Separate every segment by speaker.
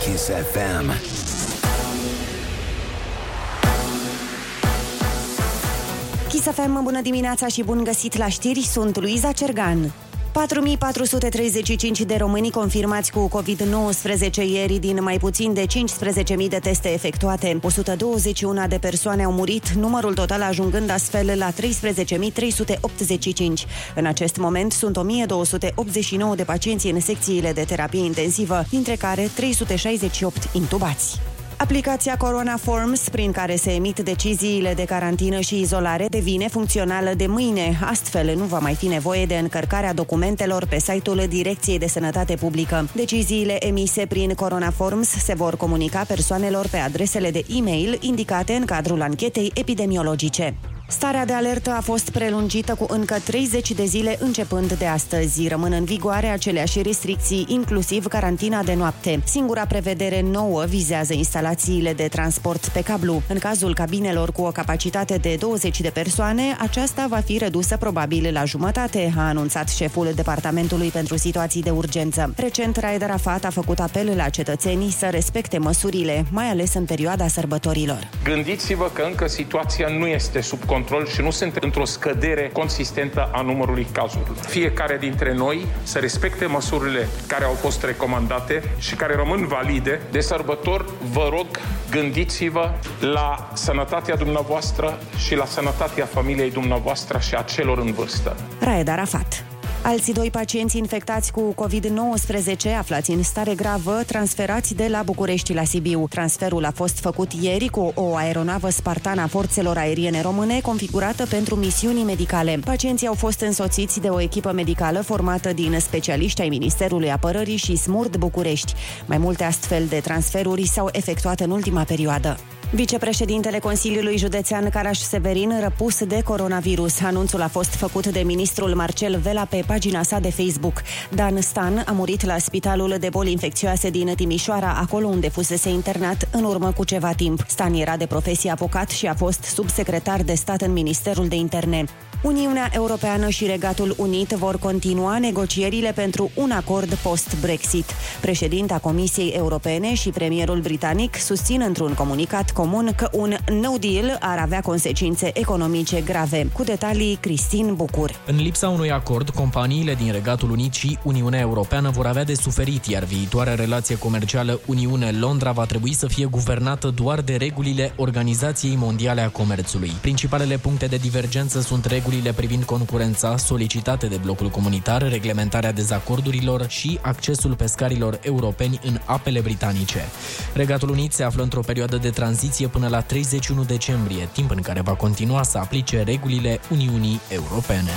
Speaker 1: Kiss FM.
Speaker 2: Kiss FM, bună dimineața și bun găsit la știri, sunt Luiza Cergan. 4.435 de români confirmați cu COVID-19 ieri din mai puțin de 15.000 de teste efectuate. 121 de persoane au murit, numărul total ajungând astfel la 13.385. În acest moment sunt 1.289 de pacienți în secțiile de terapie intensivă, dintre care 368 intubați. Aplicația Corona Forms, prin care se emit deciziile de carantină și izolare, devine funcțională de mâine. Astfel, nu va mai fi nevoie de încărcarea documentelor pe site-ul Direcției de Sănătate Publică. Deciziile emise prin Corona Forms se vor comunica persoanelor pe adresele de e-mail indicate în cadrul anchetei epidemiologice. Starea de alertă a fost prelungită cu încă 30 de zile începând de astăzi. Rămân în vigoare aceleași restricții, inclusiv carantina de noapte. Singura prevedere nouă vizează instalațiile de transport pe cablu. În cazul cabinelor cu o capacitate de 20 de persoane, aceasta va fi redusă probabil la jumătate, a anunțat șeful Departamentului pentru Situații de Urgență. Recent, Raed Arafat a făcut apel la cetățenii să respecte măsurile, mai ales în perioada sărbătorilor.
Speaker 3: Gândiți-vă că încă situația nu este sub control și nu sunt într-o scădere consistentă a numărului cazurilor. Fiecare dintre noi să respecte măsurile care au fost recomandate și care rămân valide. De sărbători, vă rog, gândiți-vă la sănătatea dumneavoastră și la sănătatea familiei dumneavoastră și a celor în vârstă.
Speaker 2: Raed Arafat. Alții doi pacienți infectați cu COVID-19 aflați în stare gravă, transferați de la București la Sibiu. Transferul a fost făcut ieri cu o aeronavă spartana forțelor aeriene române, configurată pentru misiuni medicale. Pacienții au fost însoțiți de o echipă medicală formată din specialiști ai Ministerului Apărării și Smurd București. Mai multe astfel de transferuri s-au efectuat în ultima perioadă. Vicepreședintele Consiliului Județean Caraș Severin răpus de coronavirus. Anunțul a fost făcut de ministrul Marcel Vela pe pagina sa de Facebook. Dan Stan a murit la Spitalul de Boli Infecțioase din Timișoara, acolo unde fusese internat în urmă cu ceva timp. Stan era de profesie avocat și a fost subsecretar de stat în Ministerul de Interne. Uniunea Europeană și Regatul Unit vor continua negocierile pentru un acord post-Brexit. Președinta Comisiei Europene și premierul britanic susțin într-un comunicat comun că un no deal ar avea consecințe economice grave. Cu detalii, Cristin Bucur.
Speaker 4: În lipsa unui acord, companiile din Regatul Unit și Uniunea Europeană vor avea de suferit, iar viitoarea relație comercială Uniune-Londra va trebui să fie guvernată doar de regulile Organizației Mondiale a Comerțului. Principalele puncte de divergență sunt regulile privind concurența solicitate de blocul comunitar, reglementarea dezacordurilor și accesul pescarilor europeni în apele britanice. Regatul Unit se află într-o perioadă de tranziție până la 31 decembrie, timp în care va continua să aplice regulile Uniunii Europene.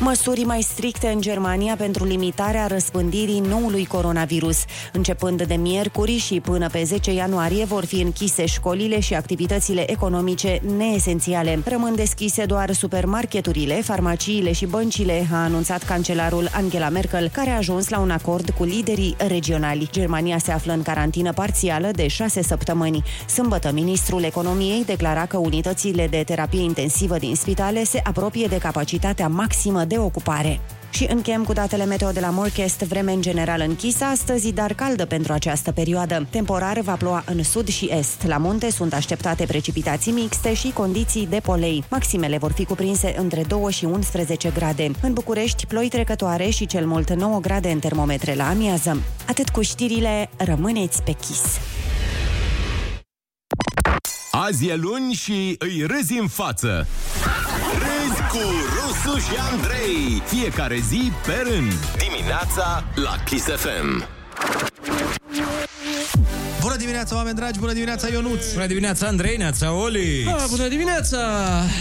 Speaker 2: Măsuri mai stricte în Germania pentru limitarea răspândirii noului coronavirus. Începând de miercuri și până pe 10 ianuarie vor fi închise școlile și activitățile economice neesențiale. Rămân deschise doar supermarketurile, farmaciile și băncile, a anunțat cancelarul Angela Merkel, care a ajuns la un acord cu liderii regionali. Germania se află în carantină parțială de șase săptămâni. Sâmbătă, ministrul economiei declara că unitățile de terapie intensivă din spitale se apropie de capacitatea maximă de ocupare. Și încheiem cu datele meteo de la Morchest, vreme în general închisă astăzi, dar caldă pentru această perioadă. Temporar va ploa în sud și est. La munte sunt așteptate precipitații mixte și condiții de polei. Maximele vor fi cuprinse între 2 și 11 grade. În București, ploi trecătoare și cel mult 9 grade în termometre la amiază. Atât cu știrile, rămâneți pe chis.
Speaker 5: Azi e luni și îi râzi în față. Râzi cu Rusu și Andrei. Fiecare zi pe rând. Dimineața la Kiss FM.
Speaker 6: Bună dimineața, oameni dragi! Bună dimineața, Ionuț!
Speaker 7: Bună dimineața, Andrei, neața, Oli!
Speaker 6: Ah,
Speaker 7: bună dimineața!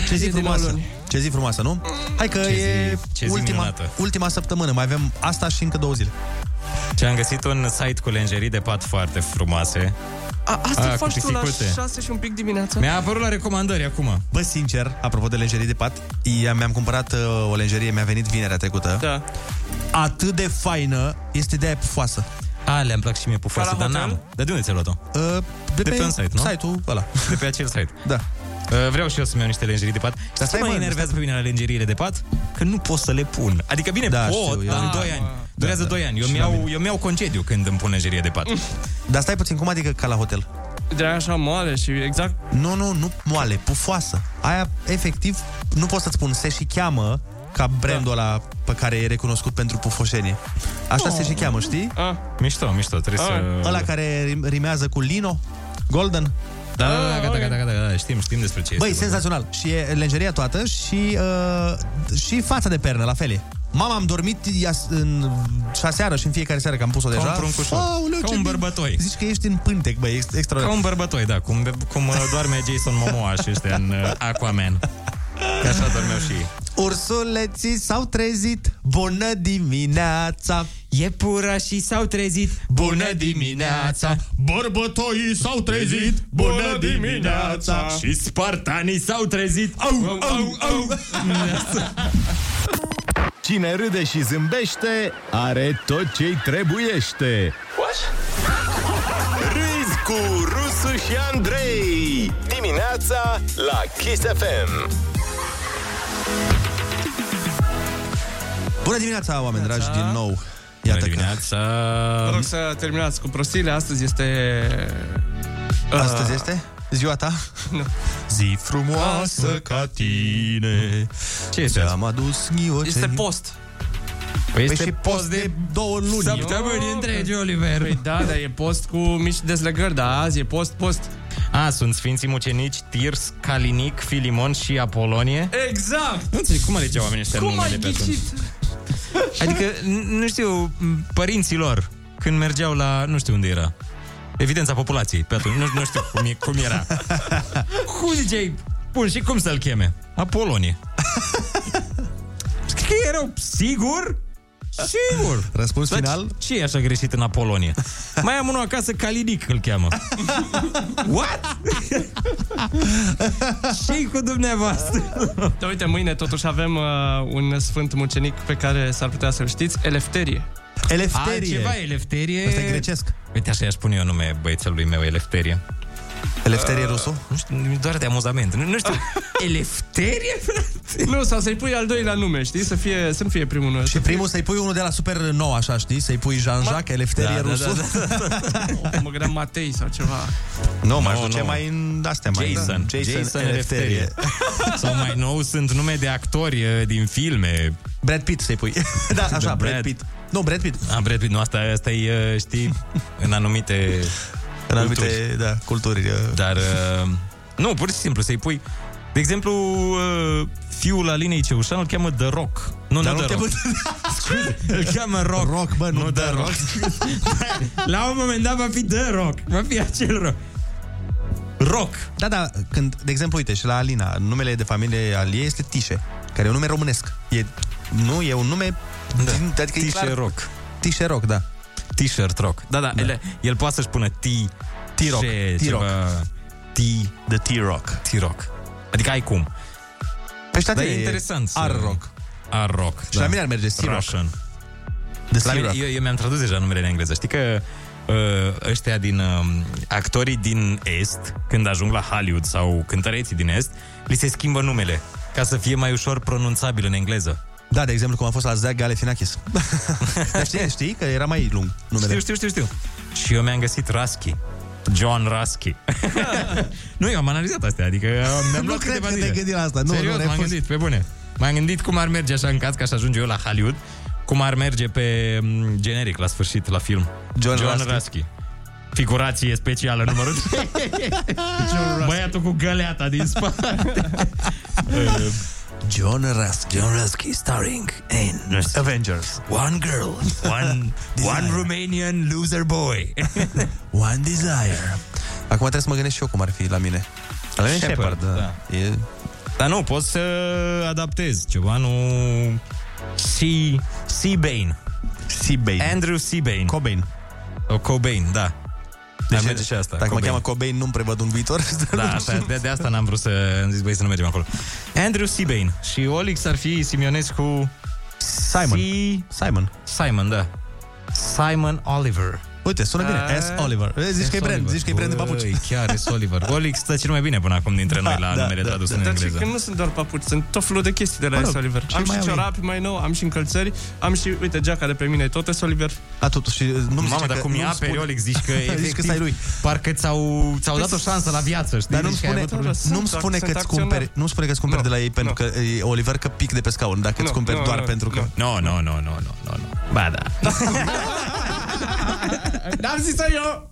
Speaker 6: Ce zi frumoasă! Ce zi frumoasă, nu? Hai că
Speaker 7: Ce
Speaker 6: e
Speaker 7: zi- ce zi
Speaker 6: ultima,
Speaker 7: minunată.
Speaker 6: ultima săptămână. Mai avem asta și încă două zile.
Speaker 7: Ce am găsit un site cu lenjerii de pat foarte frumoase.
Speaker 8: A, asta
Speaker 7: A, cu
Speaker 8: faci tu la
Speaker 7: pisicuțe.
Speaker 8: 6 și un pic dimineața?
Speaker 7: Mi-a apărut la recomandări acum.
Speaker 6: Bă, sincer, apropo de lenjerii de pat, i- mi-am cumpărat uh, o lenjerie, mi-a venit vinerea trecută.
Speaker 8: Da.
Speaker 6: Atât de faină, este de aia pufoasă.
Speaker 7: Ale, îmi plac și mie
Speaker 8: Ca
Speaker 7: pufoase,
Speaker 8: la
Speaker 7: dar
Speaker 8: hotel?
Speaker 7: n-am. Dar de unde ți-ai luat-o?
Speaker 6: Uh, de,
Speaker 7: De pe un site, nu?
Speaker 6: Site-ul ăla.
Speaker 7: De pe acel site.
Speaker 6: Da.
Speaker 7: Uh, Vreau și eu să-mi iau niște lenjerii de pat. Dar
Speaker 6: stai,
Speaker 7: stai mă
Speaker 6: mă,
Speaker 7: enervează pe mine la lengeriile de pat? Că nu pot să le pun. Adică bine,
Speaker 6: Da,
Speaker 7: pot,
Speaker 6: știu, eu
Speaker 7: dar în
Speaker 6: știu.
Speaker 7: 2 ani. Durează da, 2 ani. Eu
Speaker 6: Și
Speaker 7: mi
Speaker 6: la
Speaker 7: iau,
Speaker 6: mine.
Speaker 7: eu mi iau concediu când îmi pun lingerie de pat.
Speaker 6: Dar stai puțin, cum adică ca la hotel?
Speaker 1: De așa moale și exact...
Speaker 6: Nu, nu, nu moale, pufoasă. Aia, efectiv, nu pot să-ți spun, se și cheamă ca
Speaker 1: Da.
Speaker 6: brandul ăla pe care e recunoscut pentru pufoșenie. Așa se și cheamă, știi?
Speaker 1: Ah,
Speaker 7: Mișto, mișto, trebuie
Speaker 1: Ah.
Speaker 7: să...
Speaker 6: Ăla care rim- rimează cu Lino, Golden.
Speaker 7: Da, da, gata, gata, gata, gata, știm, știm despre ce
Speaker 6: Băi,
Speaker 7: este.
Speaker 6: senzațional. Și e lenjeria toată și, uh, și fața de pernă, la fel e. Mama, am dormit ia, în șase seară și în fiecare seară că am pus-o
Speaker 7: un
Speaker 6: deja.
Speaker 7: pruncușor.
Speaker 6: Aoleu,
Speaker 7: Ca
Speaker 6: ce
Speaker 7: un
Speaker 6: bine.
Speaker 7: bărbătoi.
Speaker 6: Zici că ești în pântec, băi, ex-
Speaker 7: Ca
Speaker 6: extraordinar.
Speaker 7: un bărbătoi, da, cum, cum uh, doarme Jason Momoa și ăștia în uh, Aquaman. Că așa dormeau și ei.
Speaker 6: Ursuleții s-au trezit, bună dimineața!
Speaker 7: Iepurașii s-au trezit,
Speaker 6: Bună dimineața!
Speaker 7: Bărbătoii s-au trezit,
Speaker 6: bună dimineața!
Speaker 7: Și spartanii s-au trezit, au, au, au!
Speaker 8: Cine râde și zâmbește are tot ce-i trebuiește.
Speaker 5: Râzi cu Rusu și Andrei Dimineața la Kiss FM
Speaker 6: Bună dimineața, oameni dragi, din nou!
Speaker 7: Bună
Speaker 6: Iată că
Speaker 7: dimineața!
Speaker 1: Vă rog să terminați cu prostiile. Astăzi este... uh,
Speaker 6: astăzi este ziua ta. Zi frumoasă ca tine
Speaker 7: Ce este azi?
Speaker 6: Ți-am adus ghioceni
Speaker 1: Este post.
Speaker 7: Păi
Speaker 6: Păi și post de două luni
Speaker 7: săptămâni întregi, Oliver.
Speaker 1: Păi da, dar e post cu mici dezlegări, dar
Speaker 7: da,
Speaker 1: azi e post, post.
Speaker 7: A, sunt Sfinții Mucenici, Tirs, Calinic, Filimon și Apolonie.
Speaker 1: Exact!
Speaker 7: Nu înțeleg, cum alegeau oamenii ăștia
Speaker 1: Cum
Speaker 7: numele
Speaker 1: ai
Speaker 7: pe atunci?
Speaker 1: ghicit?
Speaker 7: Adică, n- nu știu, m, părinții lor, când mergeau la, nu știu unde era, evidența populației, pe atunci, nu, nu știu cum, e, cum era. cum ziceai, bun, și cum să-l cheme? Apolonie. Cred că erau, sigur? Sigur.
Speaker 6: Răspuns
Speaker 7: Dar
Speaker 6: final
Speaker 7: ce- Ce e așa greșit în Apolonie? Mai am unul acasă, Calinic îl cheamă. What? și cu dumneavoastră.
Speaker 1: Dar Da, uite, mâine totuși avem uh, un sfânt mucenic pe care s-ar putea să-l știți, Elefterie.
Speaker 6: Elefterie
Speaker 7: Altceva, Elefterie.
Speaker 6: Asta e grecesc
Speaker 7: Uite, așa i-aș pune eu nume băiețelui meu, Elefterie. Uh,
Speaker 6: Elefterie rusu?
Speaker 7: Nu știu, mi-e doar de amuzament. Nu, nu știu, Elefterie, frate?
Speaker 1: Nu, sau să-i pui al doilea nume, știi? Să, fie, să nu fie primul nume.
Speaker 6: Și primul să-i pui unul de la super nou, așa, știi? Să-i pui Jean-Jacques, Elefterie
Speaker 7: Da, da,
Speaker 6: rusu
Speaker 7: da,
Speaker 1: Mă gândeam Matei sau ceva.
Speaker 6: Nu,
Speaker 7: Nu,
Speaker 6: mai duce
Speaker 7: nu.
Speaker 6: mai în astea mai
Speaker 7: Jason.
Speaker 6: da. Jason, Jason Elefterie
Speaker 7: Sau mai nou sunt nume de actori eh, din filme.
Speaker 6: Brad Pitt să-i pui Da, așa, Brad
Speaker 7: Brad.
Speaker 6: Pitt Nu, Brad Pitt
Speaker 7: A, Brad Pitt, nu, asta, asta e, eh, știi, în anumite...
Speaker 6: În anumite, da, culturi uh,
Speaker 7: Dar, eh, nu, pur și simplu, să-i pui... De exemplu, eh, fiul Alinei Ceușan îl cheamă The Rock. Nu,
Speaker 6: Dar
Speaker 7: nu
Speaker 6: nu
Speaker 7: The
Speaker 6: te
Speaker 7: Rock. Scuze, îl cheamă Rock.
Speaker 6: Rock, bă, nu,
Speaker 7: The
Speaker 6: The Rock.
Speaker 7: La un moment dat va fi The Rock. Va fi acel Rock. Rock.
Speaker 6: Da, da, când, de exemplu, uite, și la Alina, numele de familie al ei este Tișe, care e un nume românesc. E, nu, e un nume... Da. Din, adică e
Speaker 7: Tișe
Speaker 6: clar,
Speaker 7: Rock.
Speaker 6: Tișe Roc, da.
Speaker 7: T-shirt rock. Da, da, da. El, el poate să-și pună T...
Speaker 6: T-rock.
Speaker 7: ce-
Speaker 6: T-rock.
Speaker 7: ceva- T...
Speaker 6: The T-Rock.
Speaker 7: T-rock. Adică ai cum.
Speaker 6: Păi,
Speaker 7: Dar Da, e interesant să-
Speaker 6: R-Rock.
Speaker 7: A-rock.
Speaker 6: Și la mine ar merge T-rock.
Speaker 7: Russian.
Speaker 6: The
Speaker 7: La mine,
Speaker 6: T-Rock.
Speaker 7: eu, eu mi-am tradus deja numele în engleză. Știi că uh, ăștia din... Uh, actorii din Est, când ajung la Hollywood sau cântăreții din Est, li se schimbă numele ca să fie mai ușor pronunțabil în engleză.
Speaker 6: Da, de exemplu, cum a fost la Zach Galifianakis. Dar știi, știi că era mai lung numele.
Speaker 7: Știu, știu, știu, știu. Și eu mi-am găsit Rasky. John Rasky. nu, eu am analizat astea, adică mi-am
Speaker 6: nu
Speaker 7: luat
Speaker 6: cred
Speaker 7: câteva
Speaker 6: că
Speaker 7: zile.
Speaker 6: te-ai gândit la asta. Nu,
Speaker 7: Serios,
Speaker 6: nu,
Speaker 7: m-am
Speaker 6: n-ai fost...
Speaker 7: gândit, pe bune. M-am gândit cum ar merge așa în caz că aș ajunge eu la Hollywood, cum ar merge pe m, generic la sfârșit, la film.
Speaker 6: John
Speaker 7: John
Speaker 6: Rasky.
Speaker 7: Rasky. Figurație specială numărul 3. Băiatul cu găleata din spate. Uh,
Speaker 6: John Rask. John Rasky starring in Avengers.
Speaker 7: One girl, one, one Romanian loser boy.
Speaker 6: One Desire. Acum trebuie să mă gândesc și eu cum ar fi la mine. La mine e
Speaker 7: Shepard,
Speaker 6: Shepard, da. E...
Speaker 7: Dar nu, poți să adaptezi ceva, nu... C... Seabane.
Speaker 6: Seabane.
Speaker 7: Andrew Seabane.
Speaker 6: Cobain.
Speaker 7: o Cobain, da. Deci merge și asta.
Speaker 6: Dacă mă
Speaker 7: Cobain.
Speaker 6: cheamă Cobain, nu-mi prevăd un viitor.
Speaker 7: Da, așa, de, de asta n-am vrut să am zis, băi, să nu mergem acolo. Andrew Seabane și Olix ar fi Simionescu
Speaker 6: Simon.
Speaker 7: Si...
Speaker 6: Simon.
Speaker 7: Simon, da. Simon Oliver.
Speaker 6: Uite, sună bine.
Speaker 7: A,
Speaker 6: S. Oliver. Zici
Speaker 7: S.
Speaker 6: că e brand,
Speaker 7: Oliver.
Speaker 6: zici că e brand de papuci.
Speaker 7: Băi, chiar S. Oliver. Olic stă cel mai bine până acum dintre noi la
Speaker 6: Da,
Speaker 7: numele
Speaker 6: da,
Speaker 7: traduse
Speaker 6: da.
Speaker 7: în
Speaker 1: Dar și
Speaker 7: engleză.
Speaker 1: că nu sunt doar papuci, sunt tot felul de chestii de la
Speaker 6: Mă
Speaker 1: S.
Speaker 6: rog,
Speaker 1: Oliver.
Speaker 6: ce
Speaker 1: Am
Speaker 6: mai
Speaker 1: și
Speaker 6: au ei?
Speaker 1: ciorapi mai nou, am și încălțări, am și, uite, geaca de pe mine, e tot S. Oliver.
Speaker 6: A, totuși, nu
Speaker 7: Mamă, dar cum e aperi, Olic, zici că
Speaker 6: Zici că stai
Speaker 7: efectiv,
Speaker 6: lui. Păi
Speaker 7: parcă ți-au, ți-au dat o șansă la viață, știi?
Speaker 6: Dar nu-mi
Speaker 7: Deci că ai
Speaker 6: spune,
Speaker 7: avut
Speaker 1: avut un-
Speaker 6: nu-mi
Speaker 1: Sunt
Speaker 6: spune
Speaker 1: ac-
Speaker 6: că îți
Speaker 1: sunt
Speaker 6: cumperi,
Speaker 1: acționar.
Speaker 6: nu-mi spune că îți cumperi
Speaker 1: Nu,
Speaker 6: de la ei pentru
Speaker 1: nu.
Speaker 6: că e Oliver că pic de pe scaun, dacă îți
Speaker 1: Nu,
Speaker 6: cumperi
Speaker 1: nu,
Speaker 6: doar
Speaker 1: nu,
Speaker 6: pentru că...
Speaker 1: nu.
Speaker 7: Nu, nu, nu, nu, nu, nu, nu. Ba da. N-am zis eu!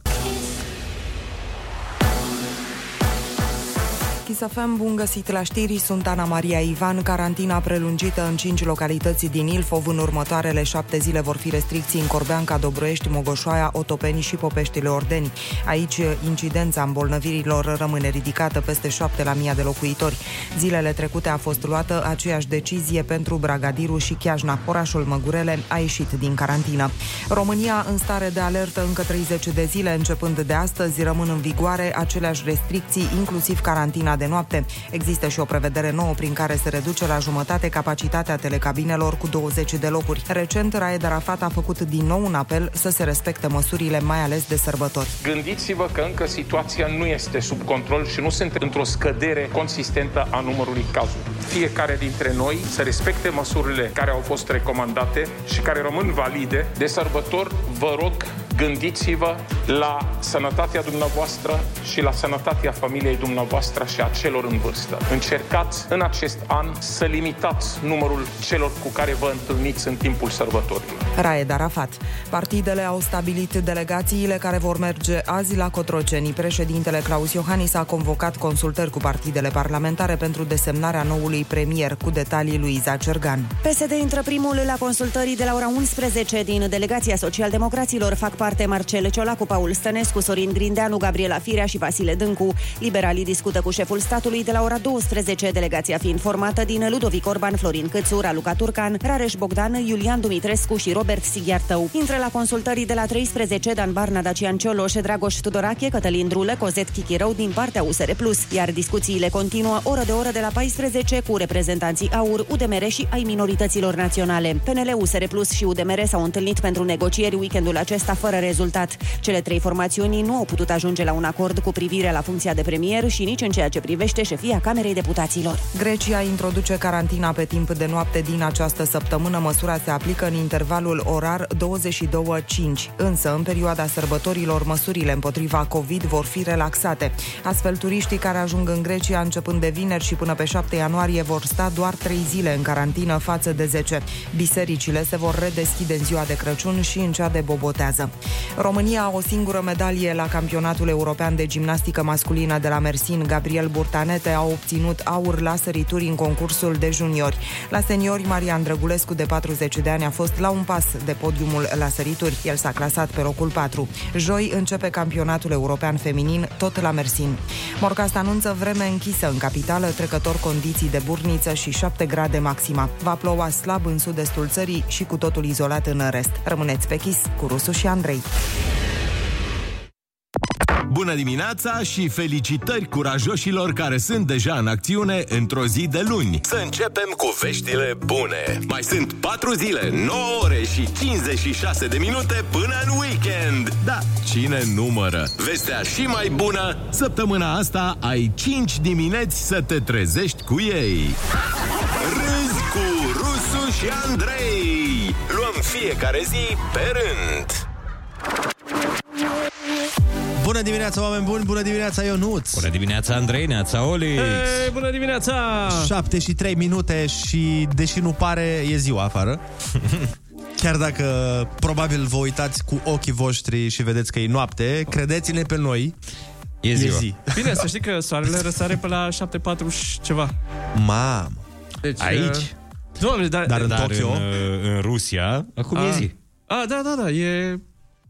Speaker 9: Chisafem, bun găsit la știri, sunt Ana Maria Ivan. Carantina prelungită în 5 localități din Ilfov. În următoarele șapte zile vor fi restricții în Corbeanca, Dobroiești, Mogoșoaia, Otopeni și Popeștile Ordeni. Aici, incidența îmbolnăvirilor rămâne ridicată peste 7 la mii de locuitori. Zilele trecute a fost luată aceeași decizie pentru Bragadiru și Chiajna. Orașul Măgurele a ieșit din carantină. România în stare de alertă încă 30 de zile, începând de astăzi, rămân în vigoare aceleași restricții, inclusiv carantina de noapte. Există și o prevedere nouă prin care se reduce la jumătate capacitatea telecabinelor cu 20 de locuri. Recent, Raed Arafat a făcut din nou un apel să se respecte măsurile, mai ales de sărbători.
Speaker 3: Gândiți-vă că încă situația nu este sub control și nu sunt într-o scădere consistentă a numărului cazurilor. Fiecare dintre noi să respecte măsurile care au fost recomandate și care rămân valide. De sărbători, vă rog, gândiți-vă la sănătatea dumneavoastră și la sănătatea familiei dumneavoastră și a celor în vârstă. Încercați în acest an să limitați numărul celor cu care vă întâlniți în timpul sărbătorilor.
Speaker 9: Raed Arafat. Partidele au stabilit delegațiile care vor merge azi la Cotroceni. Președintele Claus Iohannis a convocat consultări cu partidele parlamentare pentru desemnarea noului premier, cu detalii Luiza Cergan.
Speaker 2: PSD intră primul la consultării de la ora 11 din delegația socialdemocraților. Fac parte Marcel Ciolacu, Paul Stănescu, Sorin Grindeanu, Gabriela Firea și Vasile Dâncu. Liberalii discută cu șeful statului de la ora 12, delegația fiind formată din Ludovic Orban, Florin Cățu, Raluca Turcan, Rareș Bogdan, Iulian Dumitrescu și Robert Sighiartău. Intră la consultării de la 13 Dan Barna, Dacian Cioloș, Dragoș Tudorache, Cătălin Drulă, Cozet Chichirău din partea USR+, iar discuțiile continuă oră de oră de la 14 cu reprezentanții AUR, UDMR și ai minorităților naționale. PNL, USR Plus și UDMR s-au întâlnit pentru negocieri weekendul acesta fără rezultat. Cele trei formațiuni nu au putut ajunge la un acord cu privire la funcția de premier și nici în ceea ce privește șefia Camerei Deputaților.
Speaker 9: Grecia introduce carantina pe timp de noapte din această săptămână. Măsura se aplică în intervalul orar 22-5. Însă, în perioada sărbătorilor, măsurile împotriva COVID vor fi relaxate. Astfel, turiștii care ajung în Grecia începând de vineri și până pe 7 ianuarie vor sta doar 3 zile în carantină față de 10. Bisericile se vor redeschide în ziua de Crăciun și în cea de Bobotează. România a o singură medalie la campionatul european de gimnastică masculină de la Mersin. Gabriel Burtanete a obținut aur la sărituri în concursul de juniori. La seniori, Marian Drăgulescu, de 40 de ani, a fost la un pas de podiumul la sărituri. El s-a clasat pe locul 4. Joi începe campionatul european feminin, tot la Mersin. Morcast anunță vreme închisă în capitală, trecător condiții de burniță și 7 grade maxima. Va ploua slab în sud-estul țării și cu totul izolat în rest. Rămâneți pe chis cu Rusu și Andrei.
Speaker 5: Bună dimineața și felicitări curajoșilor care sunt deja în acțiune într-o zi de luni. Să începem cu veștile bune. Mai sunt 4 zile, 9 ore și 56 de minute până în weekend. Da, cine numără? Vestea și mai bună,
Speaker 8: Săptămâna asta ai 5 dimineți să te trezești cu ei.
Speaker 5: râzi cu Rusu și Andrei. Luăm fiecare zi pe rând.
Speaker 6: Bună dimineața, oameni buni! Bună dimineața, Ionuț!
Speaker 7: Bună dimineața, Andrei, neața, Olic!
Speaker 1: Ei, bună dimineața!
Speaker 6: 7 și 3 minute și, deși nu pare, e ziua afară. Chiar dacă probabil vă uitați cu ochii voștri și vedeți că e noapte, credeți-ne pe noi,
Speaker 7: E
Speaker 6: e
Speaker 7: ziua.
Speaker 6: zi.
Speaker 1: Bine, să știi că soarele răsare pe la 7.40 și ceva.
Speaker 6: Mamă!
Speaker 1: Deci,
Speaker 7: Aici?
Speaker 1: uh, Doamne, dar...
Speaker 6: Dar în
Speaker 7: Dar
Speaker 6: Tokyo?
Speaker 7: În, uh, în Rusia, acum
Speaker 1: A.
Speaker 7: e zi.
Speaker 1: A, da, da, da, e...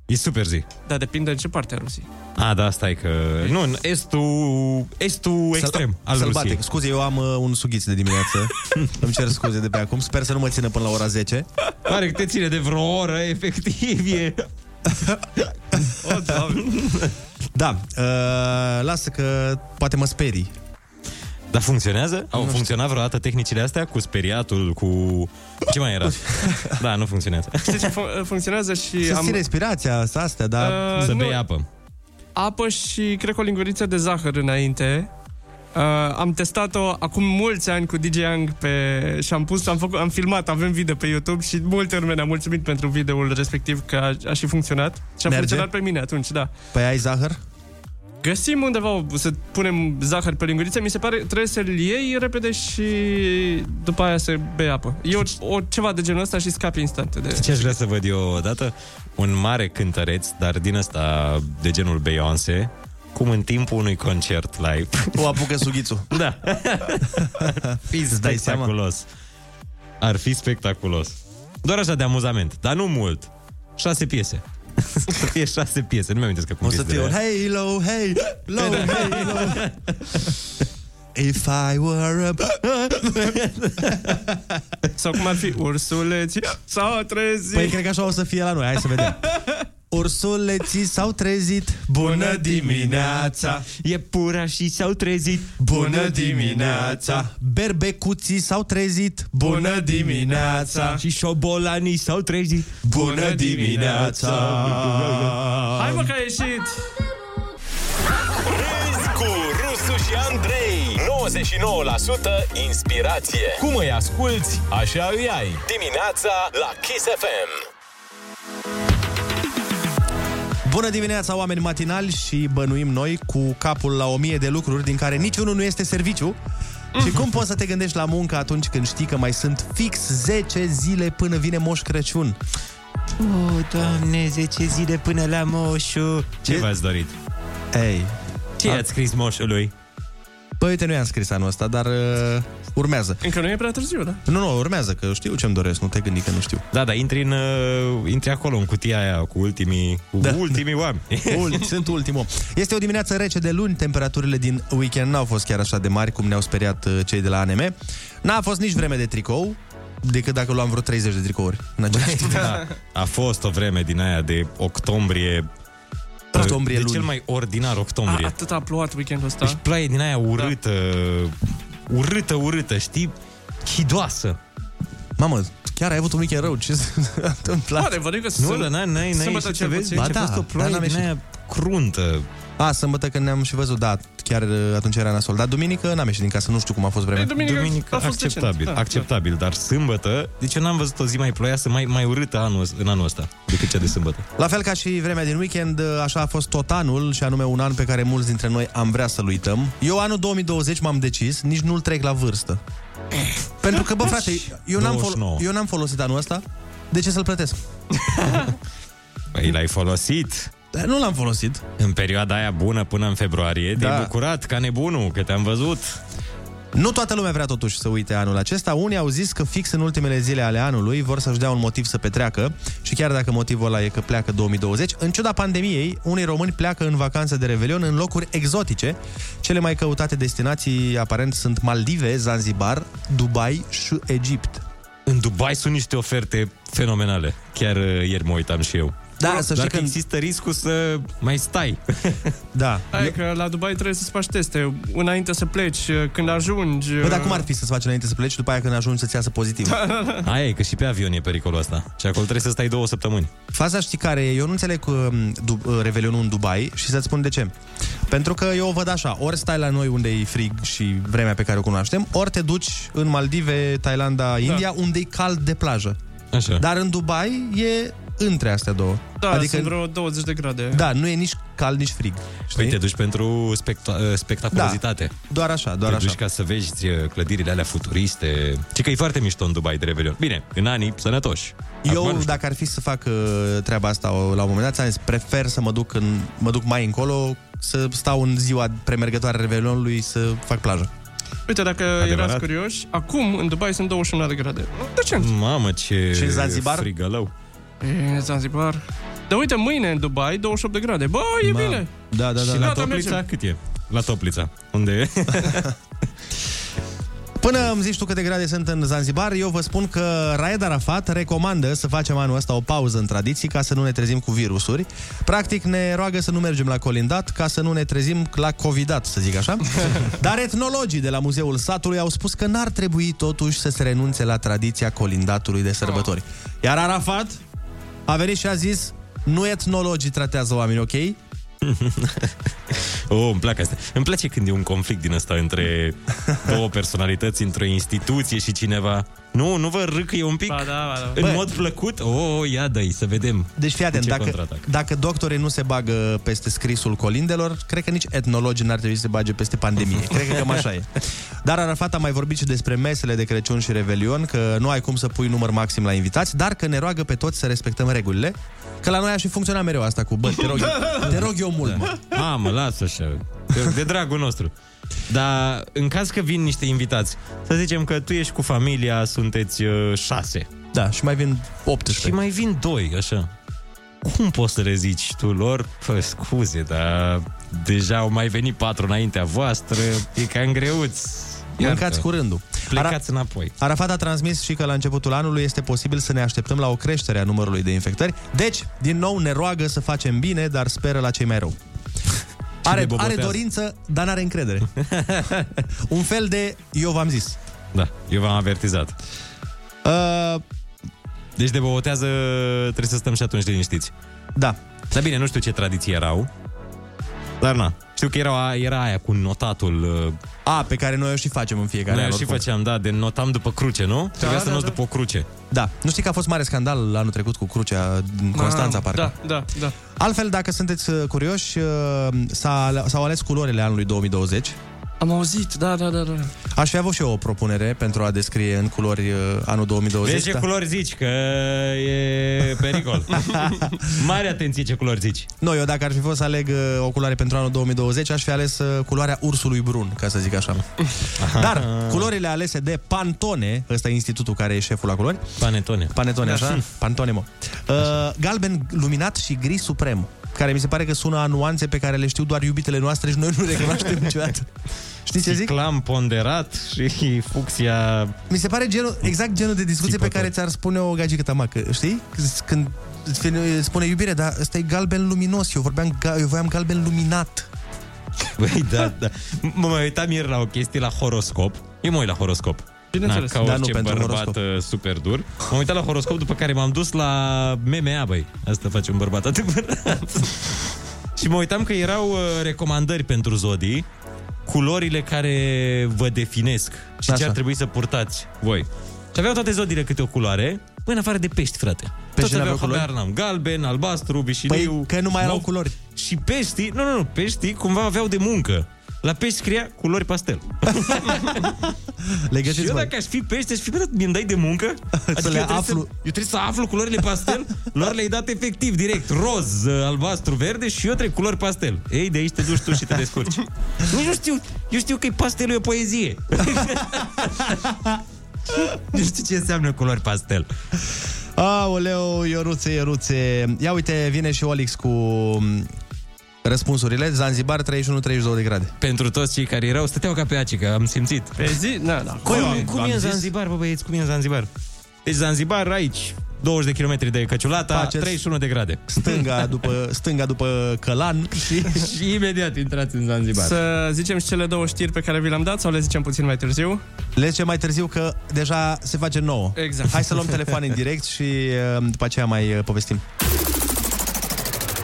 Speaker 7: E super zi.
Speaker 1: Da, depinde în ce parte a Rusiei.
Speaker 7: A, da, stai că... Nu, în estul, estul extrem al
Speaker 6: Sălbatic.
Speaker 7: Rusiei.
Speaker 6: Scuze, eu am uh, un sughiț de dimineață. Îmi cer scuze de pe acum. Sper să nu mă țină până la ora 10.
Speaker 7: Pare că te ține de vreo oră, efectiv, e...
Speaker 1: O,
Speaker 7: Oh,
Speaker 1: doamne.
Speaker 6: Da, uh, lasă că poate mă sperii.
Speaker 7: Dar funcționează? Au funcționat vreodată tehnicile astea cu speriatul, cu... Ce mai era? da, nu funcționează.
Speaker 1: Știi ce fun- funcționează și
Speaker 6: Să ții respirația asta, astea, dar...
Speaker 1: Uh,
Speaker 7: Să
Speaker 1: nu.
Speaker 7: bei apă.
Speaker 1: apă și cred că o linguriță de zahăr înainte. Uh, am testat-o acum mulți ani cu DJ Ang pe, și am pus, am, făcut, am filmat, avem video pe YouTube și multe lume ne-a mulțumit pentru videoul respectiv că a, a și funcționat. Și a
Speaker 6: Merge?
Speaker 1: funcționat pe mine atunci, da.
Speaker 6: Păi ai zahăr?
Speaker 1: Găsim undeva o- să punem zahăr pe linguriță, mi se pare trebuie să-l iei repede și după aia să bei apă. E o, o ceva de genul ăsta și scapi instant de...
Speaker 7: Ce aș vrea să văd eu odată? Un mare cântăreț, dar din ăsta de genul Beyoncé, cum în timpul unui concert live.
Speaker 6: O apucă sughițul.
Speaker 7: Da. fi
Speaker 6: dai seama?
Speaker 7: spectaculos. Ar fi spectaculos. Doar așa de amuzament, dar nu mult. Șase piese. să fie șase piese, nu mi-am că cum
Speaker 6: O să fie un hey, low, hey, low,
Speaker 7: Păi da.
Speaker 6: hey, low. If I were a...
Speaker 1: Sau cum ar fi ursuleți s-au trezit.
Speaker 6: Păi cred că așa o să fie la noi, hai să vedem. Ursuleții s-au trezit Bună dimineața
Speaker 7: E pura și s-au trezit
Speaker 6: Bună dimineața Berbecuții s-au trezit Bună dimineața
Speaker 7: Și șobolanii s-au trezit
Speaker 6: Bună dimineața
Speaker 1: Hai mă că a ieșit!
Speaker 5: Râzi cu Rusu și Andrei 99% inspirație Cum îi asculti, așa îi ai Dimineața la Kiss FM
Speaker 6: Bună dimineața, oameni matinali și bănuim noi cu capul la o mie de lucruri din care niciunul nu este serviciu. Și cum poți să te gândești la muncă atunci când știi că mai sunt fix 10 zile până vine Moș Crăciun?
Speaker 7: oh, Doamne, 10 zile până la moșu Ce
Speaker 6: Ce-
Speaker 7: v-ați dorit?
Speaker 6: Ei,
Speaker 7: Ce i-ați scris moșului?
Speaker 6: băi, uite, nu i-am scris anul ăsta, dar uh, urmează.
Speaker 1: Încă nu e prea târziu, da?
Speaker 6: Nu, nu, urmează, că știu ce-mi doresc, nu te gândi că nu știu.
Speaker 7: Da, da, intri, în, uh, intri acolo în cutia aia cu ultimii, cu da.
Speaker 6: Da.
Speaker 7: ultimii oameni
Speaker 6: Ul, sunt ultimul. Este o dimineață rece de luni, temperaturile din weekend n-au fost chiar așa de mari cum ne-au speriat uh, cei de la ANM. N-a fost nici vreme de tricou, decât dacă luam vreo 30 de tricouri în același timp.
Speaker 7: da. A fost o vreme din aia de octombrie
Speaker 6: Octombrie
Speaker 7: De
Speaker 6: luni.
Speaker 7: cel mai ordinar
Speaker 1: A,
Speaker 7: octombrie
Speaker 1: atât a plouat weekendul ăsta.
Speaker 7: Deci ploaie din aia urâtă da. Urâtă, urâtă, știi? Hidoasă
Speaker 6: Mamă, chiar ai avut un weekend rău, ce s-a întâmplat?
Speaker 1: Oare, vă că
Speaker 7: Nu,
Speaker 1: sunt...
Speaker 7: dar n-ai, n-ai, n-ai
Speaker 1: Adică Sâmbătă
Speaker 7: ieșit să
Speaker 1: cel
Speaker 7: vezi
Speaker 1: puțin.
Speaker 7: Ba
Speaker 6: Ba
Speaker 7: da,
Speaker 6: da,
Speaker 7: a fost o
Speaker 6: dar
Speaker 7: ploaie
Speaker 6: n-am
Speaker 7: din
Speaker 6: ieșit.
Speaker 7: aia cruntă
Speaker 6: A, sâmbătă când ne-am și văzut, da, chiar uh, atunci era nasol. Dar duminică n-am ieșit din casă, nu știu cum a fost vremea.
Speaker 1: Păi, duminică,
Speaker 7: Duminică,
Speaker 1: a fost
Speaker 7: acceptabil,
Speaker 1: decent, da,
Speaker 7: acceptabil, dar sâmbătă, deci eu n-am văzut o zi mai ploioasă, mai, mai urâtă anul, în anul ăsta decât cea de sâmbătă.
Speaker 6: La fel ca și vremea din weekend, uh, așa a fost tot anul și anume un an pe care mulți dintre noi am vrea să-l uităm. Eu anul 2020 m-am decis, nici nu-l trec la vârstă.
Speaker 1: Eh,
Speaker 6: Pentru că, bă, frate, eu n-am, fol-
Speaker 7: 29.
Speaker 6: eu n-am folosit anul ăsta, de ce să-l plătesc?
Speaker 7: Păi l-ai folosit
Speaker 6: Dar Nu l-am folosit.
Speaker 7: în perioada aia bună până în februarie, te-ai
Speaker 6: Da.
Speaker 7: bucurat ca nebunul că te-am văzut.
Speaker 6: Nu toată lumea vrea totuși să uite anul acesta. Unii au zis că fix în ultimele zile ale anului vor să-și dea un motiv să petreacă și chiar dacă motivul ăla e că pleacă 2020, în ciuda pandemiei, unii români pleacă în vacanță de revelion în locuri exotice. Cele mai căutate destinații aparent sunt Maldive, Zanzibar, Dubai și Egipt.
Speaker 7: În Dubai sunt niște oferte fenomenale. Chiar uh, ieri mă uitam și eu.
Speaker 6: Da, să
Speaker 7: Dar
Speaker 6: știi
Speaker 7: că
Speaker 6: că...
Speaker 7: există riscul să mai stai.
Speaker 6: Da.
Speaker 1: Hai că la Dubai trebuie să-ți faci teste înainte să pleci, când ajungi... uh, Da,
Speaker 6: Bă, dar cum ar fi să-ți faci înainte să pleci și după aia când ajungi să-ți iasă pozitiv?
Speaker 7: Aia e că și pe avion e pericolul ăsta. Și acolo trebuie să stai două săptămâni.
Speaker 6: Faza știi care e? Eu nu înțeleg um, du- uh, Revelionul în Dubai și să-ți spun de ce. Pentru că eu o văd așa, ori stai la noi unde e frig și vremea pe care o cunoaștem, ori te duci în Maldive, Thailanda, India, da. unde e cald de plajă.
Speaker 7: Așa.
Speaker 6: Dar în Dubai e între astea două.
Speaker 1: Da, adică... sunt vreo 20 de grade.
Speaker 6: da, nu e nici cald, nici frig.
Speaker 7: Păi
Speaker 6: Știi? Da.
Speaker 7: te duci pentru specta- spectaculozitate.
Speaker 6: Doar așa, Da, doar
Speaker 7: Doar te
Speaker 6: așa.
Speaker 7: duci ca să vezi uh, clădirile alea futuriste. Și că e foarte mișto în Dubai de Revelion. Bine, în anii sănătoși.
Speaker 6: Eu,
Speaker 7: Acum nu știu.
Speaker 6: dacă ar fi să fac uh, treaba asta o- la un moment dat, ți-am zis, prefer să mă duc, în, mă duc mai încolo, să stau în ziua premergătoare a Revelionului să fac plajă.
Speaker 1: Uite, dacă
Speaker 7: Adevărat. Da.
Speaker 1: erați curioși, acum în Dubai sunt 21 de grade. Decent.
Speaker 7: Mamă, ce
Speaker 6: Și în Zanzibar?
Speaker 7: frigălău.
Speaker 1: E, Zanzibar. Dar uite, mâine în Dubai, 28 de grade. Bă, Oh, e
Speaker 6: Ma.
Speaker 1: bine!
Speaker 6: Da, da, da.
Speaker 7: și
Speaker 1: da,
Speaker 7: la
Speaker 1: da,
Speaker 7: Toplița
Speaker 1: mergem.
Speaker 7: cât e? La Toplița. Unde e?
Speaker 6: Până îmi zici tu câte grade sunt în Zanzibar, eu vă spun că Raed Arafat recomandă să facem anul ăsta o pauză în tradiții ca să nu ne trezim cu virusuri. Practic ne roagă să nu mergem la colindat ca să nu ne trezim la covidat, să zic așa. Dar etnologii de la Muzeul Satului au spus că n-ar trebui totuși să se renunțe la tradiția colindatului de sărbători. Iar Arafat a venit și a zis nu etnologii tratează oamenii, ok?
Speaker 7: Oh, îmi place asta. Îmi place când e un conflict din asta între două personalități, într-o instituție și cineva. Nu, nu vă râcâie un pic?
Speaker 1: Ba da, ba da.
Speaker 7: În
Speaker 6: Bă.
Speaker 7: mod plăcut? O, oh, ia dă să vedem.
Speaker 6: Deci fii atent,
Speaker 7: ce
Speaker 6: dacă,
Speaker 7: contraatac?
Speaker 6: dacă doctorii nu se bagă peste scrisul colindelor, cred că nici etnologii n-ar trebui să se bage peste pandemie. cred că cam așa e. Dar Arafat a mai vorbit și despre mesele de Crăciun și Revelion, că nu ai cum să pui număr maxim la invitați, dar că ne roagă pe toți să respectăm regulile, că la noi aș fi funcționat mereu asta cu, bă, te rog, eu- te rog eu
Speaker 7: Da.
Speaker 6: mult, mă.
Speaker 7: Mamă, lasă așa. De- De dragul nostru. Dar în caz că vin niște invitați, să zicem că tu ești cu familia, sunteți uh, șase.
Speaker 6: Da, și mai vin
Speaker 7: Și
Speaker 6: 18.
Speaker 7: mai vin doi, așa. Cum poți să le zici tu lor? Pă, scuze, dar deja au mai venit patru înaintea voastră, e cam greuț.
Speaker 6: Mâncați cu rândul.
Speaker 7: Plecați înapoi.
Speaker 6: Arafat a transmis și că la începutul anului este posibil să ne așteptăm la o creștere a numărului de infectări. Deci, din nou, ne roagă să facem bine, dar speră la cei mai rău.
Speaker 7: ne
Speaker 6: Are, are
Speaker 7: bobotează.
Speaker 6: dorință, dar n-are încredere. Un fel de eu v-am zis.
Speaker 7: Da, eu v-am avertizat.
Speaker 6: Uh,
Speaker 7: Deci de băutează trebuie să stăm și atunci liniștiți.
Speaker 6: da.
Speaker 7: Dar bine, nu știu ce tradiții erau, dar na. Știu că era, era aia cu notatul uh,
Speaker 6: A, pe care noi o și facem în fiecare
Speaker 7: Noi
Speaker 6: an,
Speaker 7: eu și
Speaker 6: oricum.
Speaker 7: făceam, da, de notam după cruce, nu? Da, Trebuia să
Speaker 1: da,
Speaker 7: noți
Speaker 1: da.
Speaker 7: după o cruce.
Speaker 6: Da. Nu știi că a fost mare scandal anul trecut cu crucea din Constanța, parcă.
Speaker 1: Da, da, da.
Speaker 6: Altfel, dacă sunteți uh, curioși, uh, s-a ale- s-au ales culorile anului 2020.
Speaker 1: Am auzit, da, da, da, da.
Speaker 6: Aș fi avut și eu o propunere pentru a descrie în culori uh, anul 2020.
Speaker 7: Vezi ce
Speaker 6: da.
Speaker 7: culori zici, că e pericol. Mare atenție ce culori zici.
Speaker 6: Nu, eu dacă ar fi fost să aleg uh, o culoare pentru anul 2020, aș fi ales uh, culoarea ursului brun, ca să zic așa. Dar culorile alese de Pantone, ăsta e institutul care e șeful la culori,
Speaker 7: Panetone. Da.
Speaker 6: Panetone, așa? Pantone, mă. Uh, galben luminat și gri suprem, care mi se pare că sună a nuanțe pe care le știu doar iubitele noastre și noi nu le cunoaștem niciodată. Știi ce zic?
Speaker 7: Ciclam ponderat și fucsia...
Speaker 6: Mi se pare genul, exact genul de discuție pe
Speaker 7: Țipător.
Speaker 6: care ți-ar spune o gagică ta macă, știi? Când îți vine- spune iubire, dar ăsta e galben luminos, eu, vorbeam, ga- eu voiam galben luminat.
Speaker 7: Băi, da, da. M- Mă mai uitam ieri la o chestie, la horoscop. Eu mă uit la horoscop.
Speaker 1: Bineînțeles.
Speaker 7: ca
Speaker 6: nu,
Speaker 7: orice da, nu,
Speaker 6: pentru
Speaker 7: bărbat
Speaker 6: horoscop.
Speaker 7: horoscop. super dur. M-am uitat la horoscop, după care m-am dus la MMA, băi. Asta face un bărbat adevărat. Și mă uitam că erau uh, recomandări pentru zodii, culorile care vă definesc și Așa. ce
Speaker 6: Așa.
Speaker 7: ar trebui să purtați voi. Și aveau toate zodiile câte o culoare, până afară de pești, frate. Toți
Speaker 6: n-aveau
Speaker 7: aveau
Speaker 6: culori?
Speaker 7: habar n-am. Galben, albastru,
Speaker 6: Păi
Speaker 7: vișiniu.
Speaker 6: că nu mai erau
Speaker 7: mov.
Speaker 6: culori.
Speaker 7: Și peștii, nu, nu, nu, peștii cumva aveau de muncă. La pești scria culori pastel.
Speaker 6: Le
Speaker 7: și
Speaker 6: găsiți,
Speaker 7: eu
Speaker 6: mă.
Speaker 7: dacă aș fi pește, aș fi bine, mi-mi dai de muncă?
Speaker 6: le
Speaker 7: eu Adică trebuie
Speaker 6: aflu.
Speaker 7: Să, eu trebuie să aflu culorile pastel? Lor le-ai dat efectiv, direct, roz, uh, albastru, verde și eu trec culori pastel. Ei, de aici te duci tu și te descurci. Nici nu știu, eu știu că pastelul e o poezie. nu știu ce înseamnă culori pastel.
Speaker 6: Aoleu, Ioruțe, Ioruțe. Ia uite, vine și Olix cu m, răspunsurile. Zanzibar 31-32 de grade.
Speaker 7: Pentru toți cei care erau, stăteau ca pe aci, că am simțit.
Speaker 1: Pe zi? Na, da.
Speaker 7: Cum, cum e în Zanzibar, bă băieți, cum e în Zanzibar? Deci Zanzibar aici, 20 de kilometri de Căciulata,
Speaker 6: Faceți-
Speaker 7: 31 de grade.
Speaker 6: Stânga după, stânga după Călan și...
Speaker 7: și imediat intrați în Zanzibar.
Speaker 1: Să zicem și cele două știri pe care vi le-am dat sau le zicem puțin mai târziu?
Speaker 6: Le zicem mai târziu că deja se face nouă.
Speaker 1: Exact.
Speaker 6: Hai să luăm telefon în direct și m, după aceea mai uh, povestim.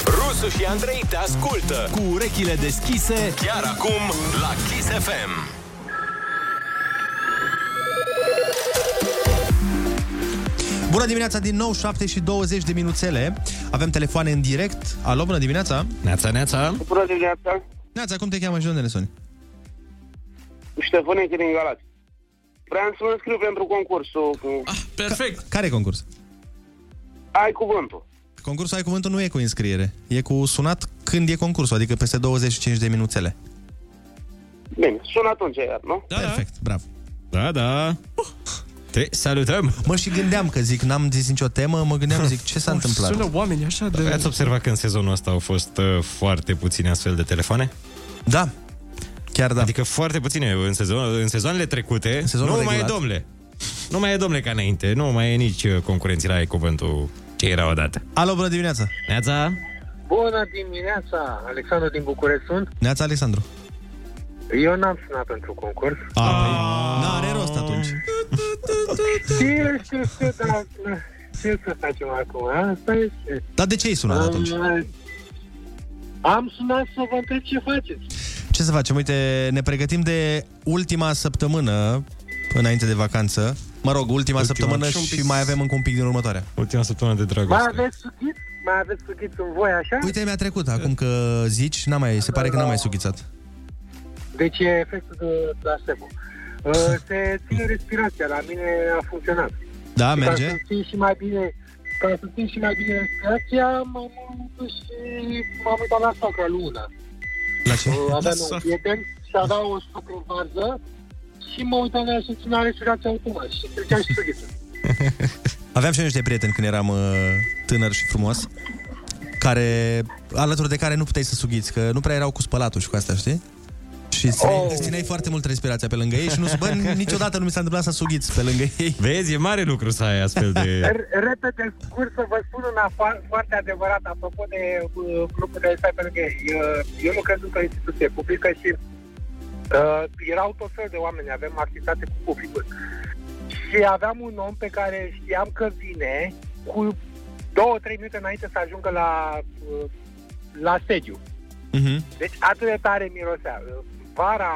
Speaker 5: Rusu și Andrei te ascultă cu urechile deschise chiar acum la Kiss FM.
Speaker 6: Bună dimineața din nou, 7 și 20 de minuțele. Avem telefoane în direct. Alo, bună dimineața.
Speaker 7: Neața, neața.
Speaker 10: Bună dimineața,
Speaker 6: Neața, cum te cheamă și de unde ne suni?
Speaker 10: Ștefan Enche din Galați. Vreau să mă înscriu pentru concursul cu...
Speaker 1: Perfect.
Speaker 6: Care e concurs?
Speaker 10: Ai cuvântul.
Speaker 6: Concursul Ai Cuvântul nu e cu înscriere, e cu sunat când e concursul, adică peste 25 de minuțele.
Speaker 10: Bine, sun atunci iar, nu?
Speaker 1: Da, da.
Speaker 6: Perfect, bravo.
Speaker 7: Da, da. Te salutăm!
Speaker 6: Mă și gândeam că zic, n-am zis nicio temă, mă gândeam, zic, ce s-a întâmplat?
Speaker 1: Sună oameni
Speaker 6: Da,
Speaker 1: așa de...
Speaker 7: Ați observat că în sezonul ăsta au fost uh, foarte puține astfel de telefoane?
Speaker 6: Da, Chiar da.
Speaker 7: Adică foarte puține în, sezon, în sezoanele trecute. În
Speaker 6: sezonul
Speaker 7: nu mai
Speaker 6: regulat.
Speaker 7: e domnule. Nu mai e domnule ca înainte. Nu mai e nici uh, concurenții la ai cuvântul ce era odată.
Speaker 6: Alo, bună dimineața!
Speaker 7: Neața?
Speaker 11: Bună dimineața! Alexandru din București sunt.
Speaker 6: Neața, Alexandru.
Speaker 11: Eu n-am sunat pentru concurs.
Speaker 6: Da, are rost atunci.
Speaker 11: Știu, știu, știu, dar ce să facem acum? Asta este.
Speaker 6: Dar de ce ai sunat atunci?
Speaker 11: Am, am sunat să vă întreb ce faceți.
Speaker 6: Ce să facem? Uite, ne pregătim de ultima săptămână înainte de vacanță. Mă rog, ultima, săptămână
Speaker 7: și un
Speaker 6: și,
Speaker 7: pic-
Speaker 6: mai avem încă un pic din următoarea.
Speaker 7: Ultima săptămână de
Speaker 11: Mai
Speaker 7: dragoste.
Speaker 11: aveți sughiț? Mai aveți sughiț în voi, așa?
Speaker 6: Uite, mi-a trecut acum că zici, n-am mai, se pare că n-am mai sughițat.
Speaker 11: Deci e efectul de placebo. Uh, Se ține respirația, la mine a funcționat.
Speaker 6: Da,
Speaker 11: Și
Speaker 6: merge?
Speaker 11: Ca să țin și mai bine, ca să țin și mai bine respirația, m-am dus și m-am uitat la sacra luna.
Speaker 6: La
Speaker 7: Oh.
Speaker 6: ce?
Speaker 12: Da,
Speaker 11: Aveam un prieten și avea o sucru în varză și mă uitam la ea și ținea respirația automat și trecea și sughiță.
Speaker 6: Aveam și eu niște prieteni când eram uh, tânăr și frumos care, alături de care nu puteai să sughiți, că nu prea erau cu spălatul și cu asta, știi? Și țineai, oh. țineai foarte mult respirația pe lângă ei și nu bă, niciodată nu mi s-a întâmplat să sughiți pe lângă ei.
Speaker 7: Vezi, e mare lucru să ai astfel de...
Speaker 11: R- Repede, scurt, să vă spun una fa- foarte adevărat, apropo de uh, grupul de stai pe lângă ei. Uh, Eu lucrez într-o instituție publică și uh, erau tot fel de oameni, avem activitate cu publicul. Și aveam un om pe care știam că vine cu două, trei minute înainte să ajungă la, uh, la sediu.
Speaker 6: Mm-hmm.
Speaker 11: Deci atât de tare mirosea. Vara,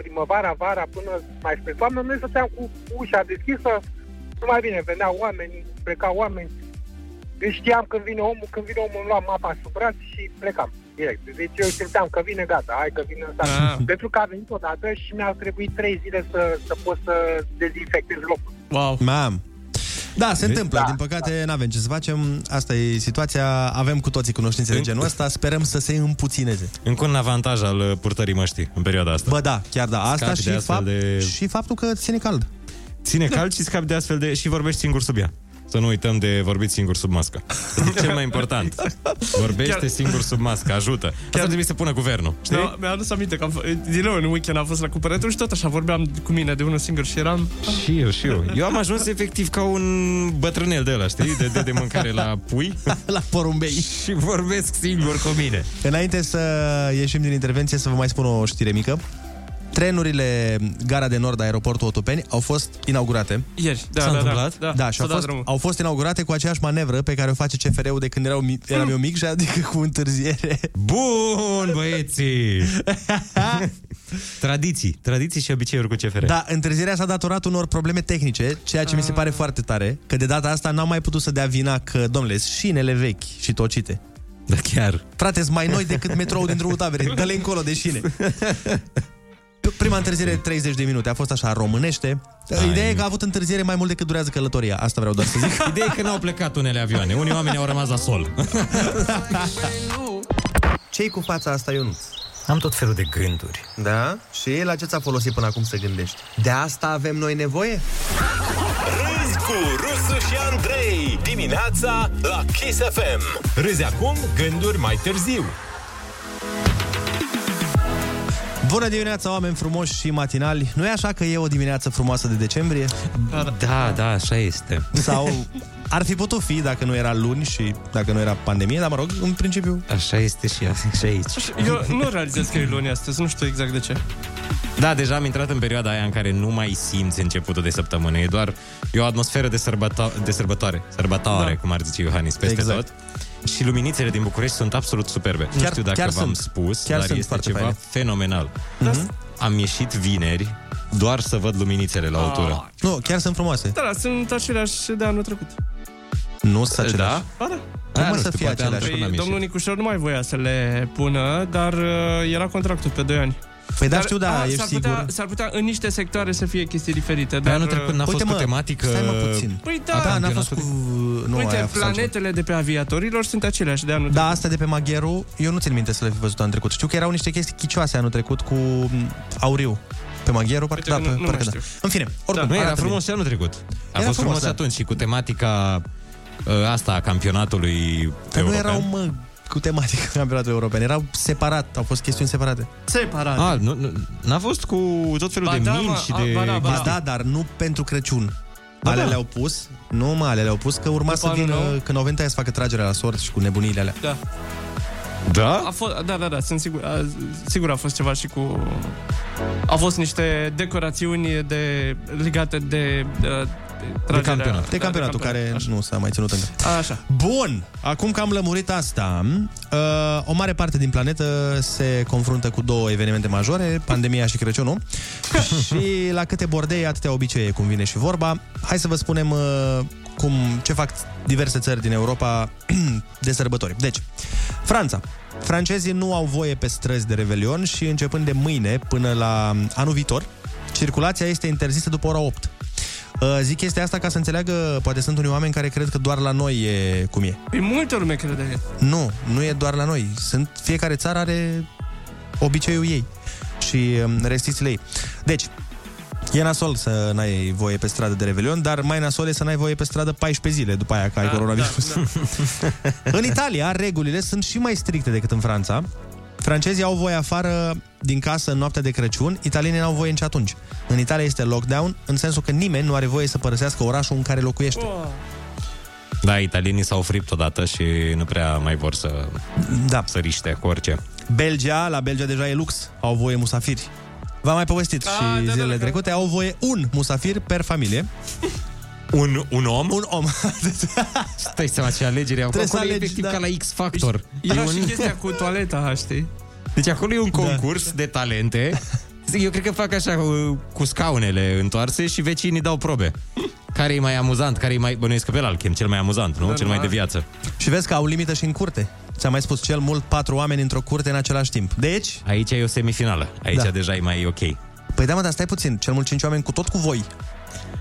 Speaker 11: primăvara, vara, până mai spre toamnă, noi stăteam cu ușa deschisă, nu mai bine, veneau oameni, plecau oameni. Deci știam când vine omul, când vine omul, îmi luam mapa sub braț și plecam direct. Deci eu simteam că vine, gata, hai că vine ăsta.
Speaker 1: Ah.
Speaker 11: Pentru că a venit odată și mi-au trebuit trei zile să, să pot să dezinfectez locul.
Speaker 1: Wow.
Speaker 6: Mam. Da, se întâmplă.
Speaker 11: Da,
Speaker 6: Din păcate, n-avem ce să facem. Asta e situația. Avem cu toții cunoștințe de genul ăsta. Sperăm să se împuțineze.
Speaker 7: Încă un avantaj al uh, purtării măștii în perioada asta.
Speaker 6: Bă, da, chiar da. Asta
Speaker 7: Scapi de
Speaker 6: și,
Speaker 7: astfel
Speaker 6: fapt,
Speaker 7: de-
Speaker 6: și faptul că ține cald.
Speaker 7: Ține cald și scapi de astfel de... și vorbești singur sub ea. Să nu uităm de vorbit singur sub mască. Este cel mai important. Vorbește
Speaker 1: Chiar-
Speaker 7: singur sub mască, ajută. Asta ar trebui să pună guvernul. Știi?
Speaker 1: Mi-a, mi-a Da, adus aminte că am, f- din nou în weekend am fost la cumpărături și tot așa vorbeam cu mine de unul singur și eram...
Speaker 7: Și eu, și eu. Eu am ajuns efectiv ca un bătrânel de ăla, știi? De, de, de mâncare la pui
Speaker 6: La porumbei.
Speaker 7: și vorbesc singur cu mine.
Speaker 6: Înainte să ieșim din intervenție, să vă mai spun o știre mică. Trenurile Gara de Nord, aeroportul Otopeni, au fost inaugurate.
Speaker 1: Ieri, da,
Speaker 7: S-a
Speaker 1: da,
Speaker 7: întâmplat?
Speaker 1: da, da,
Speaker 6: Da, și
Speaker 1: s-a
Speaker 6: au
Speaker 1: dat
Speaker 6: fost,
Speaker 1: drumul.
Speaker 6: au fost inaugurate cu aceeași manevră pe care o face CFR-ul de când erau, mi- eram eu mic și adică cu întârziere.
Speaker 7: Bun, băieții! Tradiții. Tradiții și obiceiuri cu CFR.
Speaker 6: Da, întârzierea s-a datorat unor probleme tehnice, ceea ce mi
Speaker 1: Ah.
Speaker 6: se pare foarte tare, că de data asta n-am mai putut să dea vina că, domnule, sunt șinele vechi și tocite.
Speaker 7: da chiar.
Speaker 6: Frate, sunt mai noi decât metroul din drumul tabere, dă-le încolo de șine. Prima întârziere 30 de minute a fost așa românește. Ideea e că a avut întârziere mai mult decât durează călătoria. Asta vreau doar să zic.
Speaker 7: Ideea e că n-au plecat unele avioane. Unii oameni au rămas la sol.
Speaker 6: Ce-i cu fața asta, Ionuț?
Speaker 7: Am tot felul de gânduri.
Speaker 6: Da? Și la ce ți-a folosit până acum să gândești? De asta avem noi nevoie?
Speaker 5: Râzi cu Rusu și Andrei Dimineața la Kiss FM Râzi acum, gânduri mai târziu
Speaker 6: Bună dimineața, oameni frumoși și matinali. Nu e așa că e o dimineață frumoasă de decembrie?
Speaker 7: Da, da, așa este.
Speaker 6: Sau ar fi putut fi dacă nu era luni și dacă nu era pandemie, dar mă rog, în principiu...
Speaker 7: Așa este și, și aici.
Speaker 1: Eu nu realizez că e luni astăzi, nu știu exact de ce.
Speaker 7: Da, deja am intrat în perioada aia în care nu mai simți începutul de săptămână. E doar e o atmosferă de, sărbăto- de sărbătoare, sărbătoare, da. cum ar zice Iohannis, peste
Speaker 6: Exact.
Speaker 7: exact. tot. Și luminițele din București sunt absolut superbe. nu
Speaker 6: Chiar-
Speaker 7: știu dacă
Speaker 6: chiar
Speaker 7: v-am
Speaker 6: sunt.
Speaker 7: spus,
Speaker 6: Chiar
Speaker 7: dar
Speaker 6: sunt
Speaker 7: este
Speaker 6: foarte Da.
Speaker 7: ceva
Speaker 6: faine.
Speaker 7: fenomenal. Mm-hmm. Am ieșit vineri doar să văd luminițele la o tură.
Speaker 6: Ah. Nu, chiar sunt frumoase.
Speaker 1: Da, da, sunt aceleași de anul trecut.
Speaker 6: Nu s-a cedat.
Speaker 7: Da?
Speaker 1: Ba da.
Speaker 6: Cum
Speaker 7: Aia
Speaker 6: mă
Speaker 7: nu
Speaker 6: să
Speaker 7: știu,
Speaker 6: fie
Speaker 7: poate am
Speaker 6: aceleași?
Speaker 7: trecut,
Speaker 1: Păi,
Speaker 7: n-am ieșit.
Speaker 1: domnul Nicușor nu mai voia să le pună, dar uh, era contractul pe 2 ani.
Speaker 6: Păi da,
Speaker 1: Dar,
Speaker 6: știu, da,
Speaker 1: a,
Speaker 6: ești
Speaker 1: s-ar
Speaker 6: sigur.
Speaker 1: Putea, s-ar putea în niște sectoare să fie chestii diferite,
Speaker 7: Pe
Speaker 1: dar...
Speaker 7: Păi, anul trecut n-a
Speaker 1: uh,
Speaker 7: fost
Speaker 6: Uite, mă,
Speaker 7: cu tematică...
Speaker 6: stai mă puțin.
Speaker 1: Păi
Speaker 6: Da,
Speaker 1: da,
Speaker 6: da n-a fost cu... Nu, aia a
Speaker 1: Uite,
Speaker 6: fost altceva.
Speaker 1: planetele de pe aviatorilor sunt aceleași de anul
Speaker 6: Da, asta de pe Magheru, eu nu țin minte să le fi văzut anul trecut. Știu că erau niște chestii chicioase anul trecut cu m, auriu. Pe Magheru, parcă da,
Speaker 1: Uite că nu-
Speaker 6: pe,
Speaker 1: nu
Speaker 6: parcă da.
Speaker 1: mai știu.
Speaker 6: În fine, oricum,
Speaker 7: Nu, era
Speaker 6: arată
Speaker 7: frumos și anul trecut. A
Speaker 6: Era
Speaker 7: fost frumos
Speaker 6: frumos, da.
Speaker 7: atunci și cu tematica ă, asta a campionatului
Speaker 6: bine. Dar
Speaker 7: european.
Speaker 6: nu erau, mă, cu tematică campionatul european. Erau separat, au fost chestiuni separate.
Speaker 1: Separat.
Speaker 7: A, Ah, nu, nu, n-a fost cu tot felul
Speaker 6: Ba
Speaker 7: de
Speaker 6: da,
Speaker 7: minci,
Speaker 6: mă,
Speaker 7: de...
Speaker 6: Ba da, ba
Speaker 7: chestii.
Speaker 6: da, dar nu pentru Crăciun.
Speaker 7: Ba
Speaker 6: Ale
Speaker 7: da.
Speaker 6: le-au pus, nu mă, ale le-au pus că urma
Speaker 1: După
Speaker 6: să
Speaker 1: anul
Speaker 6: vină,
Speaker 1: nou.
Speaker 6: când au venit aia să facă tragerea la sort și cu nebunile alea.
Speaker 1: Da.
Speaker 7: Da?
Speaker 1: A fost, da, da, da, sunt sigur, a, sigur a fost ceva și cu... Au fost niște decorațiuni de, legate de... de, de tragerea-
Speaker 6: campionat.
Speaker 1: da,
Speaker 6: De campionatul care nu s-a mai ținut încă.
Speaker 1: Așa.
Speaker 6: Bun, acum că am lămurit asta, uh, o mare parte din planetă se confruntă cu două evenimente majore, pandemia și Crăciunul. și la câte bordei, atâtea obicei, cum vine și vorba. Hai să vă spunem uh, cum, ce fac diverse țări din Europa de sărbători. Deci, Franța. Francezii nu au voie pe străzi de Revelion și începând de mâine până la anul viitor, circulația este interzisă după ora 8. Uh, Zic chestia asta ca să înțeleagă, poate sunt unii oameni care cred că doar la noi e cum e.
Speaker 1: E Păi, multă lume crede.
Speaker 6: Nu, nu e doar la noi. Sunt, fiecare țară are obiceiul ei și um, restricțiile ei. Deci, e nasol să n-ai voie pe stradă de Revelion, dar mai nasol e să n-ai voie pe stradă 14 zile după aia că ai
Speaker 1: Da,
Speaker 6: coronavirus.
Speaker 1: da,
Speaker 6: în Italia, regulile sunt și mai stricte decât în Franța. Francezii au voie afară din casă în noaptea de Crăciun, italienii n-au voie nici atunci. În Italia este lockdown, în sensul că nimeni nu are voie să părăsească orașul în care locuiește.
Speaker 7: Oh. Da, italienii s-au fript odată și nu prea mai vor să
Speaker 6: da.
Speaker 7: să riște cu orice.
Speaker 6: Belgia, la Belgia deja e lux, au voie musafiri. V-am mai povestit
Speaker 7: Ah,
Speaker 6: și
Speaker 7: da,
Speaker 6: zilele trecute, au voie un musafir per familie.
Speaker 7: Un, un om?
Speaker 6: Un om.
Speaker 7: Stai seama ce alegere au făcut.
Speaker 6: Trebuie să
Speaker 7: Acolo e
Speaker 6: alegi,
Speaker 7: efectiv
Speaker 6: da. Păi,
Speaker 7: ca la X Factor.
Speaker 1: Era
Speaker 7: E
Speaker 1: și chestia cu toaleta, știi?
Speaker 7: Deci acolo e
Speaker 6: Da.
Speaker 7: un concurs de talente. Eu cred că fac așa cu- cu scaunele întoarse și vecinii dau probe. Care e mai amuzant, care e mai... Bănuiesc că pe ăla îl chem cel mai amuzant,
Speaker 6: Da,
Speaker 7: nu? Cel mai de viață.
Speaker 6: Și vezi că au limită și în curte. Ți-am mai spus, cel mult patru oameni într-o curte în același timp. Deci,
Speaker 7: Aici e o semifinală. Aici
Speaker 6: Da.
Speaker 7: deja e mai ok.
Speaker 6: păi da, mă, dar stai puțin, cel mult cinci oameni cu tot cu voi.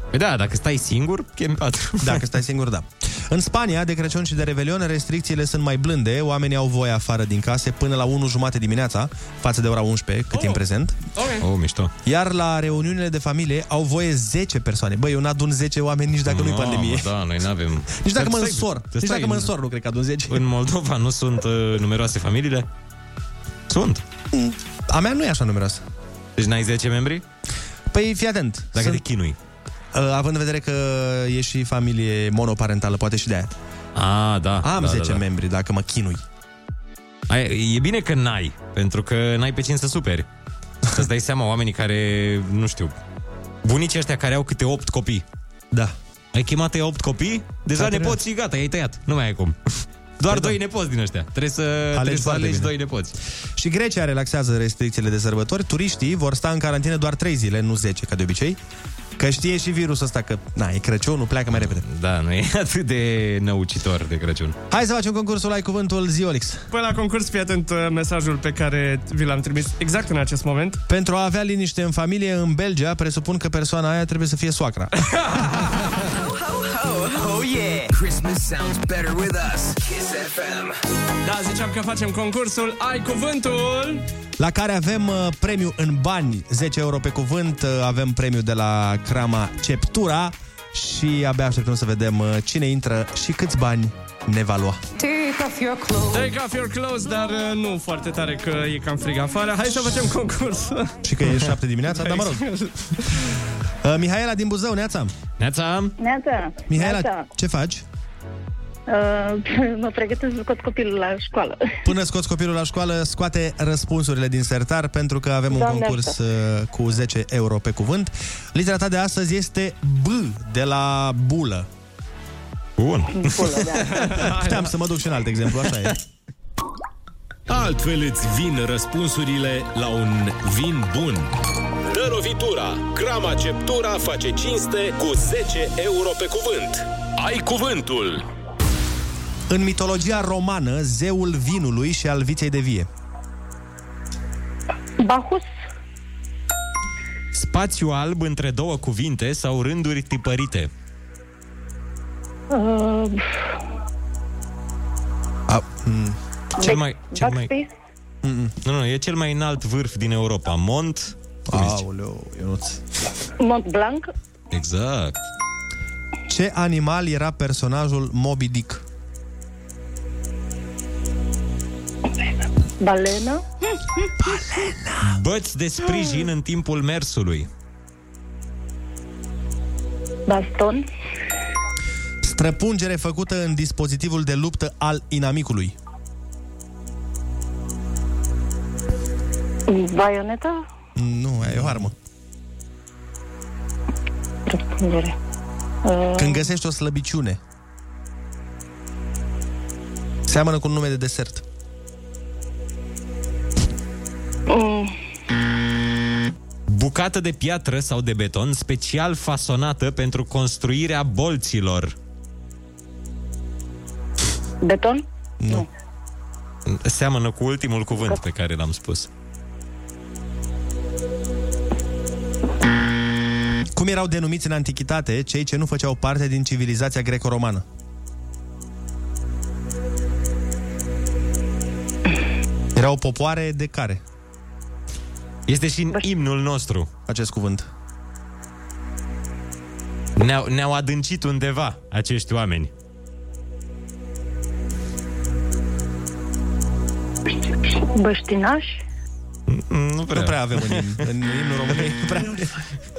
Speaker 7: Păi da, dacă stai singur, chem patru.
Speaker 6: Dacă stai singur, da. În Spania, de Crăciun și de Revelion, restricțiile sunt mai blânde, oamenii au voie afară din case până la 1 jumate dimineața, față de ora 11, cât e în prezent.
Speaker 1: Ok.
Speaker 7: Oh, mișto.
Speaker 6: Iar la reuniunile de familie au voie 10 persoane. Băi, eu n-adun 10 oameni nici dacă nu-i
Speaker 7: Mamă,
Speaker 6: pandemie.
Speaker 7: Da, noi n-avem...
Speaker 6: Nici dacă
Speaker 7: Dar
Speaker 6: mă
Speaker 7: stai-
Speaker 6: însor.
Speaker 7: stai
Speaker 6: Nici dacă
Speaker 7: în-
Speaker 6: mă însor, nu cred că adun 10.
Speaker 7: În Moldova nu sunt uh, numeroase familiile? Sunt.
Speaker 6: A mea nu e așa numeroasă.
Speaker 7: Deci n-ai 10 membri?
Speaker 6: Păi fii atent.
Speaker 7: Dacă te chinui.
Speaker 6: Uh, având în vedere că e și familie monoparentală, poate și de aia.
Speaker 7: A, da.
Speaker 6: Am
Speaker 7: da,
Speaker 6: 10
Speaker 7: da, da.
Speaker 6: membri dacă mă chinui.
Speaker 7: Ai, e bine că n-ai, pentru că n-ai pe cine să superi. Să-ți dai seama oamenii care, nu știu, bunicii ăștia care au câte 8 copii.
Speaker 6: Da.
Speaker 7: Ai chemat ei 8 copii, deja
Speaker 6: Frate,
Speaker 7: nepoții, gata, ai tăiat. Nu mai ai cum. Doar doi nepoți din ăștia. Trebuie să alegi, trebuie să
Speaker 6: foarte
Speaker 7: alegi
Speaker 6: bine.
Speaker 7: doi nepoți.
Speaker 6: Și Grecia relaxează restricțiile de sărbători. Turiștii vor sta în carantină doar 3 zile, nu 10, ca de obicei. Că știe și virusul ăsta că, na, e Crăciunul, pleacă mai repede.
Speaker 7: Da, nu e atât de năucitor de Crăciun.
Speaker 6: Hai să facem concursul Ai Cuvântul Ziolix.
Speaker 1: Până Păi, la concurs, fii atent uh, mesajul pe care vi l-am trimis exact în acest moment.
Speaker 6: Pentru a avea liniște în familie, în Belgia, presupun că persoana aia trebuie să fie soacra.
Speaker 13: Oh yeah! Christmas sounds better with us. Kiss FM.
Speaker 1: Da, ziceam că facem concursul Ai Cuvântul!
Speaker 6: La care avem uh, premiu în bani, 10 euro pe cuvânt, uh, avem premiu de la Crama Ceptura și abia așteptăm să vedem uh, cine intră și câți bani ne va lua.
Speaker 14: Take off your clothes.
Speaker 1: Take off your clothes, dar uh, nu foarte tare că e cam frig afară. Hai să facem concurs.
Speaker 6: Și că e 7 dimineața, dar mă rog. Uh, Mihaela din Buzău, Neața.
Speaker 7: Neața,
Speaker 15: Neața,
Speaker 6: Mihaela,
Speaker 15: Neața.
Speaker 6: ce faci?
Speaker 15: Uh, mă pregătesc să scot copilul la școală.
Speaker 6: Până scoți copilul la școală, scoate răspunsurile din sertar pentru că avem un
Speaker 15: Doamne
Speaker 6: concurs
Speaker 15: ajută.
Speaker 6: uh, cu 10 euro pe cuvânt. Litera ta de astăzi este B de la bulă.
Speaker 7: Bun.
Speaker 15: da.
Speaker 6: Puteam să mă duc și în alt exemplu, așa e.
Speaker 5: Altfel îți vin răspunsurile la un vin bun. Dă lovitura! Crama Ceptura face cinste cu 10 euro pe cuvânt. Ai cuvântul!
Speaker 6: În mitologia romană, zeul vinului și al viței de vie.
Speaker 15: Bahus,
Speaker 7: spațiu alb între două cuvinte sau rânduri tipărite.
Speaker 15: uh,
Speaker 6: A, mm. m-
Speaker 7: Cel mai, cel mai,
Speaker 15: backspace,
Speaker 7: nu, nu, e cel mai înalt vârf din Europa. Mont... Cum zici?
Speaker 6: Aoleu, Ionuț.
Speaker 15: Mont Blanc,
Speaker 7: Exact.
Speaker 6: Ce animal era personajul Moby Dick?
Speaker 15: Balenă.
Speaker 7: Băți de sprijin în timpul mersului.
Speaker 15: Baston.
Speaker 6: Străpungere făcută în dispozitivul de luptă al inamicului.
Speaker 15: Baioneta.
Speaker 6: Nu, e o armă.
Speaker 15: Răspundere. Uh,
Speaker 6: Când găsești o slăbiciune. Seamănă cu un nume de desert.
Speaker 7: Bucată de piatră sau de beton special fasonată pentru construirea bolților.
Speaker 15: Beton.
Speaker 7: Seamănă cu ultimul cuvânt pe care l-am spus.
Speaker 6: Cum erau denumiți în antichitate cei ce nu făceau parte din civilizația greco-romană? Erau popoare de care?
Speaker 7: Este și în imnul nostru.
Speaker 6: Acest cuvânt.
Speaker 7: Ne-au, ne-au adâncit undeva acești oameni.
Speaker 15: Băștinaș.
Speaker 7: Nu prea,
Speaker 6: nu prea avem în, imn- în imnul României. Nu prea.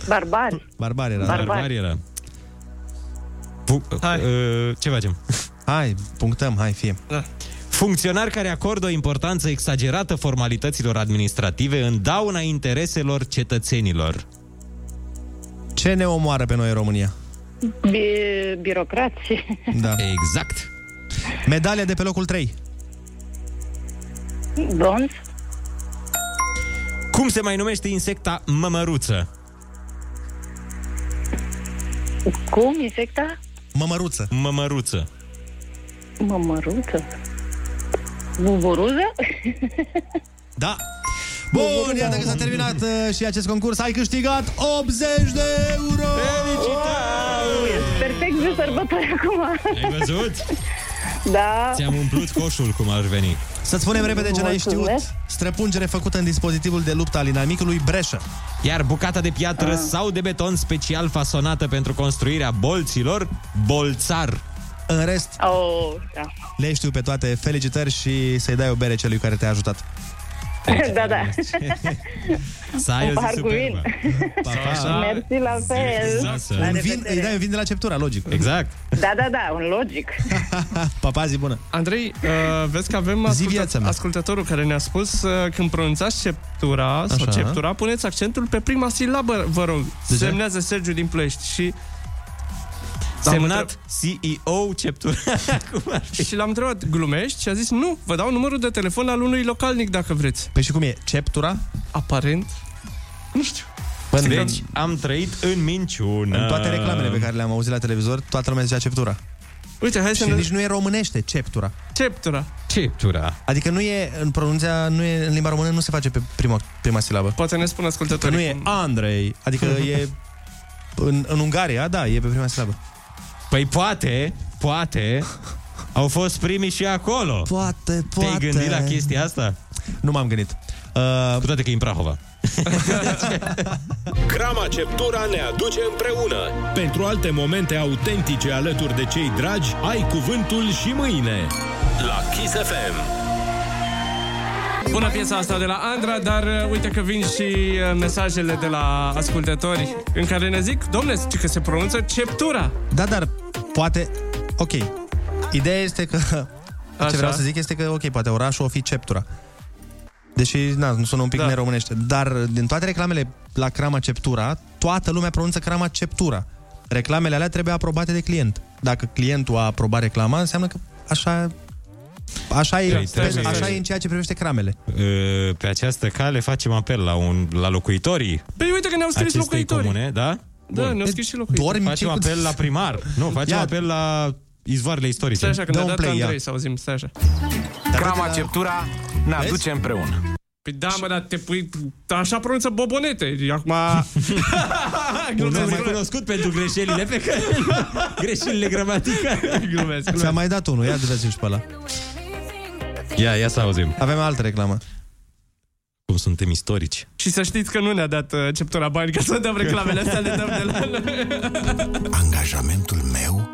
Speaker 15: Barbari.
Speaker 6: Barbar era.
Speaker 15: Barbar. Barbar
Speaker 7: era. Pu- hai. Uh, ce facem?
Speaker 6: Hai, punctăm, hai, fie.
Speaker 7: Da. Funcționari care acordă o importanță exagerată formalităților administrative în dauna intereselor cetățenilor.
Speaker 6: Ce ne omoară pe noi în România?
Speaker 15: Bi- birocrație.
Speaker 6: Da.
Speaker 7: Exact.
Speaker 6: Medalia de pe locul 3.
Speaker 15: Bronz.
Speaker 7: Cum se mai numește insecta mămăruță?
Speaker 15: Cum? Insecta?
Speaker 6: Mămăruță.
Speaker 7: Mămăruță.
Speaker 15: Mămăruță. Buburuză?
Speaker 6: Da. Bun, iată că s-a terminat uh, și acest concurs. Ai câștigat 80 de euro! Felicitări!
Speaker 15: Perfect de sărbători acum.
Speaker 7: Ai văzut?
Speaker 15: Da.
Speaker 7: Ți-am umplut coșul cum ar veni.
Speaker 6: Să-ți spunem repede ce n-ai știut.
Speaker 15: Mulțumesc.
Speaker 6: Străpungere făcută în dispozitivul de luptă al inamicului Breșă.
Speaker 7: Iar bucata de piatră ah. sau de beton special fasonată pentru construirea bolților, bolțar.
Speaker 6: În rest,
Speaker 15: Oh, da.
Speaker 6: le știu pe toate. Felicitări și să-i dai o bere celui care te-a ajutat.
Speaker 15: da, da.
Speaker 7: Să ai o zi
Speaker 15: Arguin.
Speaker 7: superbă.
Speaker 6: Așa.
Speaker 15: Mersi la fel.
Speaker 1: Exact.
Speaker 15: La
Speaker 6: Un vin, îi
Speaker 15: revedere.
Speaker 6: dai un vin de la Ceptura, logic.
Speaker 7: Exact.
Speaker 15: Da, da, da, un logic.
Speaker 6: Papa, zi bună.
Speaker 1: Andrei, uh, vezi că avem ascultă- ascultătorul care ne-a spus uh, când pronunțați ceptura Așa. sau
Speaker 6: Așa.
Speaker 1: ceptura, puneți accentul pe prima silabă, vă rog.
Speaker 6: De ce?
Speaker 1: Semnează Sergiu din Ploiești și L-am
Speaker 7: Semnat CEO Ceptura. Cum ar fi?
Speaker 1: și l-am întrebat, glumești? Și a zis, nu, vă dau numărul de telefon al unui localnic dacă vreți.
Speaker 6: Păi și cum e? Ceptura? Păi
Speaker 1: Aparent, nu știu.
Speaker 6: Bă, în-
Speaker 7: Deci am trăit în minciună.
Speaker 6: În toate reclamele pe care le-am auzit la televizor, toată lumea zicea Ceptura.
Speaker 1: Uite, hai să
Speaker 6: Și
Speaker 1: ne...
Speaker 6: nici nu e românește, Ceptura.
Speaker 1: Ceptura.
Speaker 7: Ceptura.
Speaker 6: Adică nu e, în pronunția, nu e, în limba română nu se face pe prima, prima silabă.
Speaker 1: Poate ne spun
Speaker 6: Că
Speaker 1: ascultătorii.
Speaker 6: nu e Andrei, adică e în, în Ungaria, da, e pe prima silabă.
Speaker 7: Păi poate, poate, au fost primii și acolo.
Speaker 6: Poate,
Speaker 7: Te-ai gândit la chestia asta?
Speaker 6: Nu m-am gândit. Uh,
Speaker 7: Cu toate că e în Prahova.
Speaker 5: Grama Ceptura ne aduce împreună. Pentru alte momente autentice alături de cei dragi, ai cuvântul și mâine. La Kiss FM.
Speaker 1: Bună piesa asta de la Andra, dar uh, uite că vin și uh, mesajele de la ascultători în care ne zic, domne, zice că se pronunță ceptura.
Speaker 6: Da, dar poate... Ok. Ideea este că...
Speaker 1: Așa.
Speaker 6: Ce vreau să zic este că, ok, poate orașul o fi Ceptura. Deși, na, nu sună un pic da. neromânește. Dar din toate reclamele la crama Ceptura, toată lumea pronunță crama Ceptura. Reclamele alea trebuie aprobate de client. Dacă clientul a aprobat reclama, înseamnă că așa... Așa e,
Speaker 7: Trei, trei,
Speaker 6: așa
Speaker 7: trei.
Speaker 6: e în ceea ce privește cramele.
Speaker 7: Uh, Pe această cale facem apel la, un, la locuitorii
Speaker 1: Păi uite că ne-au scris
Speaker 7: acestei
Speaker 1: locuitorii.
Speaker 7: comune, da?
Speaker 1: Da, ne-au scris și locuitorii.
Speaker 6: Dormi
Speaker 7: Facem
Speaker 6: ce-
Speaker 7: apel la primar. Nu, facem
Speaker 6: Ia.
Speaker 7: apel la izvoarele
Speaker 1: Stai
Speaker 7: istorice.
Speaker 1: așa, că
Speaker 6: Dă
Speaker 1: ne-a
Speaker 6: un
Speaker 1: dat
Speaker 6: play, ia.
Speaker 1: Andrei, să auzim, stai așa.
Speaker 13: Grama
Speaker 7: da.
Speaker 13: Ceptura ne aduce împreună.
Speaker 1: Păi da, mă, dar te pui... Așa pronunță bobonete. Acum...
Speaker 7: Nu
Speaker 1: glumesc,
Speaker 7: mai cunoscut pentru greșelile pe care greșelile gramaticale.
Speaker 1: glumesc,
Speaker 6: Ți-a
Speaker 1: glumesc.
Speaker 6: mai dat unul, ia de și pe ăla.
Speaker 7: Ia, ia să auzim.
Speaker 6: Avem altă reclamă.
Speaker 7: Cum suntem istorici.
Speaker 1: Și să știți că nu ne-a dat uh, ceptura bani, ca să dăm reclamele astea, le dăm de la...
Speaker 14: Angajamentul meu,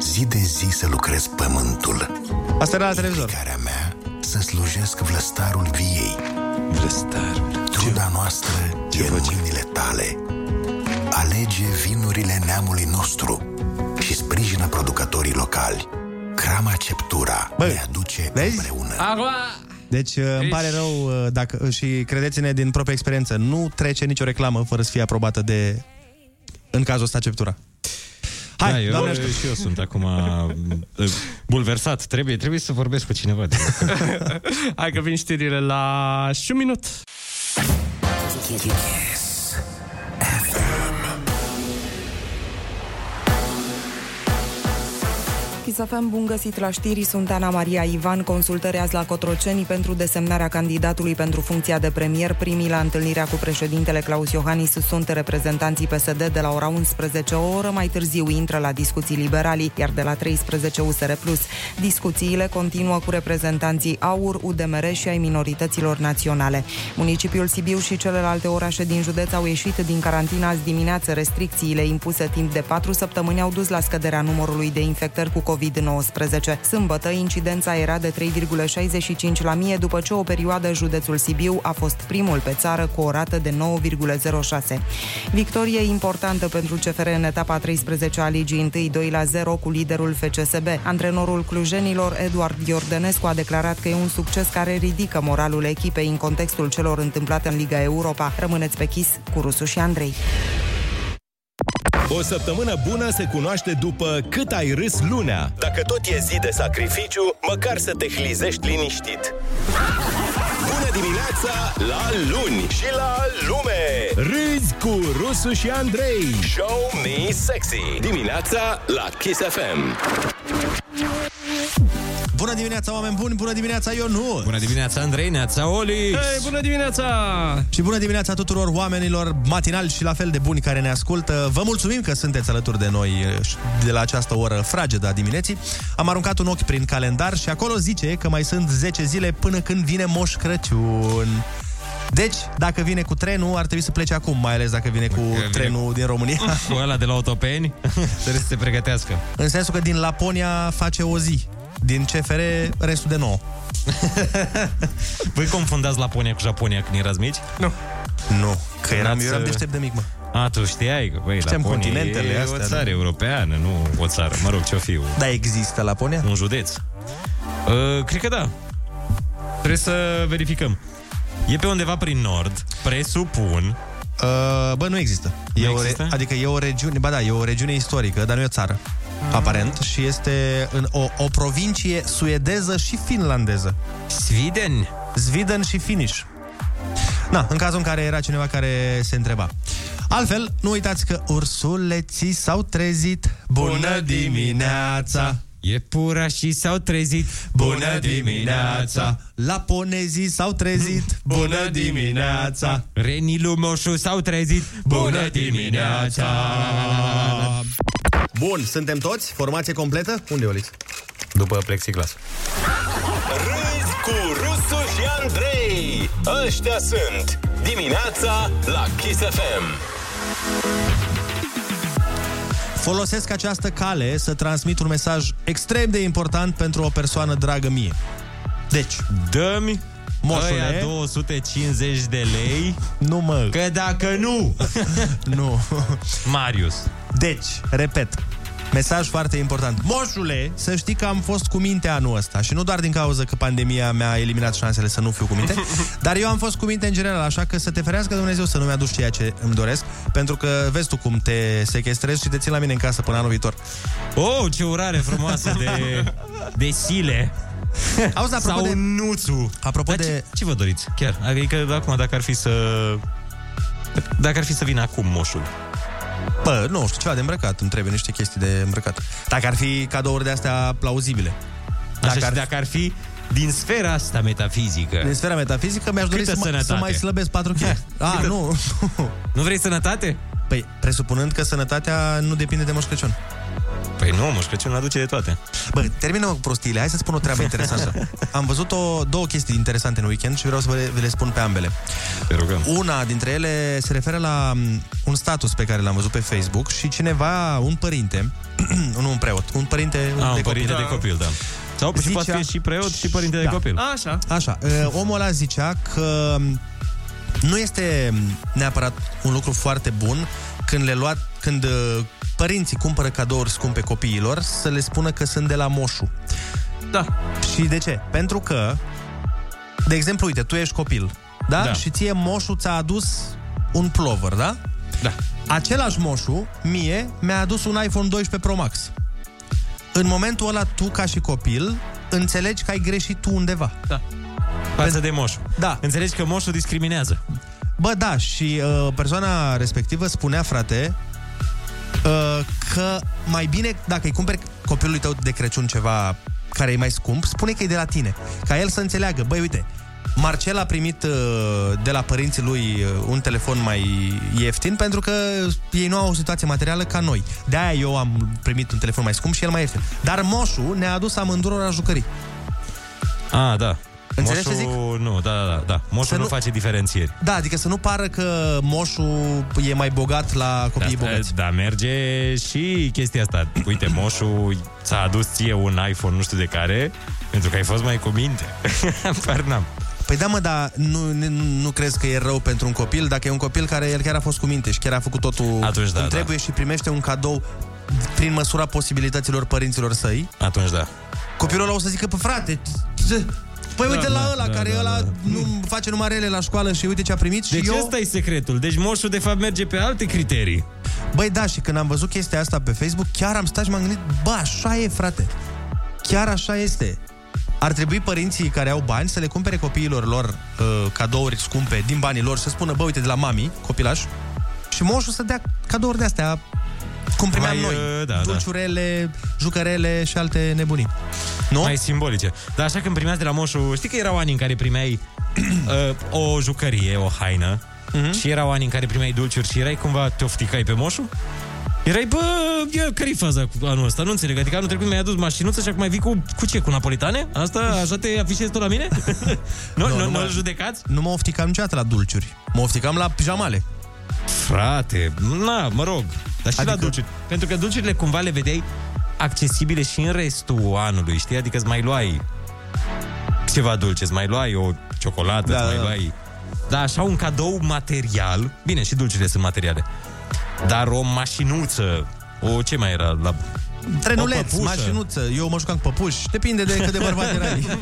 Speaker 14: zi de zi să lucrez pământul.
Speaker 6: Asta era la televizor.
Speaker 14: Implicarea mea să slujesc vlăstarul viei. Vlăstarul. Truda noastră Ce e în mâinile tale. Alege vinurile neamului nostru și sprijină producătorii locali. Crama Ceptura Bă, ne aduce vezi? împreună.
Speaker 6: Deci uh, îmi pare rău uh, dacă, și credeți-ne din propria experiență, nu trece nicio reclamă fără să fie aprobată de, în cazul ăsta, Ceptura. Hai,
Speaker 7: da, eu,
Speaker 6: doamne
Speaker 7: eu,
Speaker 6: ajută.
Speaker 7: și eu sunt acum uh, bulversat. Trebuie, trebuie să vorbesc cu cineva. De
Speaker 1: Hai că vin știrile la și un minut.
Speaker 14: Kiss.
Speaker 9: Chisafem, bun găsit la știri, sunt Ana Maria Ivan, consultări azi la Cotroceni pentru desemnarea candidatului pentru funcția de premier. Primii la întâlnirea cu președintele Claus Iohannis sunt reprezentanții PSD de la ora 11, o oră mai târziu intră la discuții liberalii, iar de la 13 USR+. Discuțiile continuă cu reprezentanții AUR, UDMR și ai minorităților naționale. Municipiul Sibiu și celelalte orașe din județ au ieșit din carantină azi dimineață. Restricțiile impuse timp de 4 săptămâni au dus la scăderea numărului de infectări cu COVID-19. Sâmbătă, incidența era de 3,65 la mie, după ce o perioadă județul Sibiu a fost primul pe țară cu o rată de 9,06. Victorie importantă pentru CFR în etapa 13 a Ligii 1, 2 la 0 cu liderul FCSB. Antrenorul clujenilor, Eduard Iordănescu, a declarat că e un succes care ridică moralul echipei în contextul celor întâmplate în Liga Europa. Rămâneți pe chis cu Rusu și Andrei.
Speaker 5: O săptămână bună se cunoaște după cât ai râs lunea. Dacă tot e zi de sacrificiu, măcar să te hlizești liniștit. Bună dimineața la luni și la lume!
Speaker 8: Râzi cu Rusu și Andrei.
Speaker 5: Show me sexy! Dimineața la Kiss FM.
Speaker 6: Bună dimineața, oameni buni! Bună dimineața, eu nu!
Speaker 7: Bună dimineața, Andrei, neața, Oli!
Speaker 1: Hei, bună dimineața!
Speaker 6: Și bună dimineața tuturor oamenilor matinali și la fel de buni care ne ascultă. Vă mulțumim că sunteți alături de noi eh, de la această oră fragedă a dimineții. Am aruncat un ochi prin calendar și acolo zice că mai sunt 10 zile până când vine Moș Crăciun. Deci, dacă vine cu trenul, ar trebui să plece acum, mai ales dacă vine cu trenul din România.
Speaker 7: Cu ăla de la Otopeni, trebuie să se pregătească.
Speaker 6: În sensul că din Laponia face o zi, din CFR restul de nouă.
Speaker 7: Voi confundați Laponia cu Japonia când erați mici?
Speaker 1: Nu.
Speaker 6: Nu, că eram, eu eram deștept de mic, mă.
Speaker 7: uh, A, tu știai că, băi,
Speaker 6: Știam
Speaker 7: Laponia
Speaker 6: continentele
Speaker 7: e
Speaker 6: astea,
Speaker 7: o țară
Speaker 6: nu?
Speaker 7: europeană, nu o țară, mă rog, ce-o fi.
Speaker 6: Da, există Laponia?
Speaker 7: Un județ. Uh, cred că da. Trebuie să verificăm. E pe undeva prin nord, presupun.
Speaker 6: Uh, bă, nu există. E o
Speaker 7: există?
Speaker 6: re- adică e o regiune, ba da, e o regiune istorică, dar nu e o țară.
Speaker 7: Ah.
Speaker 6: Aparent, și este în o, o provincie suedeză și finlandeză.
Speaker 7: Sweden.
Speaker 6: Sweden și Finish. Na, în cazul în care era cineva care se întreba. Altfel, nu uitați că ursuleții s-au trezit. Bună dimineața!
Speaker 7: E pura și s-au trezit. Bună dimineața!
Speaker 6: Laponezii s-au trezit. Bună dimineața!
Speaker 7: Renilu Moșu s-au trezit. Bună dimineața!
Speaker 6: Bun, suntem toți? Formație completă? Unde, Olix?
Speaker 7: După plexiglas.
Speaker 5: Râzi cu Rusu și Andrei. Ăștia sunt dimineața la Kiss FM.
Speaker 6: Folosesc această cale să transmit un mesaj extrem de important pentru o persoană dragă mie. Deci,
Speaker 7: Dă-mi
Speaker 6: Moșule.
Speaker 7: Moșule. 250 de lei.
Speaker 6: nu mă...
Speaker 7: Că dacă nu...
Speaker 6: nu.
Speaker 7: Marius.
Speaker 6: Deci, repet, mesaj foarte important. Moșule, să știi că am fost cu minte anul ăsta și nu doar din cauza că pandemia mi-a eliminat șansele să nu fiu cu minte, dar eu am fost cu minte în general, așa că să te ferească Dumnezeu să nu-mi aduci ceea ce îmi doresc, pentru că vezi tu cum te sequestrezi și te ții la mine în casă până anul viitor.
Speaker 7: Oh, ce urare frumoasă de, de sile.
Speaker 6: Auzi, apropo
Speaker 7: Sau
Speaker 6: de-
Speaker 7: nuțu.
Speaker 6: Apropo
Speaker 7: Dar
Speaker 6: de-
Speaker 7: Ce, ce vă doriți, chiar? Adică, acum, dacă ar fi să... Dacă ar fi să vină acum moșul.
Speaker 6: Bă, nu știu, ceva de îmbrăcat, îmi trebuie niște chestii de îmbrăcat. Dacă ar fi cadouri de astea plauzibile.
Speaker 7: Așa dacă și ar... dacă ar fi din sfera asta metafizică.
Speaker 6: Din sfera metafizică mi-aș dori
Speaker 7: Câtă
Speaker 6: să, mă, să
Speaker 7: sănătate?
Speaker 6: mai slăbesc 4 kg. A,
Speaker 7: Câtă-
Speaker 6: nu.
Speaker 7: Nu vrei sănătate?
Speaker 6: Păi, presupunând că sănătatea nu depinde de Moș Crăciun.
Speaker 7: Păi nu, Moș Crăciun aduce de toate.
Speaker 6: Bă, termină cu prostiile, hai să spun o treabă interesantă. Am văzut o, două chestii interesante în weekend și vreau să vă le, vi le spun pe ambele.
Speaker 7: Te rugăm.
Speaker 6: Una dintre ele se referă la m, un status pe care l-am văzut pe Facebook și cineva, un părinte, nu un preot, un părinte,
Speaker 7: A,
Speaker 6: de
Speaker 7: Ah, un părinte
Speaker 6: copil, Da.
Speaker 7: de copil, da. Sau și poate fi și preot și părinte de copil.
Speaker 1: Da.
Speaker 6: Ah,
Speaker 1: Așa.
Speaker 6: Așa. Uh, Omul ăla zicea că nu este neapărat un lucru foarte bun când le luat, când uh, părinții cumpără cadouri scumpe copiilor să le spună că sunt de la moșu.
Speaker 1: Da.
Speaker 6: Și de ce? Pentru că, de exemplu, uite, tu ești copil, da? da.
Speaker 7: Da.
Speaker 6: Și ție moșu ți-a adus un plover, da?
Speaker 7: Da.
Speaker 6: Același moșu, mie, mi-a adus un iPhone 12 Pro Max. În momentul ăla, tu, ca și copil, înțelegi că ai greșit tu undeva.
Speaker 1: Da.
Speaker 7: Față de moșu.
Speaker 6: Da.
Speaker 7: Înțelegi că moșul discriminează.
Speaker 6: Bă, da, și uh, persoana respectivă spunea, frate, uh, că mai bine dacă îi cumperi copilului tău de Crăciun ceva care e mai scump, spune că e de la tine. Ca el să înțeleagă, băi, uite, Marcel a primit uh, de la părinții lui uh, un telefon mai ieftin pentru că ei nu au o situație materială ca noi. De-aia eu am primit un telefon mai scump și el mai ieftin. Dar moșul ne-a adus amândurora jucării.
Speaker 7: Ah, da.
Speaker 6: Înțelegi
Speaker 7: moșul,
Speaker 6: ce
Speaker 7: Nu, da, da, da, da. Moșul nu, nu face diferențieri.
Speaker 6: Da, adică să nu pară că moșul e mai bogat la copiii
Speaker 7: Asta-
Speaker 6: bogați.
Speaker 7: Da, merge și chestia asta. Uite, moșul ți-a adus ție un iPhone nu știu de care, pentru că ai fost mai cu minte. Par n-am.
Speaker 6: Păi da, mă, dar nu, nu, nu crezi că e rău pentru un copil? Dacă e un copil care el chiar a fost cu minte și chiar a făcut totul Atunci,
Speaker 7: da,
Speaker 6: cum
Speaker 7: da.
Speaker 6: trebuie și primește un cadou prin măsura posibilităților părinților săi,
Speaker 7: Atunci da.
Speaker 6: copilul ăla o să zică, pă, frate, păi
Speaker 7: Da,
Speaker 6: uite
Speaker 7: da,
Speaker 6: la ăla,
Speaker 7: da,
Speaker 6: care
Speaker 7: da,
Speaker 6: ăla
Speaker 7: da.
Speaker 6: nu face numai rele la școală și uite ce a primit
Speaker 7: Deci
Speaker 6: și eu...
Speaker 7: ăsta e secretul. Deci moșul, de fapt, merge pe alte criterii.
Speaker 6: Băi, da, și când am văzut chestia asta pe Facebook, chiar am stat și m-am gândit, bă, așa e, frate. Chiar așa este. Ar trebui părinții care au bani să le cumpere copiilor lor uh, cadouri scumpe din banii lor, să spună, bă, uite, de la mami, copilaș, și moșul să dea cadouri de-astea cum primeam
Speaker 7: Mai,
Speaker 6: noi.
Speaker 7: uh, da, da.
Speaker 6: Dulciurele, jucărele și alte nebunii. Nu?
Speaker 7: Mai simbolice. Dar așa când primeați de la moșul, știi că erau ani în care primeai uh, o jucărie, o haină,
Speaker 6: Mhm.
Speaker 7: și erau ani în care primeai dulciuri și erai cumva, te ofticai pe moșul? Erai, bă, eu, care-i faza cu anul ăsta? Nu înțeleg, adică anul trecut mi-ai adus mașinuță și acum mai vii cu, cu ce, cu napolitane? Asta, așa te afișezi tu la mine? nu, nu, nu, nu,
Speaker 6: mă-
Speaker 7: nu judecați?
Speaker 6: Nu mă ofticam niciodată la dulciuri. Mă ofticam la pijamale.
Speaker 7: Frate, na, mă rog, dar și adică... la dulciuri. Pentru că dulciurile cumva le vedeai accesibile și în restul anului, știi? Adică îți mai luai ceva dulce, îți mai luai o ciocolată, da,
Speaker 6: Da,
Speaker 7: îți
Speaker 6: da,
Speaker 7: mai
Speaker 6: da.
Speaker 7: luai... Da, așa un cadou material. Bine, și dulciurile sunt materiale. Dar o mașinuță, o ce mai era la... o
Speaker 6: Trenuleț,
Speaker 7: păpușă.
Speaker 6: mașinuță, eu mă jucam cu păpuși, depinde de cât de bărbat erai.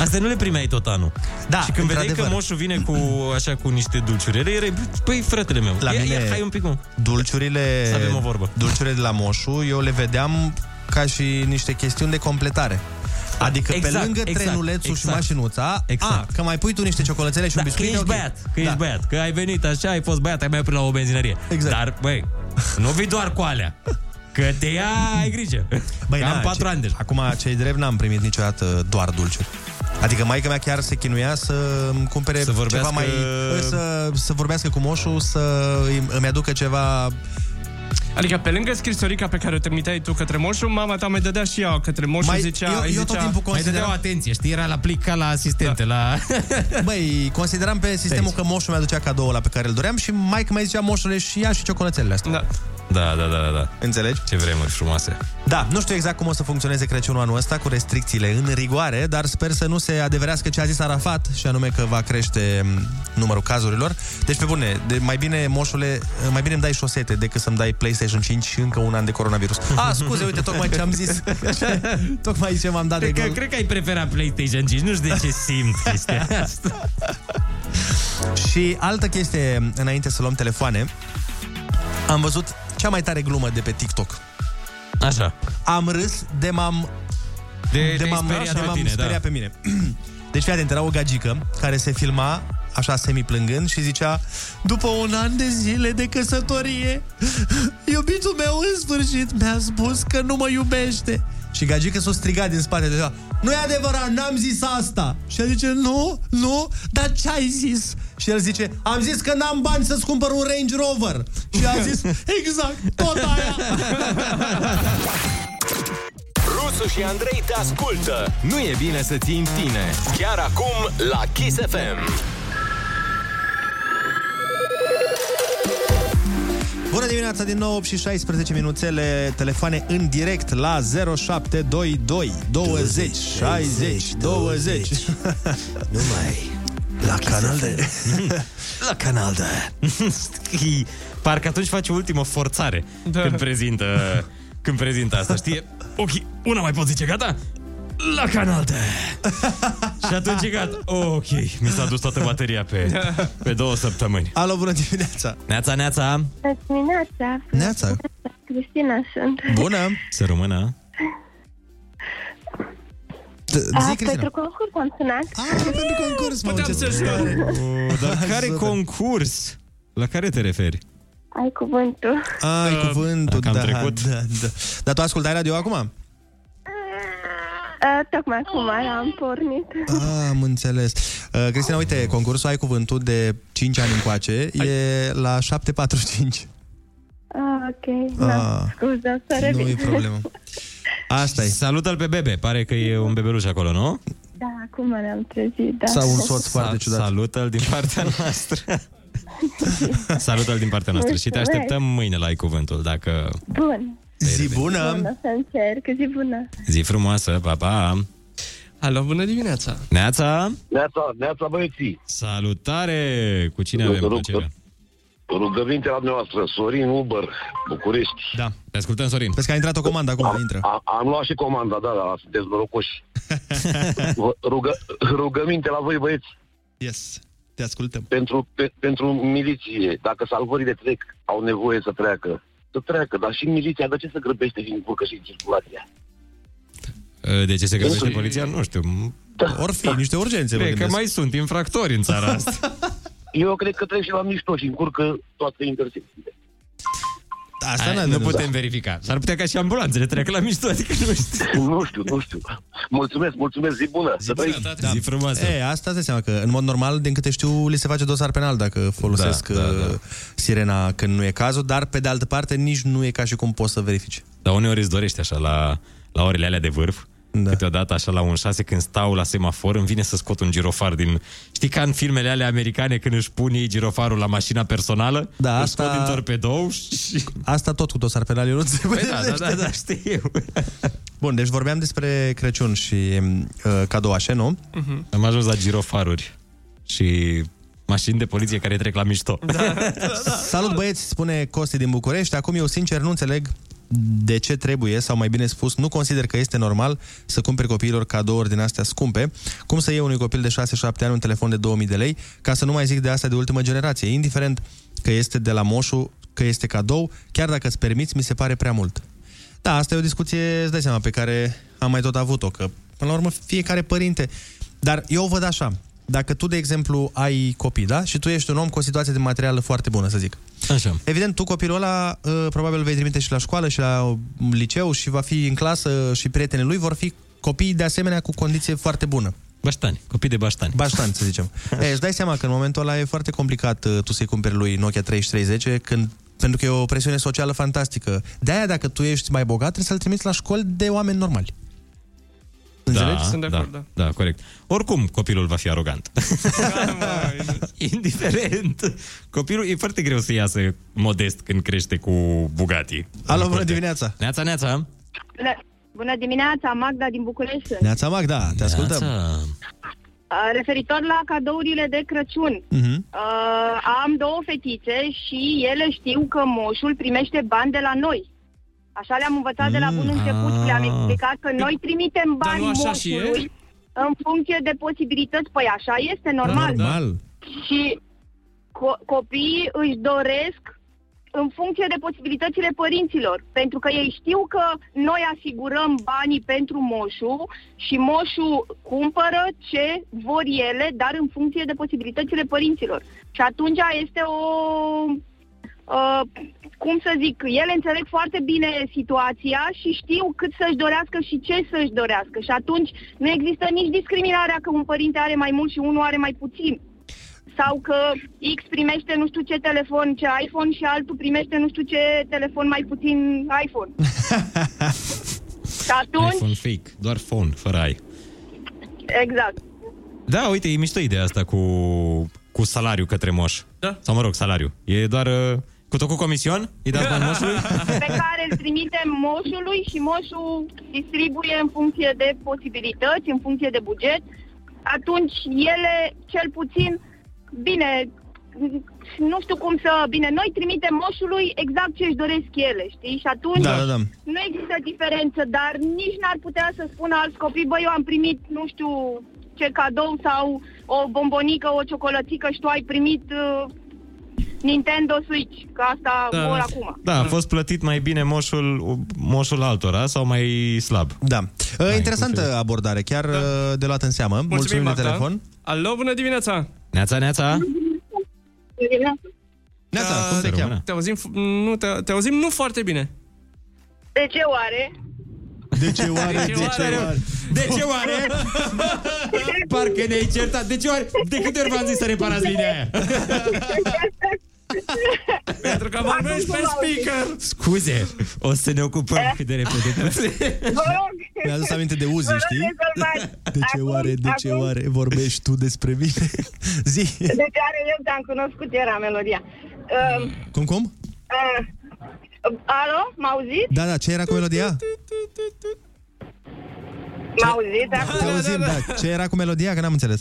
Speaker 7: Astea nu le primeai tot anul.
Speaker 6: Da,
Speaker 7: și când vedeai că
Speaker 6: într-adevăr.
Speaker 7: moșul vine cu așa cu niște dulciurele, erai, păi fratele meu,
Speaker 6: La
Speaker 7: ia,
Speaker 6: mine-
Speaker 7: ia, hai un pic, mă.
Speaker 6: Dulciurile...
Speaker 7: Să avem o vorbă.
Speaker 6: Dulciurile de la moșu, eu le vedeam ca și niște chestiuni de completare. Adică pe
Speaker 7: Exact,
Speaker 6: lângă
Speaker 7: exact,
Speaker 6: trenulețul și
Speaker 7: exact.
Speaker 6: mașinuța, a,
Speaker 7: Exact.
Speaker 6: că mai pui tu niște ciocolățele și un
Speaker 7: Că
Speaker 6: biscuit,
Speaker 7: ești
Speaker 6: ok.
Speaker 7: băiat, că
Speaker 6: Da.
Speaker 7: ești băiat, că ai venit așa, ai fost băiat, ai mai oprit la o benzinărie. Exact. Dar, băi, nu vii doar cu alea. Că te ia, ai grijă. Băi, da,
Speaker 6: na,
Speaker 7: am patru
Speaker 6: ce-
Speaker 7: ani deja.
Speaker 6: Acum, cei drept, n-am primit niciodată doar dulciuri. Adică maica mea chiar se chinuia să îmi cumpere
Speaker 7: Să
Speaker 6: ceva
Speaker 7: vorbească-
Speaker 6: mai... Să, să vorbească cu moșul, să îi- îmi aducă ceva...
Speaker 1: Adică pe lângă scrisorica pe care o trimiteai tu către moșul, mama ta mai dădea și ea către moșul,
Speaker 6: Mai-
Speaker 1: zicea...
Speaker 6: eu-
Speaker 1: îi
Speaker 6: eu tot
Speaker 1: zicea,
Speaker 6: timpul
Speaker 7: Mai dădeau
Speaker 6: Consideram-
Speaker 7: atenție, știi? Era la plic ca la asistente, da. la...
Speaker 6: Băi, consideram pe sistemul că moșul mi aducea cadoul ăla pe care îl doream și maica mai zicea moșule și ia și ciocolățelele astea.
Speaker 1: Da.
Speaker 7: Da, da, da, da, da.
Speaker 6: Înțelegi?
Speaker 7: Ce vremuri frumoase.
Speaker 6: Da, nu știu exact cum o să funcționeze Crăciunul anul ăsta cu restricțiile în rigoare, dar sper să nu se adeverească ce a zis Arafat, și anume că va crește m, numărul cazurilor. Deci, pe bune, de, mai bine, moșule, mai bine îmi dai șosete decât să-mi dai PlayStation 5 și încă un an de coronavirus. A, scuze, uite, tocmai ce am zis. tocmai ce m-am dat de
Speaker 7: Cred că,
Speaker 6: gol.
Speaker 7: cred că ai preferat PlayStation 5, nu știu de ce simt chestia asta.
Speaker 6: Și altă chestie, înainte să luăm telefoane, am văzut cea mai tare glumă de pe TikTok.
Speaker 7: Așa.
Speaker 6: Am râs de m-am
Speaker 7: De,
Speaker 6: de m-am,
Speaker 7: speriat
Speaker 6: de
Speaker 7: pe
Speaker 6: m-am
Speaker 7: tine,
Speaker 6: speriat
Speaker 7: da.
Speaker 6: pe mine. Deci, fii atent, era o gagică care se filma așa semi-plângând și zicea După un an de zile de căsătorie, iubitul meu în sfârșit mi-a spus că nu mă iubește. Și gagică s-o striga din spate de Nu e adevărat, n-am zis asta. Și el zice, nu, nu, dar ce ai zis? Și el zice, am zis că n-am bani să-ți cumpăr un Range Rover. Și a zis, exact, tot aia.
Speaker 5: Rusu și Andrei te ascultă. Nu e bine să ții în tine. Chiar acum la Kiss FM.
Speaker 6: Bună Bună dimineața din nou, 8 și 16 minuțele, telefoane în direct la 0722 20 60 20.
Speaker 16: Numai la canal de... la canal de...
Speaker 7: Da. Parcă atunci face ultimă forțare da. când prezintă când prezintă asta, știi? Ok, una mai pot zice, gata? La canal de... Și atunci e gata. Ok, mi s-a dus toată bateria pe, pe două săptămâni.
Speaker 6: Alo, bună dimineața!
Speaker 7: Neața, neața!
Speaker 17: Bună dimineața!
Speaker 6: Neața!
Speaker 17: Cristina sunt.
Speaker 6: Bună!
Speaker 7: Să rămână!
Speaker 17: A, pentru concurs am sunat.
Speaker 6: Ah, pentru concurs, mă,
Speaker 1: Puteam să jur.
Speaker 7: Oh, dar care concurs? La care te referi?
Speaker 17: Ai cuvântul.
Speaker 6: Ai
Speaker 7: Da,
Speaker 6: cuvântul,
Speaker 7: dacă
Speaker 6: da,
Speaker 7: am trecut.
Speaker 6: da, da. Dar tu ascultai radio acum?
Speaker 17: A, tocmai acum am pornit.
Speaker 6: Ah, am înțeles. Uh, Cristina, uite, concursul Ai Cuvântul de 5 ani încoace e la 745.
Speaker 17: A, ok,
Speaker 6: Ah,
Speaker 17: na, scuză, să revin.
Speaker 6: nu e problemă.
Speaker 7: Asta e. Salută-l pe bebe, pare că e un bebeluș acolo, nu?
Speaker 17: Da, acum ne-am trezit, da.
Speaker 7: Sa- Salută-l din partea noastră. salută-l din partea noastră și te
Speaker 17: Mulțumesc.
Speaker 7: așteptăm mâine la ai cuvântul, dacă...
Speaker 17: Bun.
Speaker 7: Zi
Speaker 17: Bună, să încerc, zi bună.
Speaker 7: Zi frumoasă, pa, pa!
Speaker 1: Alo, bună dimineața!
Speaker 7: Neața!
Speaker 12: Neața, neața băieții.
Speaker 7: Salutare! Cu cine
Speaker 12: Eu
Speaker 7: avem
Speaker 12: te rog,
Speaker 7: plăcerea?
Speaker 12: Rugăminte la dumneavoastră, Sorin Uber, București.
Speaker 7: Da, te ascultăm, Sorin.
Speaker 6: Vezi că a intrat o comandă acum, intră.
Speaker 12: Am, am luat și comanda, da, da, sunteți norocoși. Vă Rugă, rugăminte la voi, băieți.
Speaker 6: Yes, te ascultăm.
Speaker 12: Pentru, pe, pentru miliție, dacă salvările trec, au nevoie să treacă. Să treacă, dar și miliția, de ce se grăbește și încurcă și circulația?
Speaker 7: De ce se grăbește
Speaker 12: Zi.
Speaker 7: poliția? Nu știu.
Speaker 12: Da.
Speaker 6: Or fi, niște urgențe, mă
Speaker 7: Cred că
Speaker 6: gândesc.
Speaker 7: mai sunt infractori în țara asta.
Speaker 12: Eu cred că trec și la mișto și încurcă toate intersecțiile.
Speaker 6: Asta
Speaker 7: Hai, nu putem verifica. S-ar putea ca și ambulanțele trec la mișto, adică nu știu.
Speaker 12: Nu știu, nu știu. Mulțumesc, mulțumesc, zi bună. Zi bună,
Speaker 7: da. Zi frumoasă.
Speaker 6: E, asta îți dai seama că, în mod normal, din câte știu, li se face dosar penal dacă folosesc da, da, da. sirena când nu e cazul, dar, pe de altă parte, nici nu e ca și cum poți să verifici.
Speaker 7: Dar uneori îți dorești așa la, la orele alea de vârf. Da. Câteodată așa la un șase când stau la semafor îmi vine să scot un girofar din... Știi ca în filmele alea americane când își pun ei girofarul la mașina personală?
Speaker 6: Da,
Speaker 7: îl
Speaker 6: asta-
Speaker 7: scot din torpedou și...
Speaker 6: Asta tot cu dosar penal, eu nu se
Speaker 7: Păi da, da, da, da, știu.
Speaker 6: Bun, deci vorbeam despre Crăciun și uh, cadouașe, nu?
Speaker 7: Mhm. Am ajuns la girofaruri și mașini de poliție care trec la mișto. Da.
Speaker 6: Salut băieți, spune Costi din București. Acum eu sincer nu înțeleg de ce trebuie, sau mai bine spus, nu consider că este normal să cumperi copiilor cadouri din astea scumpe. Cum să iei unui copil de 6-7 ani un telefon de 2000 de lei, ca să nu mai zic de asta de ultimă generație, indiferent că este de la moșu, că este cadou, chiar dacă îți permiți, mi se pare prea mult. Da, asta e o discuție, îți dai seama, pe care am mai tot avut-o, că până la urmă fiecare părinte... Dar eu o văd așa, dacă tu, de exemplu, ai copii, da? Și tu ești un om cu o situație de materială foarte bună, să zic.
Speaker 7: Așa.
Speaker 6: Evident, tu copilul ăla uh, probabil îl vei trimite și la școală și la uh, liceu și va fi în clasă și prietenii lui vor fi copii de asemenea cu condiție foarte bună.
Speaker 7: Baștani, copii de baștani.
Speaker 6: Baștani, să zicem. e, îți dai seama că în momentul ăla e foarte complicat uh, tu să-i cumperi lui Nokia 3310 când pentru că e o presiune socială fantastică. De-aia, dacă tu ești mai bogat, trebuie să-l trimiți la școli de oameni normali.
Speaker 7: Da,
Speaker 6: Înțelegi?
Speaker 7: Sunt de acord, da. da, corect. Oricum, copilul va fi arogant. Indiferent. Copilul e foarte greu să iasă modest când crește cu Bugatti.
Speaker 6: Alo, bună dimineața!
Speaker 7: Neața, neața!
Speaker 18: Bună- Bună dimineața, Magda din București. sunt.
Speaker 6: Neața Magda, te ascultăm!
Speaker 18: Uh, Referitor la cadourile de Crăciun,
Speaker 6: Mhm.
Speaker 18: uh, am două fetițe și ele știu că moșul primește bani de la noi. Așa le-am învățat de la bun început,
Speaker 19: a.
Speaker 18: le-am explicat că noi trimitem
Speaker 19: Dar
Speaker 18: bani
Speaker 19: nu așa și
Speaker 18: moșului
Speaker 19: e?
Speaker 18: în funcție de posibilități. Păi așa este, normal. Și co- copiii își doresc în funcție de posibilitățile părinților, pentru că ei știu că noi asigurăm banii pentru moșu și moșu cumpără ce vor ele, dar în funcție de posibilitățile părinților. Și atunci este o... Uh, cum să zic, ele înțeleg foarte bine situația și știu cât să-și dorească și ce să-și dorească. Și atunci nu există nici discriminarea că un părinte are mai mult și unul are mai puțin sau că X primește nu știu ce telefon, ce iPhone și altul primește nu știu ce telefon mai puțin iPhone. și atunci,
Speaker 7: iPhone fake, doar phone, fără ai.
Speaker 18: exact.
Speaker 7: Da, uite, e mișto ideea asta cu, cu salariu către moș. Da. Sau mă rog, salariu. E doar uh, Cu tot cu comision? Îi dați bani moșului?
Speaker 18: pe care îl trimitem moșului și moșul distribuie în funcție de posibilități, în funcție de buget. Atunci ele, cel puțin, bine, nu știu cum să... Bine, noi trimitem moșului exact ce își doresc ele, știi? Și atunci
Speaker 6: Da, da, da.
Speaker 18: nu există diferență, dar nici n-ar putea să spună alți copii, băi, eu am primit, nu știu, ce cadou sau o bombonică, o ciocolățică și tu ai primit uh, Nintendo Switch, că asta da. vor acum.
Speaker 7: Da, a fost plătit mai bine moșul, moșul altora sau mai slab.
Speaker 6: Da. Uh, interesantă abordare, chiar da. de luat în seamă. Mulțumim, Mulțumim de
Speaker 1: Marta.
Speaker 6: telefon.
Speaker 1: Alo, bună dimineața!
Speaker 7: Neața, neața!
Speaker 1: Neața,
Speaker 6: cum Da, te cheamă?
Speaker 1: Te auzim, f- nu, te, te auzim nu foarte bine.
Speaker 18: De ce oare?
Speaker 6: De ce oare?
Speaker 7: De ce oare? De ce oare? Parcă ne-ai certat. De ce oare? De câte ori v-am zis să reparați linia aia?
Speaker 1: Pentru că vorbești pe speaker!
Speaker 7: Scuze, o să ne ocupăm
Speaker 6: Eh?
Speaker 7: cât de repede.
Speaker 6: Mi-a adus aminte de Uzi, știi? De ce oare, de ce oare vorbești tu despre mine? Zi!
Speaker 19: Deci are eu te-am cunoscut, era melodia. Uh,
Speaker 6: Cum, cum?
Speaker 19: uh, alo, m-auziți?
Speaker 6: Da, da, ce era cu melodia?
Speaker 19: M-auziți? Acum?
Speaker 6: Te auzim, da. Ce era cu melodia? Că n-am înțeles.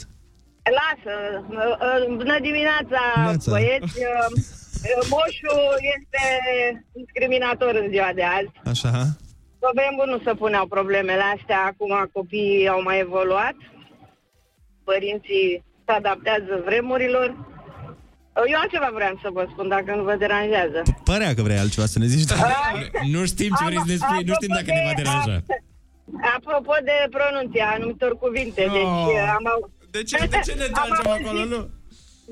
Speaker 19: Lasă, uh, uh, bună dimineața,
Speaker 6: Dimineața.
Speaker 19: băieți. Uh, uh, Moșul este discriminator în ziua de azi.
Speaker 6: Așa.
Speaker 19: Problemul nu se puneau problemele astea, acum copiii au mai evoluat, părinții se adaptează vremurilor. Eu altceva vreau să vă spun, dacă nu vă deranjează.
Speaker 6: Părea că vrei altceva să ne zici. Da.
Speaker 7: Nu știm ce vrei să ne spui, nu știm dacă ne va deranja.
Speaker 19: Apropo de pronunția anumitor cuvinte,
Speaker 7: Oh.
Speaker 19: deci uh, am au...
Speaker 1: De ce, de ce ne tragem acolo, nu?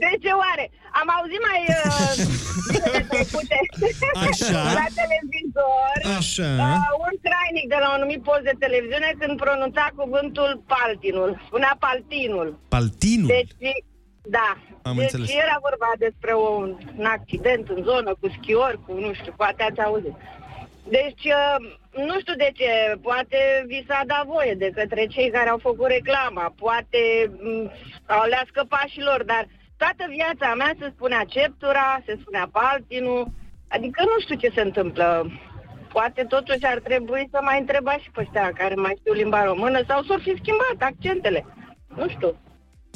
Speaker 19: De ce oare? Am auzit mai uh, zilele trecute
Speaker 16: Așa.
Speaker 19: la televizor
Speaker 16: Așa.
Speaker 19: Uh, un trainic de la un anumit post de televiziune când pronunța cuvântul paltinul. Spunea paltinul.
Speaker 6: Paltinul?
Speaker 19: Deci, da.
Speaker 6: Am
Speaker 19: deci
Speaker 6: înțeles.
Speaker 19: era vorba despre un, un accident în zonă cu schiori, cu nu știu, poate ați auzit. Deci, uh, nu știu de ce, poate vi s-a dat voie de către cei care au făcut reclama, poate m, au le-a scăpat și lor, dar toată viața mea se spunea Ceptura, se spunea Paltinul, adică nu știu ce se întâmplă. Poate totuși ar trebui să mai întrebați și pe ăștia care mai știu limba română sau s-or fi schimbat accentele. Nu știu.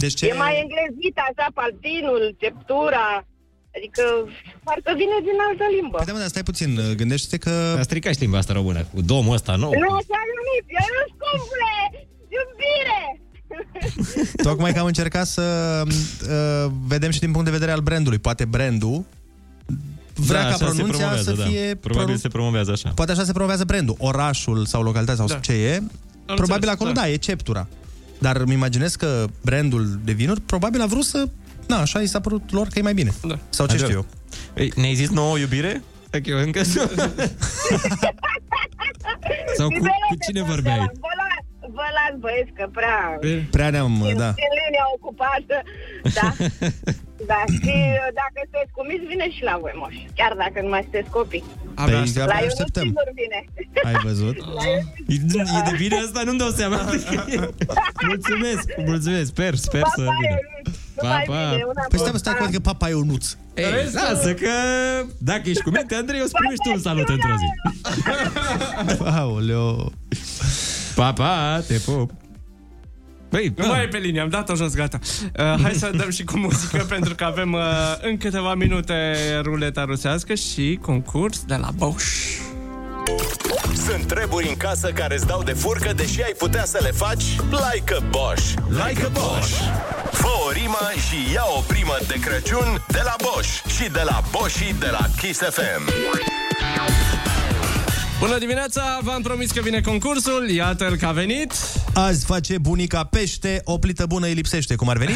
Speaker 6: Deci ce...
Speaker 19: E mai englezit așa, Paltinul, Ceptura, adică parcă vine din altă limbă.
Speaker 6: Păi da, mă, dar stai puțin, gândește-te că...
Speaker 7: A stricat și limba asta română, cu domul ăsta nou.
Speaker 19: Nu, așa numit, eu nu scumpule, iubire!
Speaker 6: Tocmai că am încercat să uh, vedem și din punct de vedere al brandului. Poate brandul vrea
Speaker 7: Da,
Speaker 6: da, ca
Speaker 7: așa se
Speaker 6: pronunția
Speaker 7: promovează,
Speaker 6: să
Speaker 7: da.
Speaker 6: fie...
Speaker 7: Probabil se promovează așa.
Speaker 6: Poate așa se promovează brandul. Orașul sau localitatea sau
Speaker 7: Da.
Speaker 6: da. ce e.
Speaker 7: Am
Speaker 6: Am probabil
Speaker 7: înțeles,
Speaker 6: acolo,
Speaker 7: da.
Speaker 6: da. da, e ceptura. Dar îmi imaginez că brandul de vinuri probabil a vrut să... Na, așa i s-a părut lor că e mai bine. Da. Sau ce
Speaker 7: Exact. Așa.
Speaker 6: știu eu.
Speaker 7: Ei, Ne-ai zis nouă iubire? Dacă eu încă Sau cu, cu cine vorbeai?
Speaker 19: Vă las, vă las băieți, că prea...
Speaker 6: Prea ne-am, da.
Speaker 19: În linia ocupată, da. da, și uh, dacă sunteți cumiți, vine și la voi, moș. Chiar dacă nu mai sunteți copii.
Speaker 6: Abia Păi, aștept. abia
Speaker 19: la eu
Speaker 6: așteptăm.
Speaker 19: sigur vine.
Speaker 6: Ai văzut?
Speaker 7: E, e de bine asta? Nu-mi dau seama. mulțumesc, mulțumesc. Sper, sper să vină. Pa, pa.
Speaker 6: Păi stai, mă, stai, cu adică papa Ionuț.
Speaker 7: Ei, lasă că dacă ești cu minte, Andrei, o spune și tu un salut într-o zi.
Speaker 6: Aoleo.
Speaker 7: Pa, pa, te pup. Băi,
Speaker 6: da.
Speaker 1: Nu mai e pe linie, am dat-o jos, gata. Uh, hai să dăm și cu muzică, pentru că avem uh, în câteva minute ruleta rusească și concurs de la Bosch.
Speaker 5: Sunt treburi în casă care îți dau de furcă, deși ai putea să le faci like a Bosch. Like a Bosch. Fă o rimă și ia o primă de Crăciun de la Bosch și de la Bosch și de la Kiss FM.
Speaker 1: Bună dimineața, v-am promis că vine concursul, iată-l că a venit.
Speaker 6: Azi face bunica pește, o plită bună îi lipsește, cum ar veni.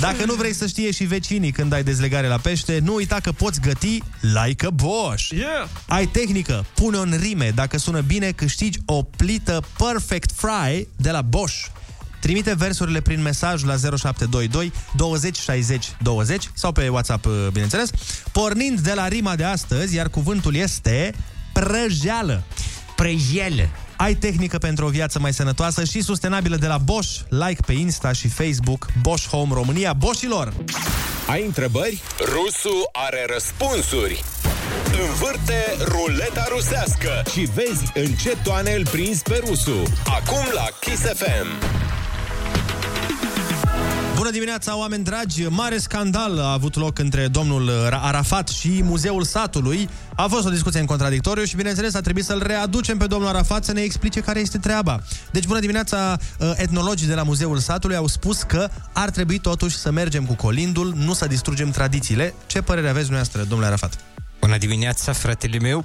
Speaker 6: Dacă nu vrei să știe și vecinii când ai dezlegare la pește, nu uita că poți găti like a Bosch.
Speaker 1: Yeah.
Speaker 6: Ai tehnică, pune-o în rime. Dacă sună bine, câștigi o plită Perfect Fry de la Bosch. Trimite versurile prin mesaj la 0722 20 60 20 sau pe WhatsApp, uh, bineînțeles, pornind de la rima de astăzi, iar cuvântul este prăjeală.
Speaker 7: Prăjeală.
Speaker 6: Ai tehnică pentru o viață mai sănătoasă și sustenabilă de la Bosch. Like pe Insta și Facebook Bosch Home România. Boșilor!
Speaker 5: Ai întrebări? Rusu are răspunsuri. Învârte ruleta rusească și vezi în ce toane îl prinzi pe rusul. Acum la Kiss FM.
Speaker 6: Bună dimineața, oameni dragi! Mare scandal a avut loc între domnul Ra- Arafat și Muzeul Satului. A fost o discuție în contradictoriu și, bineînțeles, a trebuit să-l readucem pe domnul Arafat să ne explice care este treaba. Deci, bună dimineața, ă, etnologii de la Muzeul Satului au spus că ar trebui totuși să mergem cu colindul, nu să distrugem tradițiile. Ce părere aveți dumneavoastră, domnule Arafat?
Speaker 20: Bună dimineața, fratele meu!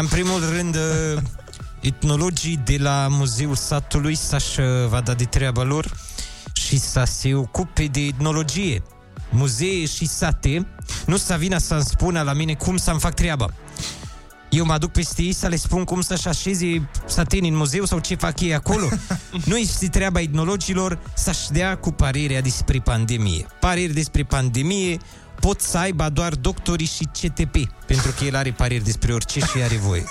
Speaker 20: În primul rând, uh, etnologii de la Muzeul Satului să-și uh, vadă de treaba lor și să se ocupe de etnologie. Muzee și sate nu să vină să-mi spună la mine cum să-mi fac treaba. Eu mă duc peste ei să le spun cum să-și așeze satenii în muzeu sau ce fac ei acolo. nu este treaba etnologilor să-și dea cu părerea despre pandemie. Păreri despre pandemie pot să aibă doar doctorii și CTP, pentru că el are păreri despre orice și are voie.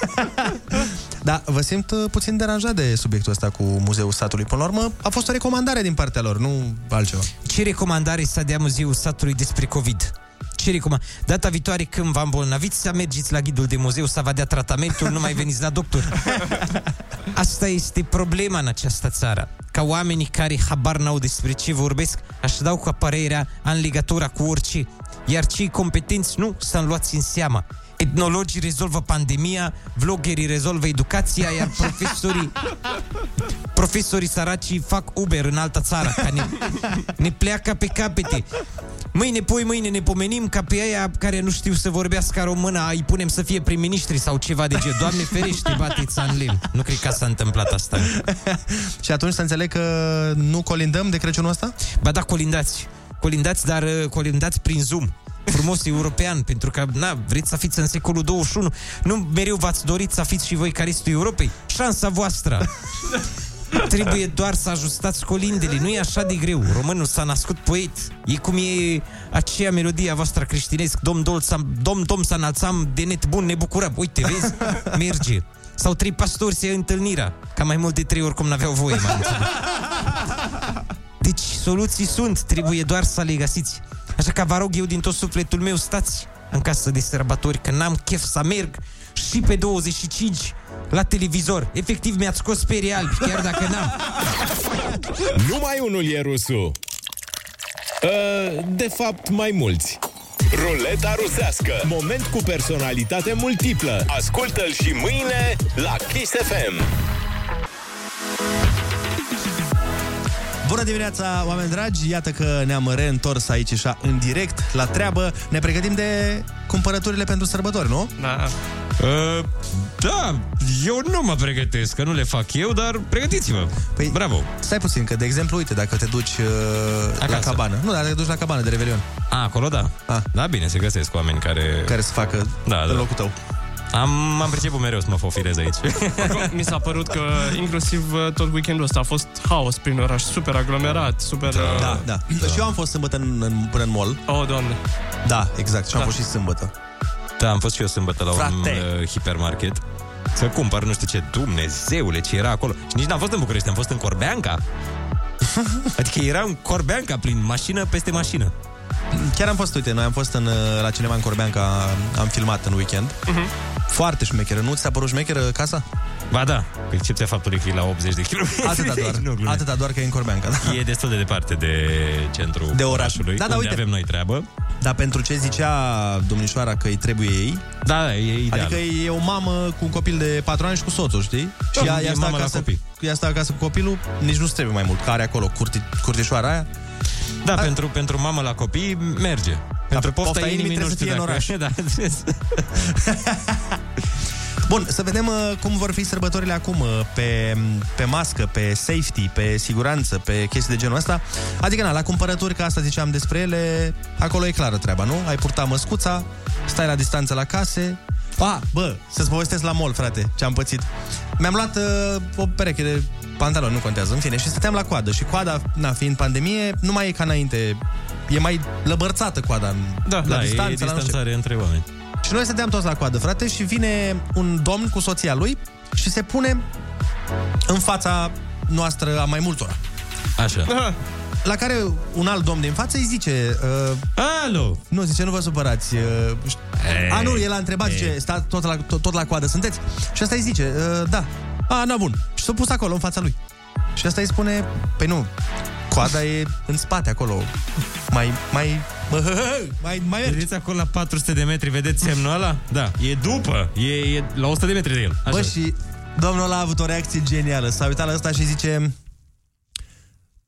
Speaker 6: Da, vă simt uh, puțin deranjat de subiectul ăsta cu Muzeul Satului. Până la urmă, a fost o recomandare din partea lor, nu altceva.
Speaker 20: Ce recomandare să dea Muzeul Satului despre COVID? Ce recomand? Data viitoare când vă îmbolnăviți să mergeți la ghidul de muzeu să vă dea tratamentul, nu mai veniți la doctor. Asta este problema în această țară. Ca oamenii care habar n-au despre ce vorbesc, aș dau cu părerea în legătură cu orice. Iar cei competenți nu să-mi luați în seamă. Etnologii rezolvă pandemia, vloggerii rezolvă educația, iar profesorii profesorii săracii fac Uber în altă țară, ca ne, ne pleacă pe capete. Mâine, pui, mâine ne pomenim ca pe aia care nu știu să vorbească română, îi punem să fie prim-ministri sau ceva de gen. Doamne ferește, bateți în lemn. Nu cred că s-a întâmplat asta.
Speaker 6: Și atunci să înțeleg că nu colindăm de Crăciunul ăsta?
Speaker 20: Ba da, colindați. Colindați, dar uh, colindați prin Zoom. Frumos european, pentru că, na, vreți să fiți în secolul 21. Nu mereu v-ați dorit să fiți și voi caristul Europei. Șansa voastră. Trebuie doar să ajustați colindele, nu e așa de greu. Românul s-a născut poet. E cum e aceea melodie a voastră creștinesc. Dom, dol, sam, dom, dom, să înălțam de net bun, ne bucurăm. Uite, vezi? Merge. Sau trei pastori se ia întâlnirea. Ca mai mult de trei oricum n-aveau voie, mai înțeleg. Deci soluții sunt, trebuie doar să le găsiți. Așa că vă rog eu din tot sufletul meu, stați în casă de sărbători, că n-am chef să merg și pe 25 la televizor. Efectiv, mi-ați scos perii albi, chiar dacă n-am.
Speaker 5: Numai unul e rusul. Uh, De fapt, mai mulți. Ruleta rusească. Moment cu personalitate multiplă. Ascultă-l și mâine la Kiss FM.
Speaker 6: Bună dimineața, oameni dragi! Iată că ne-am reîntors aici așa în direct, la treabă. Ne pregătim de cumpărăturile pentru sărbători, nu?
Speaker 20: Da. Uh, da, eu nu mă pregătesc, că nu le fac eu, dar pregătiți-vă.
Speaker 6: Păi, Bravo! Stai puțin, că de exemplu, uite, dacă te duci uh, la
Speaker 20: Acasă.
Speaker 6: cabană. Nu, dacă te duci la cabană de Revelion.
Speaker 20: A, acolo da. A. Da, bine, se găsesc oameni care...
Speaker 6: Care să facă
Speaker 20: da, da. locul
Speaker 6: tău.
Speaker 20: Am, am priceput mereu să mă fofirez aici.
Speaker 1: Oricum, Mi s-a părut că inclusiv uh, tot weekendul ăsta a fost haos prin oraș, super aglomerat, super... uh,
Speaker 6: Da, da. da. Și eu am fost sâmbătă în, în, până în mall.
Speaker 1: Oh, doamne.
Speaker 6: Da, exact. Și am
Speaker 1: Da.
Speaker 6: fost și sâmbătă.
Speaker 20: Da, am fost și eu sâmbătă la un
Speaker 6: Frate.
Speaker 20: uh, hipermarket să cumpăr nu știu ce, Dumnezeule, ce era acolo. Și nici n-am fost în București, am fost în Corbeanca. adică era un Corbeanca plin mașină peste mașină.
Speaker 6: Chiar am fost, uite, noi am fost în, uh, la cinema în Corbeanca, am filmat în weekend.
Speaker 20: Mhm.
Speaker 6: Uh-huh. Foarte șmecheră. Nu ți s-a părut șmecheră casa?
Speaker 20: Ba da, cu excepția faptului că e la 80 de kilometri.
Speaker 6: Atâta doar.
Speaker 20: Nu, glumesc.
Speaker 6: Atâta doar că e în Corbeanca, da.
Speaker 20: E destul de departe de centrul
Speaker 6: De oraș.
Speaker 20: orașului,
Speaker 6: Da, da,
Speaker 20: unde
Speaker 6: uite.
Speaker 20: avem noi treabă.
Speaker 6: Dar pentru ce zicea domnișoara că îi trebuie ei?
Speaker 20: Da, da, e ideal.
Speaker 6: Adică e o mamă cu un copil de 4 ani și cu soțul, știi?
Speaker 20: Da,
Speaker 6: și ea,
Speaker 20: e
Speaker 6: ea, stă
Speaker 20: mamă la
Speaker 6: acasă,
Speaker 20: copii.
Speaker 6: ea stă acasă cu copilul, nici nu trebuie mai mult. Care acolo, curti, curtișoara aia?
Speaker 20: Da, pentru, pentru mamă la copii merge. Pentru pofta,
Speaker 6: pofta inimii
Speaker 20: inimii nu
Speaker 6: trebuie să
Speaker 20: știu
Speaker 6: fie în
Speaker 20: dacă...
Speaker 6: oraș.
Speaker 20: da, trebuie să-
Speaker 6: Bun, să vedem uh, cum vor fi sărbătorile acum uh, pe, pe mască, pe safety, pe siguranță, pe chestii de genul ăsta. Adică, na, la cumpărături, ca asta ziceam despre ele, acolo e clară treaba, nu? Ai purta măscuța, stai la distanță la case. A, bă, să-ți povestesc la mall, frate, ce-am pățit. Mi-am luat uh, o pereche de pantaloni, nu contează, în fine, și stăteam la coadă. Și coada, na, fiind pandemie, nu mai e ca înainte. E mai lăbărțată coada în-
Speaker 20: Da,
Speaker 6: la
Speaker 20: da,
Speaker 6: distanță,
Speaker 20: e
Speaker 6: la nu știu.
Speaker 20: distanțare între oameni.
Speaker 6: Și noi stăteam toți la coadă, frate, și vine un domn cu soția lui și se pune în fața noastră a mai multora.
Speaker 20: Așa.
Speaker 6: La care un alt domn din față îi zice... Uh,
Speaker 7: Alo!
Speaker 6: Nu, zice, nu vă supărați. Uh,
Speaker 7: Ei,
Speaker 6: a, nu, el a întrebat,
Speaker 7: ei.
Speaker 6: zice, sta tot la, tot, tot la coadă sunteți? Și asta îi zice, uh, da. A, na, bun. Și s-a pus acolo, în fața lui. Și asta îi spune, păi nu, coada e în spate, acolo. Mai, mai...
Speaker 7: Mai, mai Vedeți acolo la 400 de metri, vedeți semnul ăla? Da, e după, e, e la 100 de metri de el. Așa.
Speaker 6: Bă, și domnul ăla a avut o reacție genială. S-a uitat la ăsta și zice...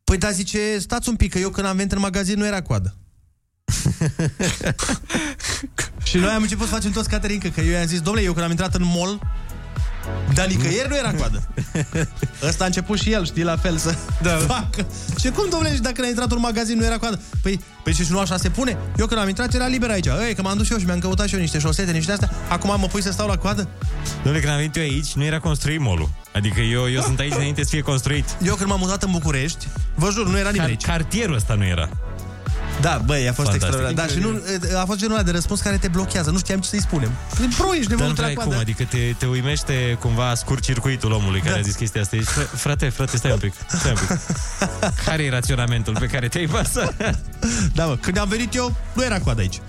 Speaker 6: Păi da, zice, stați un pic, că eu când am venit în magazin nu era coadă. și noi am început să facem toți caterincă, că eu i-am zis, domnule, eu când am intrat în mall, dar nicăieri nu era coadă. Ăsta a început și el, știi, la fel să da. facă. Și cum, domnule, și dacă a intrat un magazin, nu era coadă? Păi, păi și nu așa se pune? Eu când am intrat, era liber aici. Ei, că m-am dus și eu și mi-am căutat și eu niște șosete, niște astea. Acum mă pui să stau la coadă?
Speaker 7: Dom'le, când am venit eu aici, nu era construit molul. Adică eu, eu sunt aici înainte să fie construit.
Speaker 6: Eu când m-am mutat în București, vă jur, nu era nimeni aici.
Speaker 7: Cartierul ăsta nu era.
Speaker 6: Da, băi, a fost extraordinar. Da, și nu, a fost genul ăla de răspuns care te blochează. Nu știam ce să-i spunem. Bro, ești
Speaker 7: Dar
Speaker 6: nebun,
Speaker 7: nu
Speaker 6: tu
Speaker 7: prea
Speaker 6: la
Speaker 7: ai cum,
Speaker 6: coadă. Da.
Speaker 7: adică te, te uimește cumva scurt circuitul omului care a zis chestia asta. Ești, "Fr- frate, frate, stai un pic, stai un pic. care e raționamentul pe care te-ai pasat?
Speaker 6: Da, mă, când am venit eu, nu era coadă aici.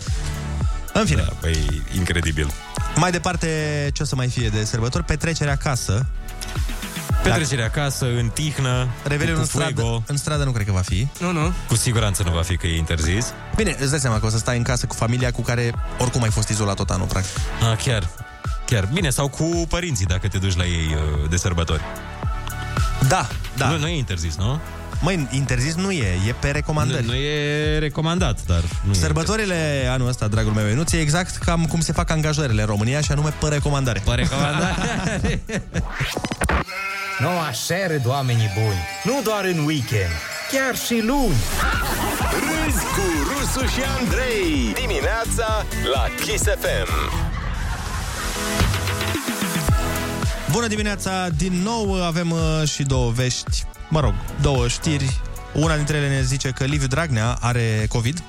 Speaker 6: În fine.
Speaker 7: Da, păi, incredibil.
Speaker 6: Mai departe, ce o să mai fie de sărbători? Petrecerea acasă.
Speaker 7: Petrecerea acasă, în tihnă,
Speaker 6: Revelionul
Speaker 7: cu
Speaker 6: în stradă,
Speaker 7: fuego.
Speaker 6: în stradă nu cred că va fi.
Speaker 1: Nu, nu.
Speaker 7: Cu siguranță nu va fi că e interzis.
Speaker 6: Bine, îți dai seama că o să stai în casă cu familia cu care oricum ai fost izolat tot anul, practic.
Speaker 7: A, Ah, chiar. Chiar. Bine, sau cu părinții dacă te duci la ei uh, de sărbători.
Speaker 6: Da, da.
Speaker 7: Nu, nu e interzis, nu?
Speaker 6: Măi, interzis nu e, e pe recomandări.
Speaker 7: Nu, nu e recomandat, dar... Nu
Speaker 6: Sărbătorile anul ăsta, dragul meu, nu e exact cam cum se fac angajările în România și anume pe recomandare.
Speaker 7: Pe recomandare.
Speaker 21: Noua seară, oamenii buni, nu doar în weekend, chiar și luni.
Speaker 5: Râzi cu Rusu și Andrei Dimineața la Kiss FM
Speaker 6: Bună dimineața! Din nou avem uh, și două vești, mă rog, două știri. Una dintre ele ne zice că Liviu Dragnea are COVID.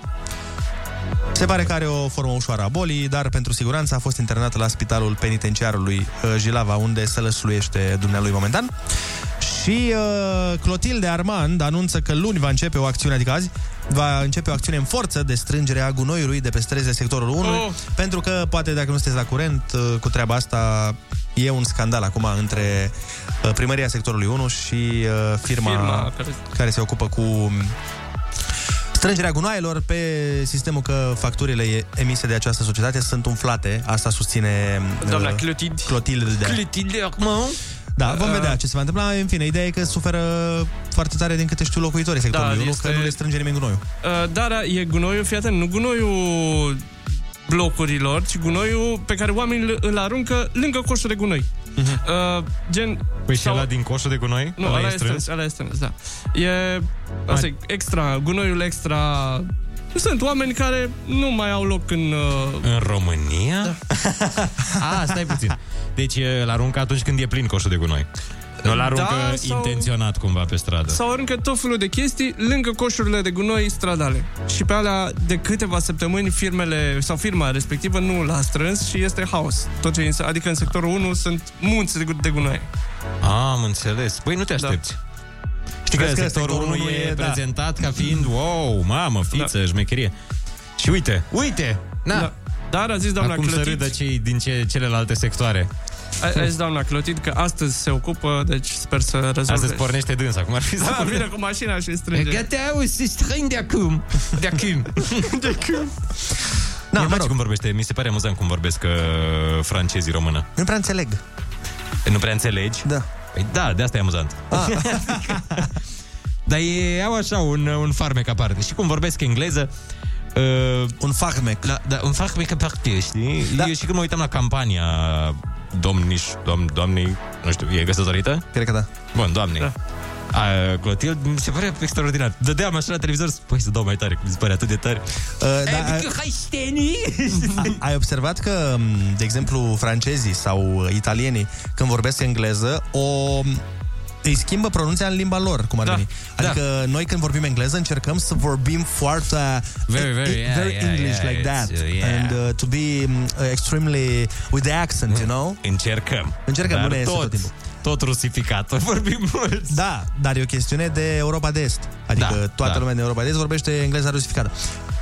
Speaker 6: Se pare că are o formă ușoară a bolii, dar pentru siguranță a fost internat la spitalul penitenciarului uh, Jilava, unde se lăsluiește dumnealui momentan. Și uh, Clotilde Armand anunță că luni va începe o acțiune, adică azi, va începe o acțiune în forță de strângere a gunoiului de pe străzile sectorul 1, oh. pentru că, poate dacă nu sunteți la curent uh, cu treaba asta, e un scandal acum între uh, primăria sectorului 1 și uh, firma,
Speaker 1: Firma
Speaker 6: firma
Speaker 1: care-
Speaker 6: care... care se ocupă cu strângerea gunoaielor pe sistemul că facturile e- emise de această societate sunt umflate. Asta susține uh,
Speaker 1: Doamna Clotilde.
Speaker 6: Clotilde.
Speaker 1: Clotilde, acum...
Speaker 6: Da,
Speaker 1: Uh,
Speaker 6: vom vedea ce se va întâmpla. În fine, ideea e că suferă foarte tare din câte știu locuitorii sectorului
Speaker 1: Da,
Speaker 6: 1,
Speaker 1: este-
Speaker 6: că nu le strânge nimeni gunoiul.
Speaker 1: Uh, Da, da, e gunoiul, fii atent, nu gunoiul blocurilor, ci gunoiul pe care oamenii îl- îl aruncă lângă coșul de gunoi.
Speaker 6: Mhm.
Speaker 1: Uh, gen...
Speaker 7: Păi și
Speaker 1: sau-
Speaker 7: ăla din coșul de gunoi?
Speaker 1: Nu, ăla e strâns, ăla e strâns, da. E, asta e extra, gunoiul extra... Sunt oameni care nu mai au loc în... Uh,
Speaker 7: În România? Da. A, stai puțin. Deci e, îl aruncă atunci când e plin coșul de gunoi. Nu îl
Speaker 1: Da,
Speaker 7: aruncă
Speaker 1: sau-
Speaker 7: intenționat cumva pe stradă.
Speaker 1: sau aruncă tot felul de chestii lângă coșurile de gunoi stradale. Și pe alea, de câteva săptămâni, firmele sau firma respectivă nu l-a strâns și este haos. Tot ce, e în- adică în sectorul 1 sunt munți de, gu- de gunoi.
Speaker 7: A, am înțeles. Băi, Păi nu te aștepți. Da. Știi că,
Speaker 1: Crezi Păi, că
Speaker 7: sectorul
Speaker 1: sectorul
Speaker 7: 1
Speaker 1: unu
Speaker 7: e
Speaker 1: e, da.
Speaker 7: prezentat ca fiind, wow, mamă, fiță, da. șmecherie. Și uite, uite, na.
Speaker 1: Da. Dar a zis doamna
Speaker 7: Acum să
Speaker 1: Clotilde-
Speaker 7: râdă cei din ce, celelalte sectoare.
Speaker 1: A- a zis doamna Clotid că astăzi se ocupă, deci sper să rezolve.
Speaker 7: Astăzi pornește dânsa, cum ar fi să
Speaker 1: Da, vine cu mașina și strânge.
Speaker 7: Gata, o să strâng de acum. De acum.
Speaker 1: de acum.
Speaker 7: Da, mă rog. cum vorbește, mi se pare amuzant cum vorbesc uh, francezii română.
Speaker 6: Nu prea înțeleg.
Speaker 7: Nu prea înțelegi?
Speaker 6: Da.
Speaker 7: Păi da, de asta e amuzant.
Speaker 20: Ah.
Speaker 7: Dar e, au așa un, un farmec aparte. Și cum vorbesc engleză, Uh,
Speaker 6: un farmec.
Speaker 7: La, da, un farmec aparte, știi? Da. Eu și când mă uitam la campania domniș, dom, doamnei, nu știu, e găsătorită?
Speaker 6: Cred că da.
Speaker 7: Bun, doamnei. Da. A, Clotilde, mi se pare extraordinar. Dădeam așa la televizor, păi să dau mai tare, că mi se pare atât de tare.
Speaker 6: Uh,
Speaker 7: da,
Speaker 6: da,
Speaker 7: ai-
Speaker 6: A- Ai observat că, m, de exemplu, francezii sau uh, italienii, când vorbesc engleză, o îi schimbă pronunția în limba lor, cum ar da, veni. Adică da. noi când vorbim engleză încercăm să vorbim foarte
Speaker 7: Very, very, yeah,
Speaker 6: very
Speaker 7: yeah,
Speaker 6: English
Speaker 7: yeah,
Speaker 6: like that
Speaker 7: it's, uh, yeah.
Speaker 6: and uh, to be um, extremely with the accent, you know?
Speaker 7: Încercăm.
Speaker 6: Încercăm,
Speaker 7: Dar
Speaker 6: nu ne iese tot
Speaker 7: toți,
Speaker 6: timpul.
Speaker 7: Tot rusificat. Păi Vorbim mult.
Speaker 6: Da, dar e o chestiune de Europa de Est. Adică da, toată da. lumea din Europa de Est vorbește engleza rusificată.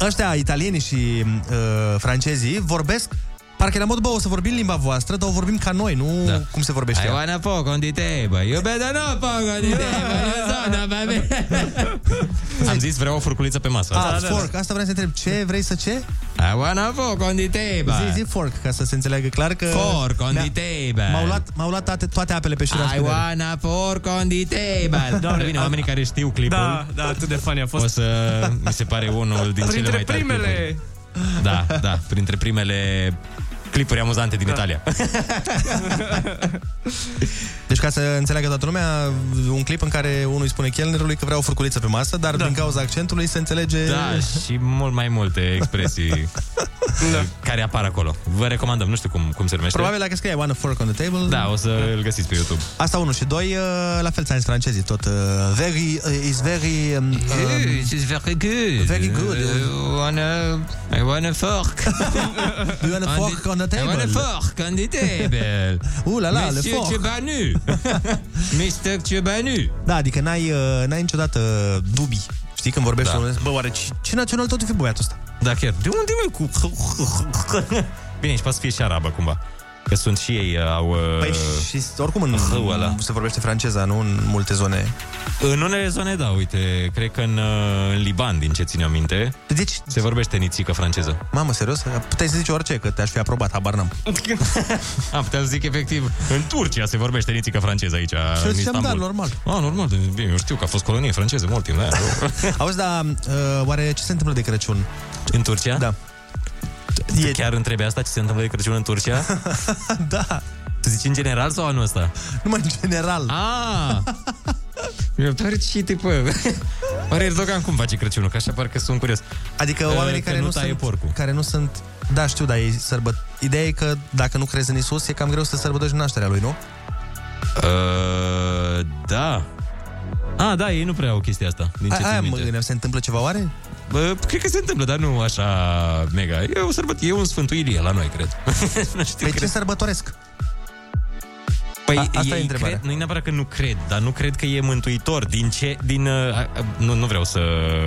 Speaker 6: Ăștia, italienii și uh, francezii, vorbesc Parcă era mod, bă, o să vorbim limba voastră, dar o vorbim ca noi, nu da. cum se vorbește
Speaker 7: I
Speaker 6: ea. Da.
Speaker 7: wanna fuck on the table. You better not fuck on the table. You son of a bitch. Am zis vreau o furculiță pe masă.
Speaker 6: A, Ah, fork, asta vreau să întreb. Ce vrei să ce?
Speaker 7: adică, I wanna fork on the table.
Speaker 6: Zi, zi fork, ca să se înțeleagă clar că...
Speaker 7: Fork on
Speaker 6: Ne-a-
Speaker 7: the table.
Speaker 6: M-au luat, m-au luat toate, toate apele pe șira
Speaker 7: I wanna fork on the table. Doamne, bine, oamenii care știu clipul.
Speaker 1: Da, da, atât de funny a fost.
Speaker 7: O să, mi se pare, unul din cele
Speaker 1: Printre
Speaker 7: mai tari clipuri.
Speaker 1: primele...
Speaker 7: Da, da, printre primele clipuri amuzante
Speaker 1: Da.
Speaker 7: din Italia.
Speaker 6: Deci ca să înțeleagă toată lumea, un clip în care unul îi spune chelnerului că vrea o furculiță pe masă, dar da. din cauza accentului se înțelege...
Speaker 7: Da, și mult mai multe expresii
Speaker 1: Da.
Speaker 7: care apar acolo. Vă recomandăm, nu știu cum, cum se numește.
Speaker 6: Probabil dacă scrie I want a fork on the table...
Speaker 7: Da, o să îl găsiți pe YouTube.
Speaker 6: Asta unul și doi, uh, la fel ți-am zis francezii, tot uh, very, uh, is very... Um, um,
Speaker 7: It's very good.
Speaker 6: Very good.
Speaker 7: Uh, wanna, I wanna fork.
Speaker 6: Do you want a
Speaker 7: On
Speaker 6: fork
Speaker 7: the-
Speaker 6: on the table?
Speaker 7: I want a fork on the table.
Speaker 6: Uh, la la, le
Speaker 7: Monsieur
Speaker 6: fork.
Speaker 7: Ciobanu. Mr. Ciobanu.
Speaker 6: Da, adică n-ai, uh, n-ai niciodată dubii. Știi, când vorbești da. unul, bă, oare ce, ce național tot fi băiatul ăsta?
Speaker 7: Da, chiar. De unde mă cu... Bine, și poate să fie și arabă cumva. Că sunt și ei uh, au... uh,
Speaker 6: Păi și oricum în,
Speaker 7: hău ăla.
Speaker 6: se vorbește franceza, nu în multe zone.
Speaker 7: În unele zone, da, uite, cred că în, uh, în Liban, din ce țin eu minte,
Speaker 6: deci...
Speaker 7: se vorbește nițică franceză.
Speaker 6: Mamă, serios? Puteai să zici orice, că te-aș fi aprobat, habar n-am.
Speaker 7: Am putea să zic efectiv, în Turcia se vorbește nițică franceză aici,
Speaker 6: Și eu
Speaker 7: în
Speaker 6: ziceam,
Speaker 7: Istanbul.
Speaker 6: da, normal.
Speaker 7: Ah, normal, de- bine, eu știu că a fost colonie franceză mult timp, da.
Speaker 6: Auzi, da, uh, oare ce se întâmplă de Crăciun?
Speaker 7: În Turcia?
Speaker 6: Da.
Speaker 7: Tu chiar întrebi asta ce se întâmplă de Crăciun în Turcia?
Speaker 6: da.
Speaker 7: Tu zici în general sau anul ăsta?
Speaker 6: Numai în general.
Speaker 7: Ah! Mi-a pare și tipă. Oare Erdogan cum face Crăciunul? Că așa parcă sunt curios.
Speaker 6: Adică
Speaker 7: Uh,
Speaker 6: oamenii
Speaker 7: că
Speaker 6: care
Speaker 7: nu
Speaker 6: nu,
Speaker 7: taie
Speaker 6: sunt,
Speaker 7: porcul.
Speaker 6: care nu sunt... Da, știu, dar ei sărbăt... Ideea e că dacă nu crezi în Isus, e cam greu să sărbătorești nașterea lui, nu?
Speaker 7: Uh, da. Ah, da, ei nu prea au chestia asta, din ce
Speaker 6: A- Aia
Speaker 7: țin
Speaker 6: mă
Speaker 7: minte.
Speaker 6: gândeam, se întâmplă ceva oare?
Speaker 7: Bă, cred că se întâmplă, dar nu așa mega. E o sărbăt, e un Sfântul Ilie la noi, cred. nu știu,
Speaker 6: Pe
Speaker 7: cred.
Speaker 6: ce sărbătoresc?
Speaker 7: Păi,
Speaker 6: A- asta
Speaker 7: ei
Speaker 6: e întrebarea.
Speaker 7: Cred, nu neapărat că nu cred, dar nu cred că e mântuitor. Din ce? Din, uh, a- a- nu, nu vreau să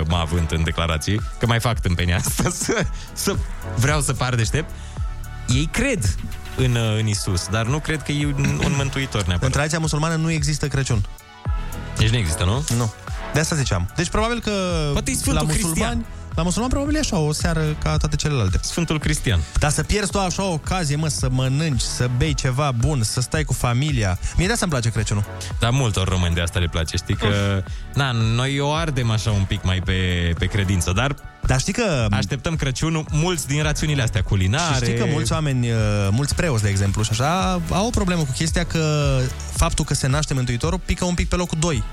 Speaker 7: mă avânt în declarații, că mai fac tâmpenia asta, să, să vreau să par deștept. Ei cred în, uh, în Isus, dar nu cred că e un, un mântuitor
Speaker 6: În
Speaker 7: neapărat.
Speaker 6: tradiția musulmană nu există Crăciun.
Speaker 7: Deci nu există, nu?
Speaker 6: Nu. De asta ziceam. Deci probabil că
Speaker 7: Poate e Sfântul
Speaker 6: la musulmani,
Speaker 7: Cristian.
Speaker 6: la musulmani probabil e așa, o seară ca toate celelalte.
Speaker 7: Sfântul Cristian.
Speaker 6: Dar să pierzi tu așa o ocazie, mă, să mănânci, să bei ceva bun, să stai cu familia. Mie de asta îmi place Crăciunul.
Speaker 7: Dar multor români de asta le place, știi că... Na, noi o ardem așa un pic mai pe, pe credință, dar
Speaker 6: Dar știi că...
Speaker 7: așteptăm Crăciunul mulți din rațiunile astea culinare.
Speaker 6: Și știi că mulți oameni, uh, mulți preoți, de exemplu, și așa, au o problemă cu chestia că faptul că se naște Mântuitorul pică un pic pe locul 2.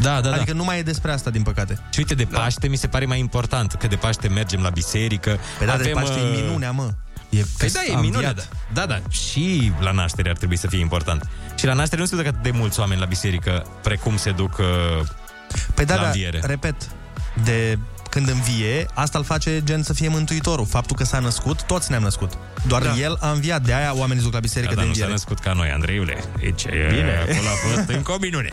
Speaker 7: Da, da,
Speaker 6: adică
Speaker 7: da.
Speaker 6: nu mai e despre asta, din păcate.
Speaker 7: Și uite, de
Speaker 6: Da.
Speaker 7: Paște mi se pare mai important, că de Paște mergem la biserică.
Speaker 6: Pe da, de
Speaker 7: avem,
Speaker 6: Paște
Speaker 7: uh,
Speaker 6: e minunea, mă. E
Speaker 7: Păi da, e
Speaker 6: am
Speaker 7: minunea, da.
Speaker 6: viat.
Speaker 7: da, da. Și la naștere ar trebui să fie important. Și la naștere nu se duc atât de mulți oameni la biserică precum se duc uh,
Speaker 6: Păi da,
Speaker 7: la
Speaker 6: da,
Speaker 7: înviere.
Speaker 6: repet, de când învie, asta îl face gen să fie mântuitorul. Faptul că s-a născut, toți ne-am născut. Doar
Speaker 7: Da.
Speaker 6: da. el a înviat, de aia oamenii se duc la biserică
Speaker 7: Da,
Speaker 6: da,
Speaker 7: dar
Speaker 6: de
Speaker 7: nu s-a
Speaker 6: înviere.
Speaker 7: născut ca noi, Andreiule. Deci, Bine.
Speaker 1: Bine.
Speaker 7: acolo a fost încă o minune.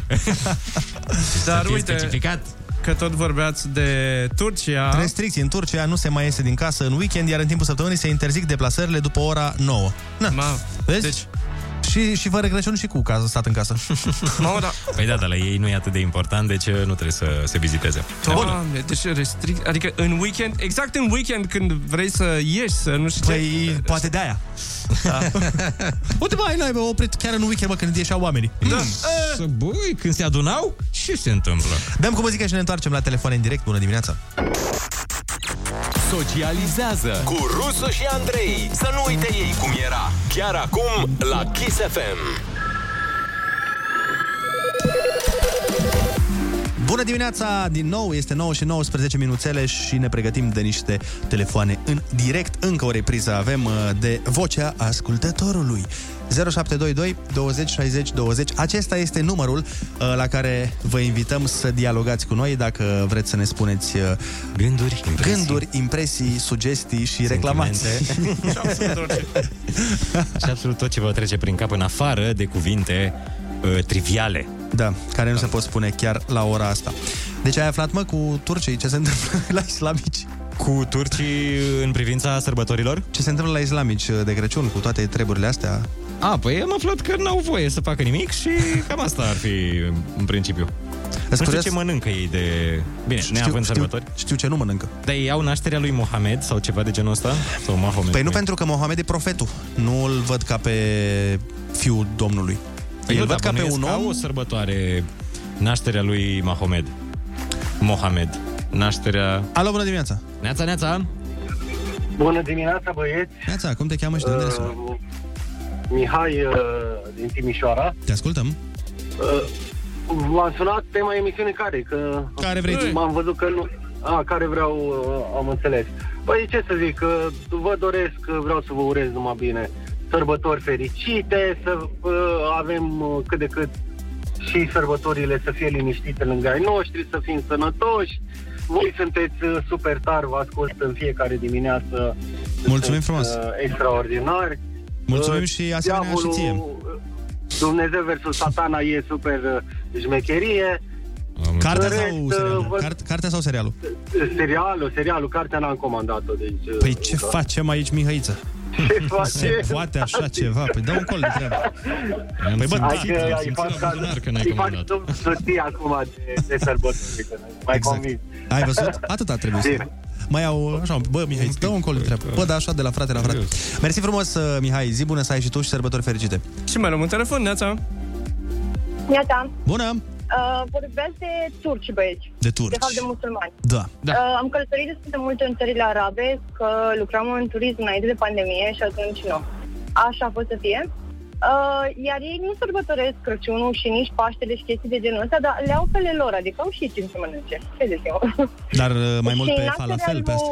Speaker 1: Dar
Speaker 7: fie
Speaker 1: uite,
Speaker 7: specificat.
Speaker 1: că tot vorbeați de Turcia.
Speaker 6: Restricții în Turcia, nu se mai iese din casă în weekend, iar în timpul săptămânii se interzic deplasările după ora 9. Na,
Speaker 1: Ma,
Speaker 6: vezi? Deci... Și, și fără Crăciun și cu cazul stat în casă. Oh,
Speaker 1: Mamă, da.
Speaker 7: Păi da, dar la ei nu e atât de important, deci uh, nu trebuie să se viziteze.
Speaker 1: Doamne, deci restrict, adică în weekend, exact în weekend când vrei să ieși, să nu știu
Speaker 6: Păi,
Speaker 1: ce.
Speaker 6: poate de aia.
Speaker 1: Da.
Speaker 6: Uite, bă, ai naiba, oprit chiar în weekend, mă, când ieșeau oamenii. Mm. Eh.
Speaker 7: Da. Să bui, când se adunau, ce se întâmplă?
Speaker 6: Dăm cu muzică și ne întoarcem la telefon în direct. Bună dimineața!
Speaker 5: Socializează cu Rusu și Andrei. Să nu uite ei cum era. Chiar acum la Kiss FM.
Speaker 6: Bună dimineața din nou, este 9 și 19 minuțele și ne pregătim de niște telefoane în direct. Încă o repriză avem uh, de vocea ascultătorului. 0722 20 60 20. Acesta este numărul uh, la care vă invităm să dialogați cu noi dacă vreți să ne spuneți uh,
Speaker 7: gânduri, impresii.
Speaker 6: gânduri, impresii, sugestii și reclamații.
Speaker 7: Și absolut tot ce vă trece prin cap în afară de cuvinte uh, triviale.
Speaker 6: Da, care nu se pot spune chiar la ora asta. Deci ai aflat, mă, cu turcii ce se întâmplă la islamici?
Speaker 7: Cu turcii în privința sărbătorilor?
Speaker 6: Ce se întâmplă la islamici uh, de Crăciun cu toate treburile astea?
Speaker 7: A, păi am aflat că n-au voie să facă nimic și cam asta ar fi uh, în principiu. nu știu
Speaker 6: curios?
Speaker 7: ce mănâncă ei de... Bine, știu, neavând
Speaker 6: știu,
Speaker 7: sărbători.
Speaker 6: Știu ce nu mănâncă.
Speaker 7: Dar ei au nașterea lui Mohamed sau ceva de genul ăsta? Sau Mahomet?
Speaker 6: Păi nu pentru că Mohamed e profetul. Nu îl văd ca pe fiul Domnului.
Speaker 7: Eu
Speaker 6: îl
Speaker 7: da,
Speaker 6: văd ca pe
Speaker 7: bănuiesc
Speaker 6: un
Speaker 7: că
Speaker 6: om...
Speaker 7: au o sărbătoare nașterea lui Mahomed. Mohamed. Nașterea...
Speaker 6: Alo, bună dimineața!
Speaker 7: Neața, neața!
Speaker 12: Bună dimineața, băieți!
Speaker 6: Neața, cum te cheamă și de unde ești?
Speaker 12: Uh, Mihai uh, din Timișoara.
Speaker 6: Te ascultăm.
Speaker 12: Uh, m-am sunat tema emisiunii care? Că
Speaker 6: Care vrei tu?
Speaker 12: M-am văzut că nu... A, care vreau, uh, am înțeles. Păi ce să zic, uh, vă doresc, uh, vreau să vă urez numai bine. Sărbători fericite, să uh, avem uh, cât de cât și sărbătorile să fie liniștite lângă ai noștri, să fim sănătoși. Voi sunteți uh, super tari, vă ascult în fiecare dimineață.
Speaker 6: Mulțumim
Speaker 12: Sunteți,
Speaker 6: frumos.
Speaker 12: Uh, extraordinari.
Speaker 6: Mulțumim
Speaker 12: Uh,
Speaker 6: și asemenea
Speaker 12: diavolul,
Speaker 6: și ție.
Speaker 12: uh, Dumnezeu versus satana e super uh, jmecherie.
Speaker 6: Cartea
Speaker 12: În rest,
Speaker 6: sau
Speaker 12: uh,
Speaker 6: serialul?
Speaker 12: vă-
Speaker 6: Cart- cartea sau serialul?
Speaker 12: Serialul, serialul, cartea n-am comandat-o, deci... uh,
Speaker 6: Păi ce
Speaker 12: încă.
Speaker 6: facem aici, Mihăiță?
Speaker 12: Ce face?
Speaker 6: Se poate așa ceva? Păi dă un col de treabă. Păi bă,
Speaker 12: Hai
Speaker 6: da,
Speaker 12: că
Speaker 6: am
Speaker 12: îi
Speaker 6: simțit
Speaker 12: fac,
Speaker 6: la buzunar că n-ai
Speaker 12: îi fac
Speaker 6: comandat.
Speaker 12: dum- soție acum de, de sărbători, că mai
Speaker 6: Exact.
Speaker 12: convins.
Speaker 6: Ai văzut? Atât a trebuit să
Speaker 12: Bine.
Speaker 6: fac. mai au așa, bă, Mihai, dă un col de treabă. Bă, da, așa, de la frate la frate. Mersi frumos, uh, Mihai. Zi bună să ai și tu și sărbători fericite.
Speaker 1: Și mai luăm un telefon, Neața.
Speaker 19: Iată,
Speaker 6: Bună!
Speaker 19: uh, vorbesc de turci, băieți.
Speaker 6: De turci.
Speaker 19: De fapt, de musulmani.
Speaker 6: Da.
Speaker 19: Da. Uh, am călătorit destul de multe în țările arabe, că lucram în turism înainte de pandemie și atunci nu. Așa a fost să fie. Uh, iar ei nu sărbătoresc Crăciunul și nici Paștele și chestii de genul ăsta, dar le au pe ale lor, adică au și ei timp să mănânce. Credeți eu.
Speaker 6: Dar uh, mai
Speaker 19: Și
Speaker 6: mult pe
Speaker 19: nașterea
Speaker 6: falafel, pe
Speaker 19: lui-
Speaker 6: asta.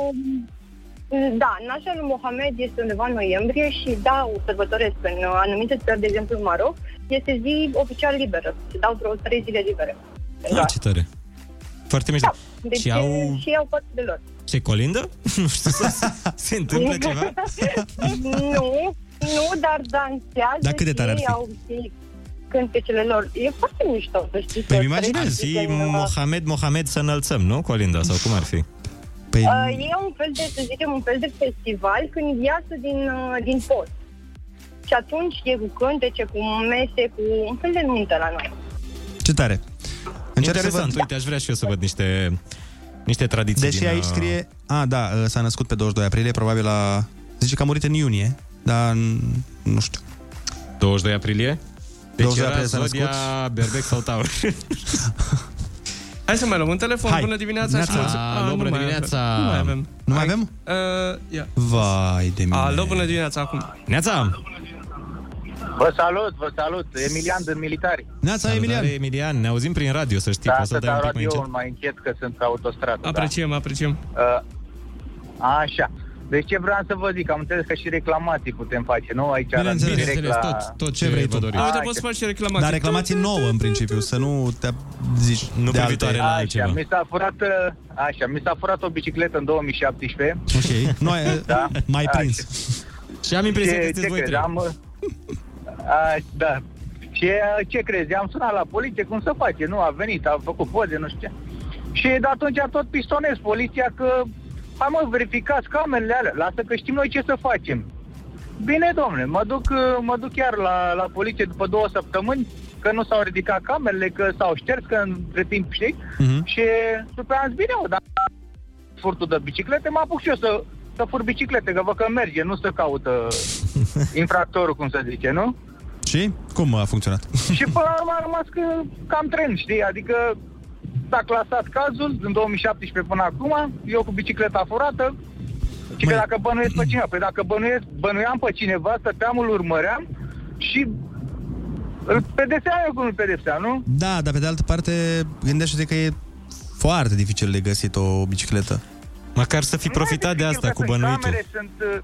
Speaker 19: Da, nașterea lui Mohamed este undeva în noiembrie și da, o sărbătoresc în uh, anumite țări, de exemplu în Maroc, este zi oficial liberă. Se dau vreo trei zile libere.
Speaker 7: Ah, ce tare! Foarte mișto.
Speaker 19: Deci
Speaker 7: și au...
Speaker 19: și au parte de lor.
Speaker 7: Ce colindă? Nu știu, se întâmplă ceva?
Speaker 19: nu, nu, dar dansează
Speaker 7: Dar cât de tare ar
Speaker 19: și
Speaker 7: fi?
Speaker 19: ei au și cântecele lor. E foarte mișto, să știți.
Speaker 7: Păi
Speaker 19: să
Speaker 7: îmi imaginez. Ar
Speaker 22: Adică
Speaker 19: trăiți
Speaker 7: fi
Speaker 19: din, uh,
Speaker 7: Mohamed, Mohamed să înălțăm, nu, Colinda? Sau cum ar fi?
Speaker 6: Păi...
Speaker 19: uh, E un fel de, să zicem, un fel de festival când iasă din, uh, din post. Și atunci e cu cântece, cu mese, cu un fel de nuntă la noi.
Speaker 6: Ce tare! Încerc să
Speaker 7: Interesant,
Speaker 6: văd.
Speaker 7: uite, aș vrea și eu să văd niște, niște tradiții
Speaker 6: Deși
Speaker 7: din,
Speaker 6: aici
Speaker 7: uh,
Speaker 6: scrie... A, da, uh, s-a născut pe 22 aprilie, probabil la... Zice că a murit în iunie, dar n- nu știu.
Speaker 7: 22 aprilie? Deci 22
Speaker 6: 22 aprilie
Speaker 7: aprilie
Speaker 6: s-a născut.
Speaker 7: Zodia, Berbec sau Taur.
Speaker 1: Hai să mai luăm un telefon.
Speaker 7: Hai.
Speaker 1: Bună dimineața.
Speaker 7: Neața.
Speaker 1: și mulțumim. Ah,
Speaker 7: Alo,
Speaker 1: nu
Speaker 7: bună
Speaker 1: mai avem.
Speaker 7: dimineața.
Speaker 1: Nu mai avem.
Speaker 6: Nu mai avem?
Speaker 1: Uh, ia.
Speaker 6: Vai de mine.
Speaker 1: Alo, bună dimineața acum.
Speaker 7: Neața!
Speaker 22: Vă salut, vă salut. Emilian din Militari.
Speaker 6: Neața,
Speaker 7: Emilian! Emilian, ne auzim prin radio, să știi,
Speaker 22: Da,
Speaker 7: poți să
Speaker 22: să
Speaker 7: dai un
Speaker 22: dau
Speaker 7: pic mai
Speaker 22: radio
Speaker 7: încet.
Speaker 22: mai, mai încet că sunt pe autostradă.
Speaker 1: Apreciem, apreciem.
Speaker 22: Da. Uh, așa. Deci ce vreau să vă zic, am înțeles că și reclamații putem face, nu? Aici
Speaker 6: Bineînțeles,
Speaker 22: direct la...
Speaker 6: ce vrei tu.
Speaker 1: Ah, uite, poți să faci și reclamații.
Speaker 6: Dar reclamații nouă, în principiu, să nu te zici nu de alte.
Speaker 22: Așa, mi s-a furat, uh, așa, mi s-a furat o bicicletă în 2017.
Speaker 6: Ok, nu ai, da? mai prins.
Speaker 7: Și am impresia
Speaker 22: Ce-
Speaker 7: că sunteți
Speaker 22: ce
Speaker 7: voi
Speaker 22: crezi?
Speaker 7: trei.
Speaker 22: Am, a, da. Și a, ce crezi? Am sunat la poliție, cum să face? Nu, a venit, a făcut poze, nu știu ce. Și de atunci tot pistonez poliția că hai mă, verificați camerele alea, lasă că știm noi ce să facem. Bine, domnule, mă duc, uh, mă duc chiar la, la poliție după două săptămâni, că nu s-au ridicat camerele, că s-au șters, că între timp știi.
Speaker 6: Mhm.
Speaker 22: Și după aia am zis, bine, mă, dar furtul de biciclete, mă apuc și eu să, să fur biciclete, că văd că merge, nu să caută infractorul, cum se zice, nu?
Speaker 6: Și? Cum a funcționat?
Speaker 22: Și până la urmă a rămas că cam tren, știi? Adică s-a clasat cazul din 2017 până acum, eu cu bicicleta furată, și că dacă bănuiesc pe cineva, păi dacă bănuiesc, bănuiam pe cineva, stăteam, îl urmăream și îl pedepseam eu cum îl pedepseam, nu?
Speaker 6: Da, dar pe de altă parte, gândește-te că e foarte dificil de găsit o bicicletă.
Speaker 7: Măcar să fi profitat de asta cu bănuitul.
Speaker 22: Camere sunt... uh,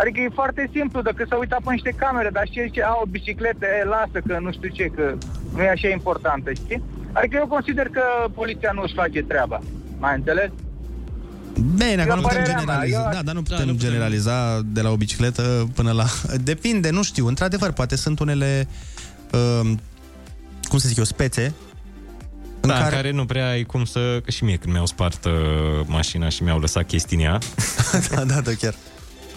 Speaker 22: Adică e foarte simplu, dacă s-a uitat pe niște camere, dar și el zice, a, o bicicletă, e, lasă, că nu știu ce, că nu e așa importantă, știi? Adică eu consider că poliția nu își face treaba, mai înțeles?
Speaker 6: Bine, acum
Speaker 22: Eu
Speaker 6: nu putem
Speaker 22: părerea mea,
Speaker 6: generaliza.
Speaker 22: eu-
Speaker 6: Da, dar nu putem, generaliza de la o bicicletă până la... Depinde, nu știu. Într-adevăr, poate sunt unele uh, cum să zic eu, spețe.
Speaker 7: În da, care... care nu prea ai cum să... Că și mie când mi-au spart uh, mașina și mi-au lăsat chestii în ea.
Speaker 6: da, da, da, chiar.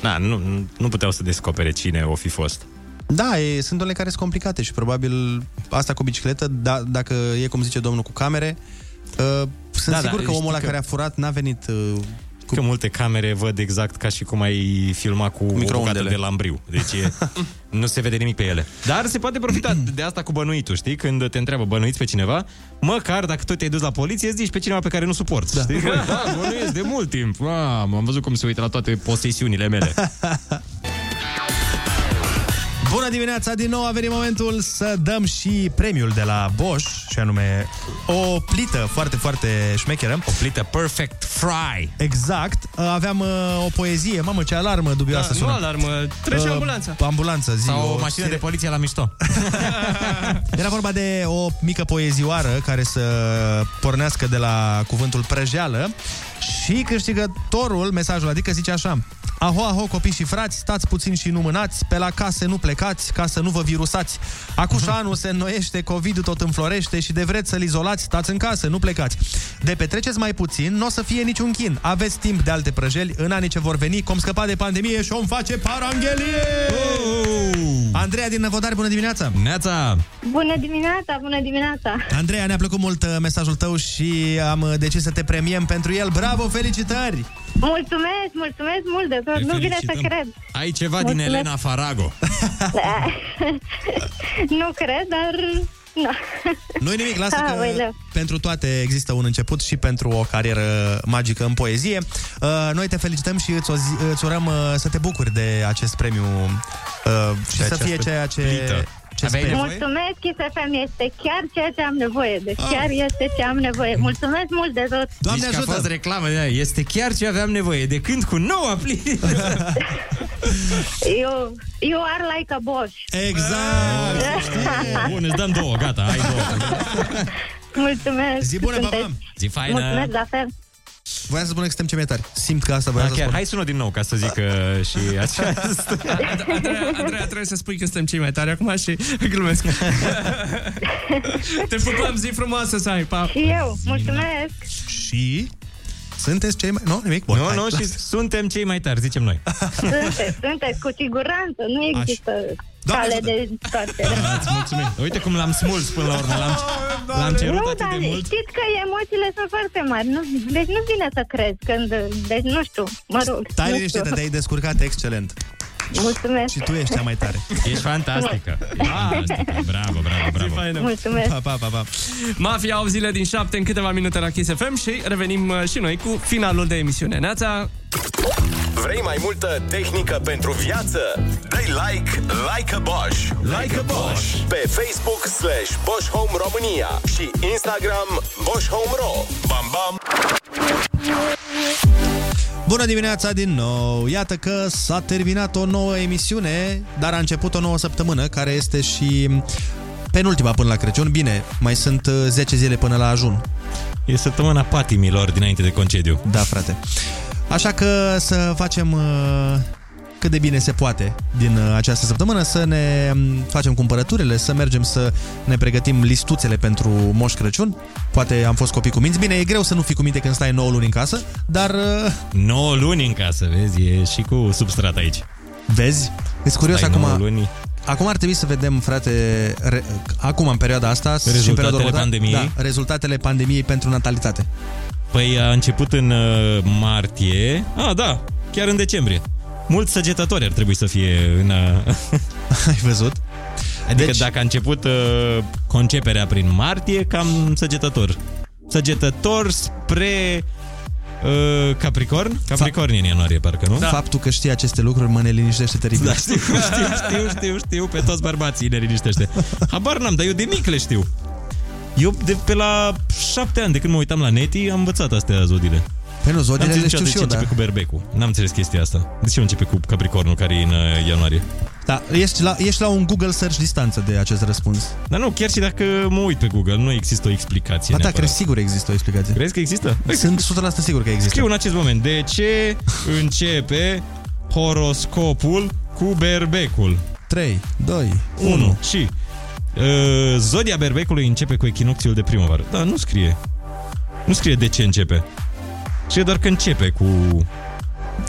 Speaker 7: Na, nu, nu puteau să descopere cine o fi fost.
Speaker 6: Da, e, sunt unele care sunt complicate și probabil asta cu bicicletă, da, dacă e cum zice domnul cu camere, uh, sunt
Speaker 7: Da, da,
Speaker 6: da, sigur că
Speaker 7: știi
Speaker 6: omul ăla
Speaker 7: că-
Speaker 6: care a furat n-a venit uh,
Speaker 7: Cu... Că multe camere văd exact ca și cum ai filmat cu, o bucată
Speaker 6: microondele.
Speaker 7: de lambriu. Deci e, nu se vede nimic pe ele. Dar se poate profita de asta cu bănuitul, știi? Când te întreabă bănuiți pe cineva, măcar dacă tot te-ai dus la poliție, îți zici pe cineva pe care nu suporți. Da. Știi? Bă, da, bănuiesc de mult timp. Mamă, am văzut cum se uită la toate posesiunile mele.
Speaker 6: Bună dimineața! Din nou a venit momentul să dăm și premiul de la Bosch, și anume o plită foarte, foarte șmecheră. O
Speaker 7: plită Perfect Fry.
Speaker 6: Exact. Aveam uh, o poezie. Mamă, ce alarmă dubioasă
Speaker 1: Da, nu
Speaker 6: sună.
Speaker 1: alarmă, trece
Speaker 6: Uh,
Speaker 1: ambulanța.
Speaker 6: Ambulanță, zi.
Speaker 7: Sau o mașină de poliție la mișto.
Speaker 6: Era vorba de o mică poezioară care să pornească de la cuvântul prăjeală și câștigătorul, mesajul adică, zice așa Aho, aho, copii și frați, stați puțin și nu mânați, pe la case nu plecați, ca să nu vă virusați. Acuș anul se înnoiește, covid tot înflorește și de vreți să-l izolați, stați în casă, nu plecați. De petreceți mai puțin, nu o să fie niciun chin. Aveți timp de alte prăjeli, în anii ce vor veni, cum scăpa de pandemie și om face paranghelie! Andreea din Năvodari, bună dimineața!
Speaker 7: Neața!
Speaker 18: Bună dimineața, bună dimineața!
Speaker 6: Andreea, ne-a plăcut mult uh, mesajul tău și am uh, decis să te premiem pentru el. Bravo, felicitări!
Speaker 18: Mulțumesc, mulțumesc mult de tot,
Speaker 6: Te
Speaker 18: nu vine să
Speaker 6: felicităm.
Speaker 18: cred.
Speaker 7: Ai ceva
Speaker 18: Mulțumesc.
Speaker 7: din Elena Farago.
Speaker 18: nu cred, dar... Na.
Speaker 6: Nu-i nimic, lasă că
Speaker 18: Ah, Aoleu.
Speaker 6: pentru toate există un început și pentru o carieră magică în poezie. Uh, Noi te felicităm și îți, o zi, îți urăm uh, să te bucuri de acest premiu uh, și să
Speaker 7: această
Speaker 6: fie ceea ce...
Speaker 7: plită.
Speaker 6: ce
Speaker 7: Aveai
Speaker 6: speri.
Speaker 18: Mulțumesc, ISFM, este chiar ceea ce am nevoie, deci
Speaker 6: Ah.
Speaker 18: chiar este ce am
Speaker 6: Mm.
Speaker 18: nevoie. Mulțumesc mult de tot!
Speaker 7: Zici că a fost reclamă de aia. Este chiar ce aveam nevoie. De când cu noua plită.
Speaker 18: You, you are like a boss!
Speaker 6: Exact!
Speaker 7: Bun, îți dăm două, gata, ai două.
Speaker 18: Mulțumesc!
Speaker 6: Zi bună,
Speaker 18: sunteți-
Speaker 6: papa!
Speaker 7: Zi faină.
Speaker 18: Mulțumesc, la fel!
Speaker 6: Voiam să spunem că suntem cei mai tari. Simt că asta
Speaker 7: Da,
Speaker 6: voiam să
Speaker 7: chiar,
Speaker 6: spun.
Speaker 7: hai sună din nou ca să zic uh, și aceasta.
Speaker 1: Andreea, Andreea, trebuie să spui că suntem cei mai tari acum și glumesc. Te pupăm, zi frumoasă să ai, pa!
Speaker 18: Și eu, mulțumesc!
Speaker 6: Și... Sunteți cei mai... Nu, nimic? Bun,
Speaker 7: nu,
Speaker 6: hai,
Speaker 7: nu,
Speaker 6: lasă.
Speaker 7: și suntem cei mai tari, zicem noi.
Speaker 18: Sunteți, sunteți, cu siguranță, nu există
Speaker 7: Doamne
Speaker 18: cale
Speaker 7: ajută!
Speaker 18: de toate.
Speaker 7: Da, Îți mulțumim. Uite cum l-am smuls până la urmă. L-am,
Speaker 6: Oh,
Speaker 7: l-am cerut
Speaker 18: nu,
Speaker 7: atât
Speaker 18: dar
Speaker 7: de mult.
Speaker 18: știți că emoțiile sunt foarte mari. Nu, deci nu vine să crezi când... Deci nu știu, mă rog.
Speaker 6: Stai
Speaker 18: nu știu.
Speaker 6: liniștită, te-ai descurcat excelent.
Speaker 18: Mulțumesc.
Speaker 6: Și tu ești cea mai tare.
Speaker 7: Ești fantastică. Ah, Ești fantastică. Bravo, bravo, bravo.
Speaker 18: Mulțumesc.
Speaker 6: Pa, pa, pa, pa.
Speaker 1: Mafia au zile din 7 în câteva minute la Kiss FM și revenim uh, și noi cu finalul de emisiune. Neața!
Speaker 5: Vrei mai multă tehnică pentru viață? dă like, like a Bosch. Like a Bosch. Pe Facebook slash Bosch Home România și Instagram Bosch Home Ro. Bam, bam.
Speaker 6: Bună dimineața din nou! Iată că s-a terminat o nouă emisiune, dar a început o nouă săptămână, care este și penultima până la Crăciun. Bine, mai sunt uh, 10 zile până la ajun.
Speaker 7: E săptămâna patimilor dinainte de concediu.
Speaker 6: Da, frate. Așa că să facem uh, cât de bine se poate din uh, această săptămână, să ne um, facem cumpărăturile, să mergem să ne pregătim listuțele pentru Moș Crăciun. Poate am fost copii cu minți. Bine, e greu să nu fii cu minte când stai 9 luni în casă, dar... uh,
Speaker 7: 9 luni în casă, vezi, e și cu substrat aici.
Speaker 6: Vezi? Ești curios
Speaker 7: Stai
Speaker 6: acum.
Speaker 7: nouă luni.
Speaker 6: Acum ar trebui să vedem, frate, re, acum în perioada asta și în perioada
Speaker 7: Rezultatele
Speaker 6: următoare,
Speaker 7: pandemiei.
Speaker 6: Da, rezultatele pandemiei pentru natalitate.
Speaker 7: Păi a început în uh, martie. Ah, da, chiar în decembrie. Mulți săgetători ar trebui să fie în... uh,
Speaker 6: Ai văzut?
Speaker 7: Adică deci... dacă a început uh, conceperea prin martie, cam săgetător. Săgetător spre uh, Capricorn? Capricorn e în ianuarie, parcă, nu?
Speaker 6: Da. Faptul că știi aceste lucruri mă ne liniștește teribil.
Speaker 7: Da, știu, știu, știu, știu, știu, pe toți bărbații ne liniștește. Habar n-am, dar eu de mic le știu. Eu de pe la șapte ani, de când mă uitam la Neti, am învățat astea zodile.
Speaker 6: Păi nu, zodile
Speaker 7: N-am
Speaker 6: le
Speaker 7: înțeles
Speaker 6: știu
Speaker 7: niciodată
Speaker 6: și eu,
Speaker 7: de ce
Speaker 6: da.
Speaker 7: începe cu berbecul. N-am înțeles chestia asta. De ce începe cu Capricornul care e în uh, ianuarie?
Speaker 6: Da, ești la, ești la un Google search distanță de acest răspuns.
Speaker 7: Dar nu, chiar și dacă mă uit pe Google, nu există o explicație
Speaker 6: Ba da,
Speaker 7: neapărat.
Speaker 6: cred sigur există o explicație.
Speaker 7: Crezi că există?
Speaker 6: Sunt 100% sigur că există.
Speaker 7: Scriu în acest moment. De ce începe horoscopul cu berbecul?
Speaker 6: 3, 2,
Speaker 7: 1 și Uh, Zodia berbecului începe cu echinocțiul de primăvară. Da, nu scrie. Nu scrie de ce începe. Scrie doar că începe cu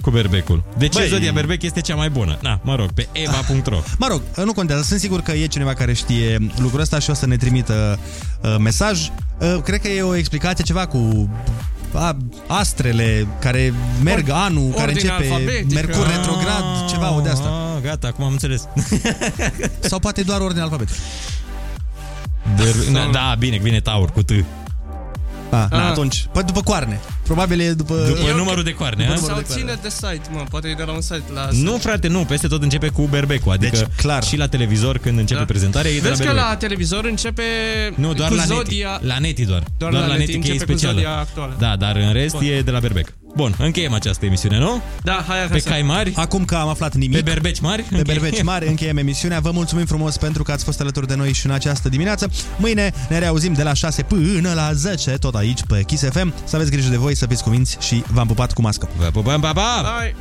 Speaker 7: cu berbecul. De ce
Speaker 6: Băi.
Speaker 7: zodia berbec este cea mai bună? Na, mă rog, pe eva.ro.
Speaker 6: Mă rog, nu contează, sunt sigur că e cineva care știe lucrul ăsta și o să ne trimită uh, mesaj. Uh, cred că e o explicație ceva cu a, astrele care merg Or, anul, care
Speaker 7: ordine
Speaker 6: începe
Speaker 7: alfabetică.
Speaker 6: Mercur retrograd, ceva o de asta.
Speaker 7: Ah, gata, acum am înțeles.
Speaker 6: Sau poate doar ordine alfabetică.
Speaker 7: Ber- na, da, bine, vine taur cu T.
Speaker 6: Ah,
Speaker 1: Ah.
Speaker 6: na, atunci. Păi după coarne. Probabil e după...
Speaker 7: După numărul de coarne, a?
Speaker 6: după
Speaker 1: Sau
Speaker 6: numărul de coarne.
Speaker 1: ține de site, mă, poate e de la un site la...
Speaker 7: Nu, frate, nu, peste tot începe cu berbecul, adică deci, clar. și la televizor când începe da. prezentarea e de la
Speaker 1: Vezi că
Speaker 7: berbec.
Speaker 1: la televizor începe
Speaker 7: Nu, doar
Speaker 1: cu
Speaker 7: la
Speaker 1: zodia...
Speaker 7: Neti. La Neti doar.
Speaker 1: Doar la Neti,
Speaker 7: că e
Speaker 1: începe cu
Speaker 7: specială.
Speaker 1: zodia actuală.
Speaker 7: Da, dar în rest
Speaker 1: Bun.
Speaker 7: e de la berbec. Bun, încheiem această emisiune, nu?
Speaker 1: Da, hai, hai
Speaker 7: Pe
Speaker 1: să-
Speaker 7: cai mari.
Speaker 6: Acum că am aflat nimic.
Speaker 7: Pe berbeci mari.
Speaker 6: Pe berbeci mari încheiem emisiunea. Vă mulțumim frumos pentru că ați fost alături de noi și în această dimineață. Mâine ne reauzim de la 6 până la 10, tot aici pe Kiss FM. Să aveți grijă de voi, să fiți cuminți și v-am pupat cu mască.
Speaker 7: Vă pupăm, pa, pa!
Speaker 1: Hai!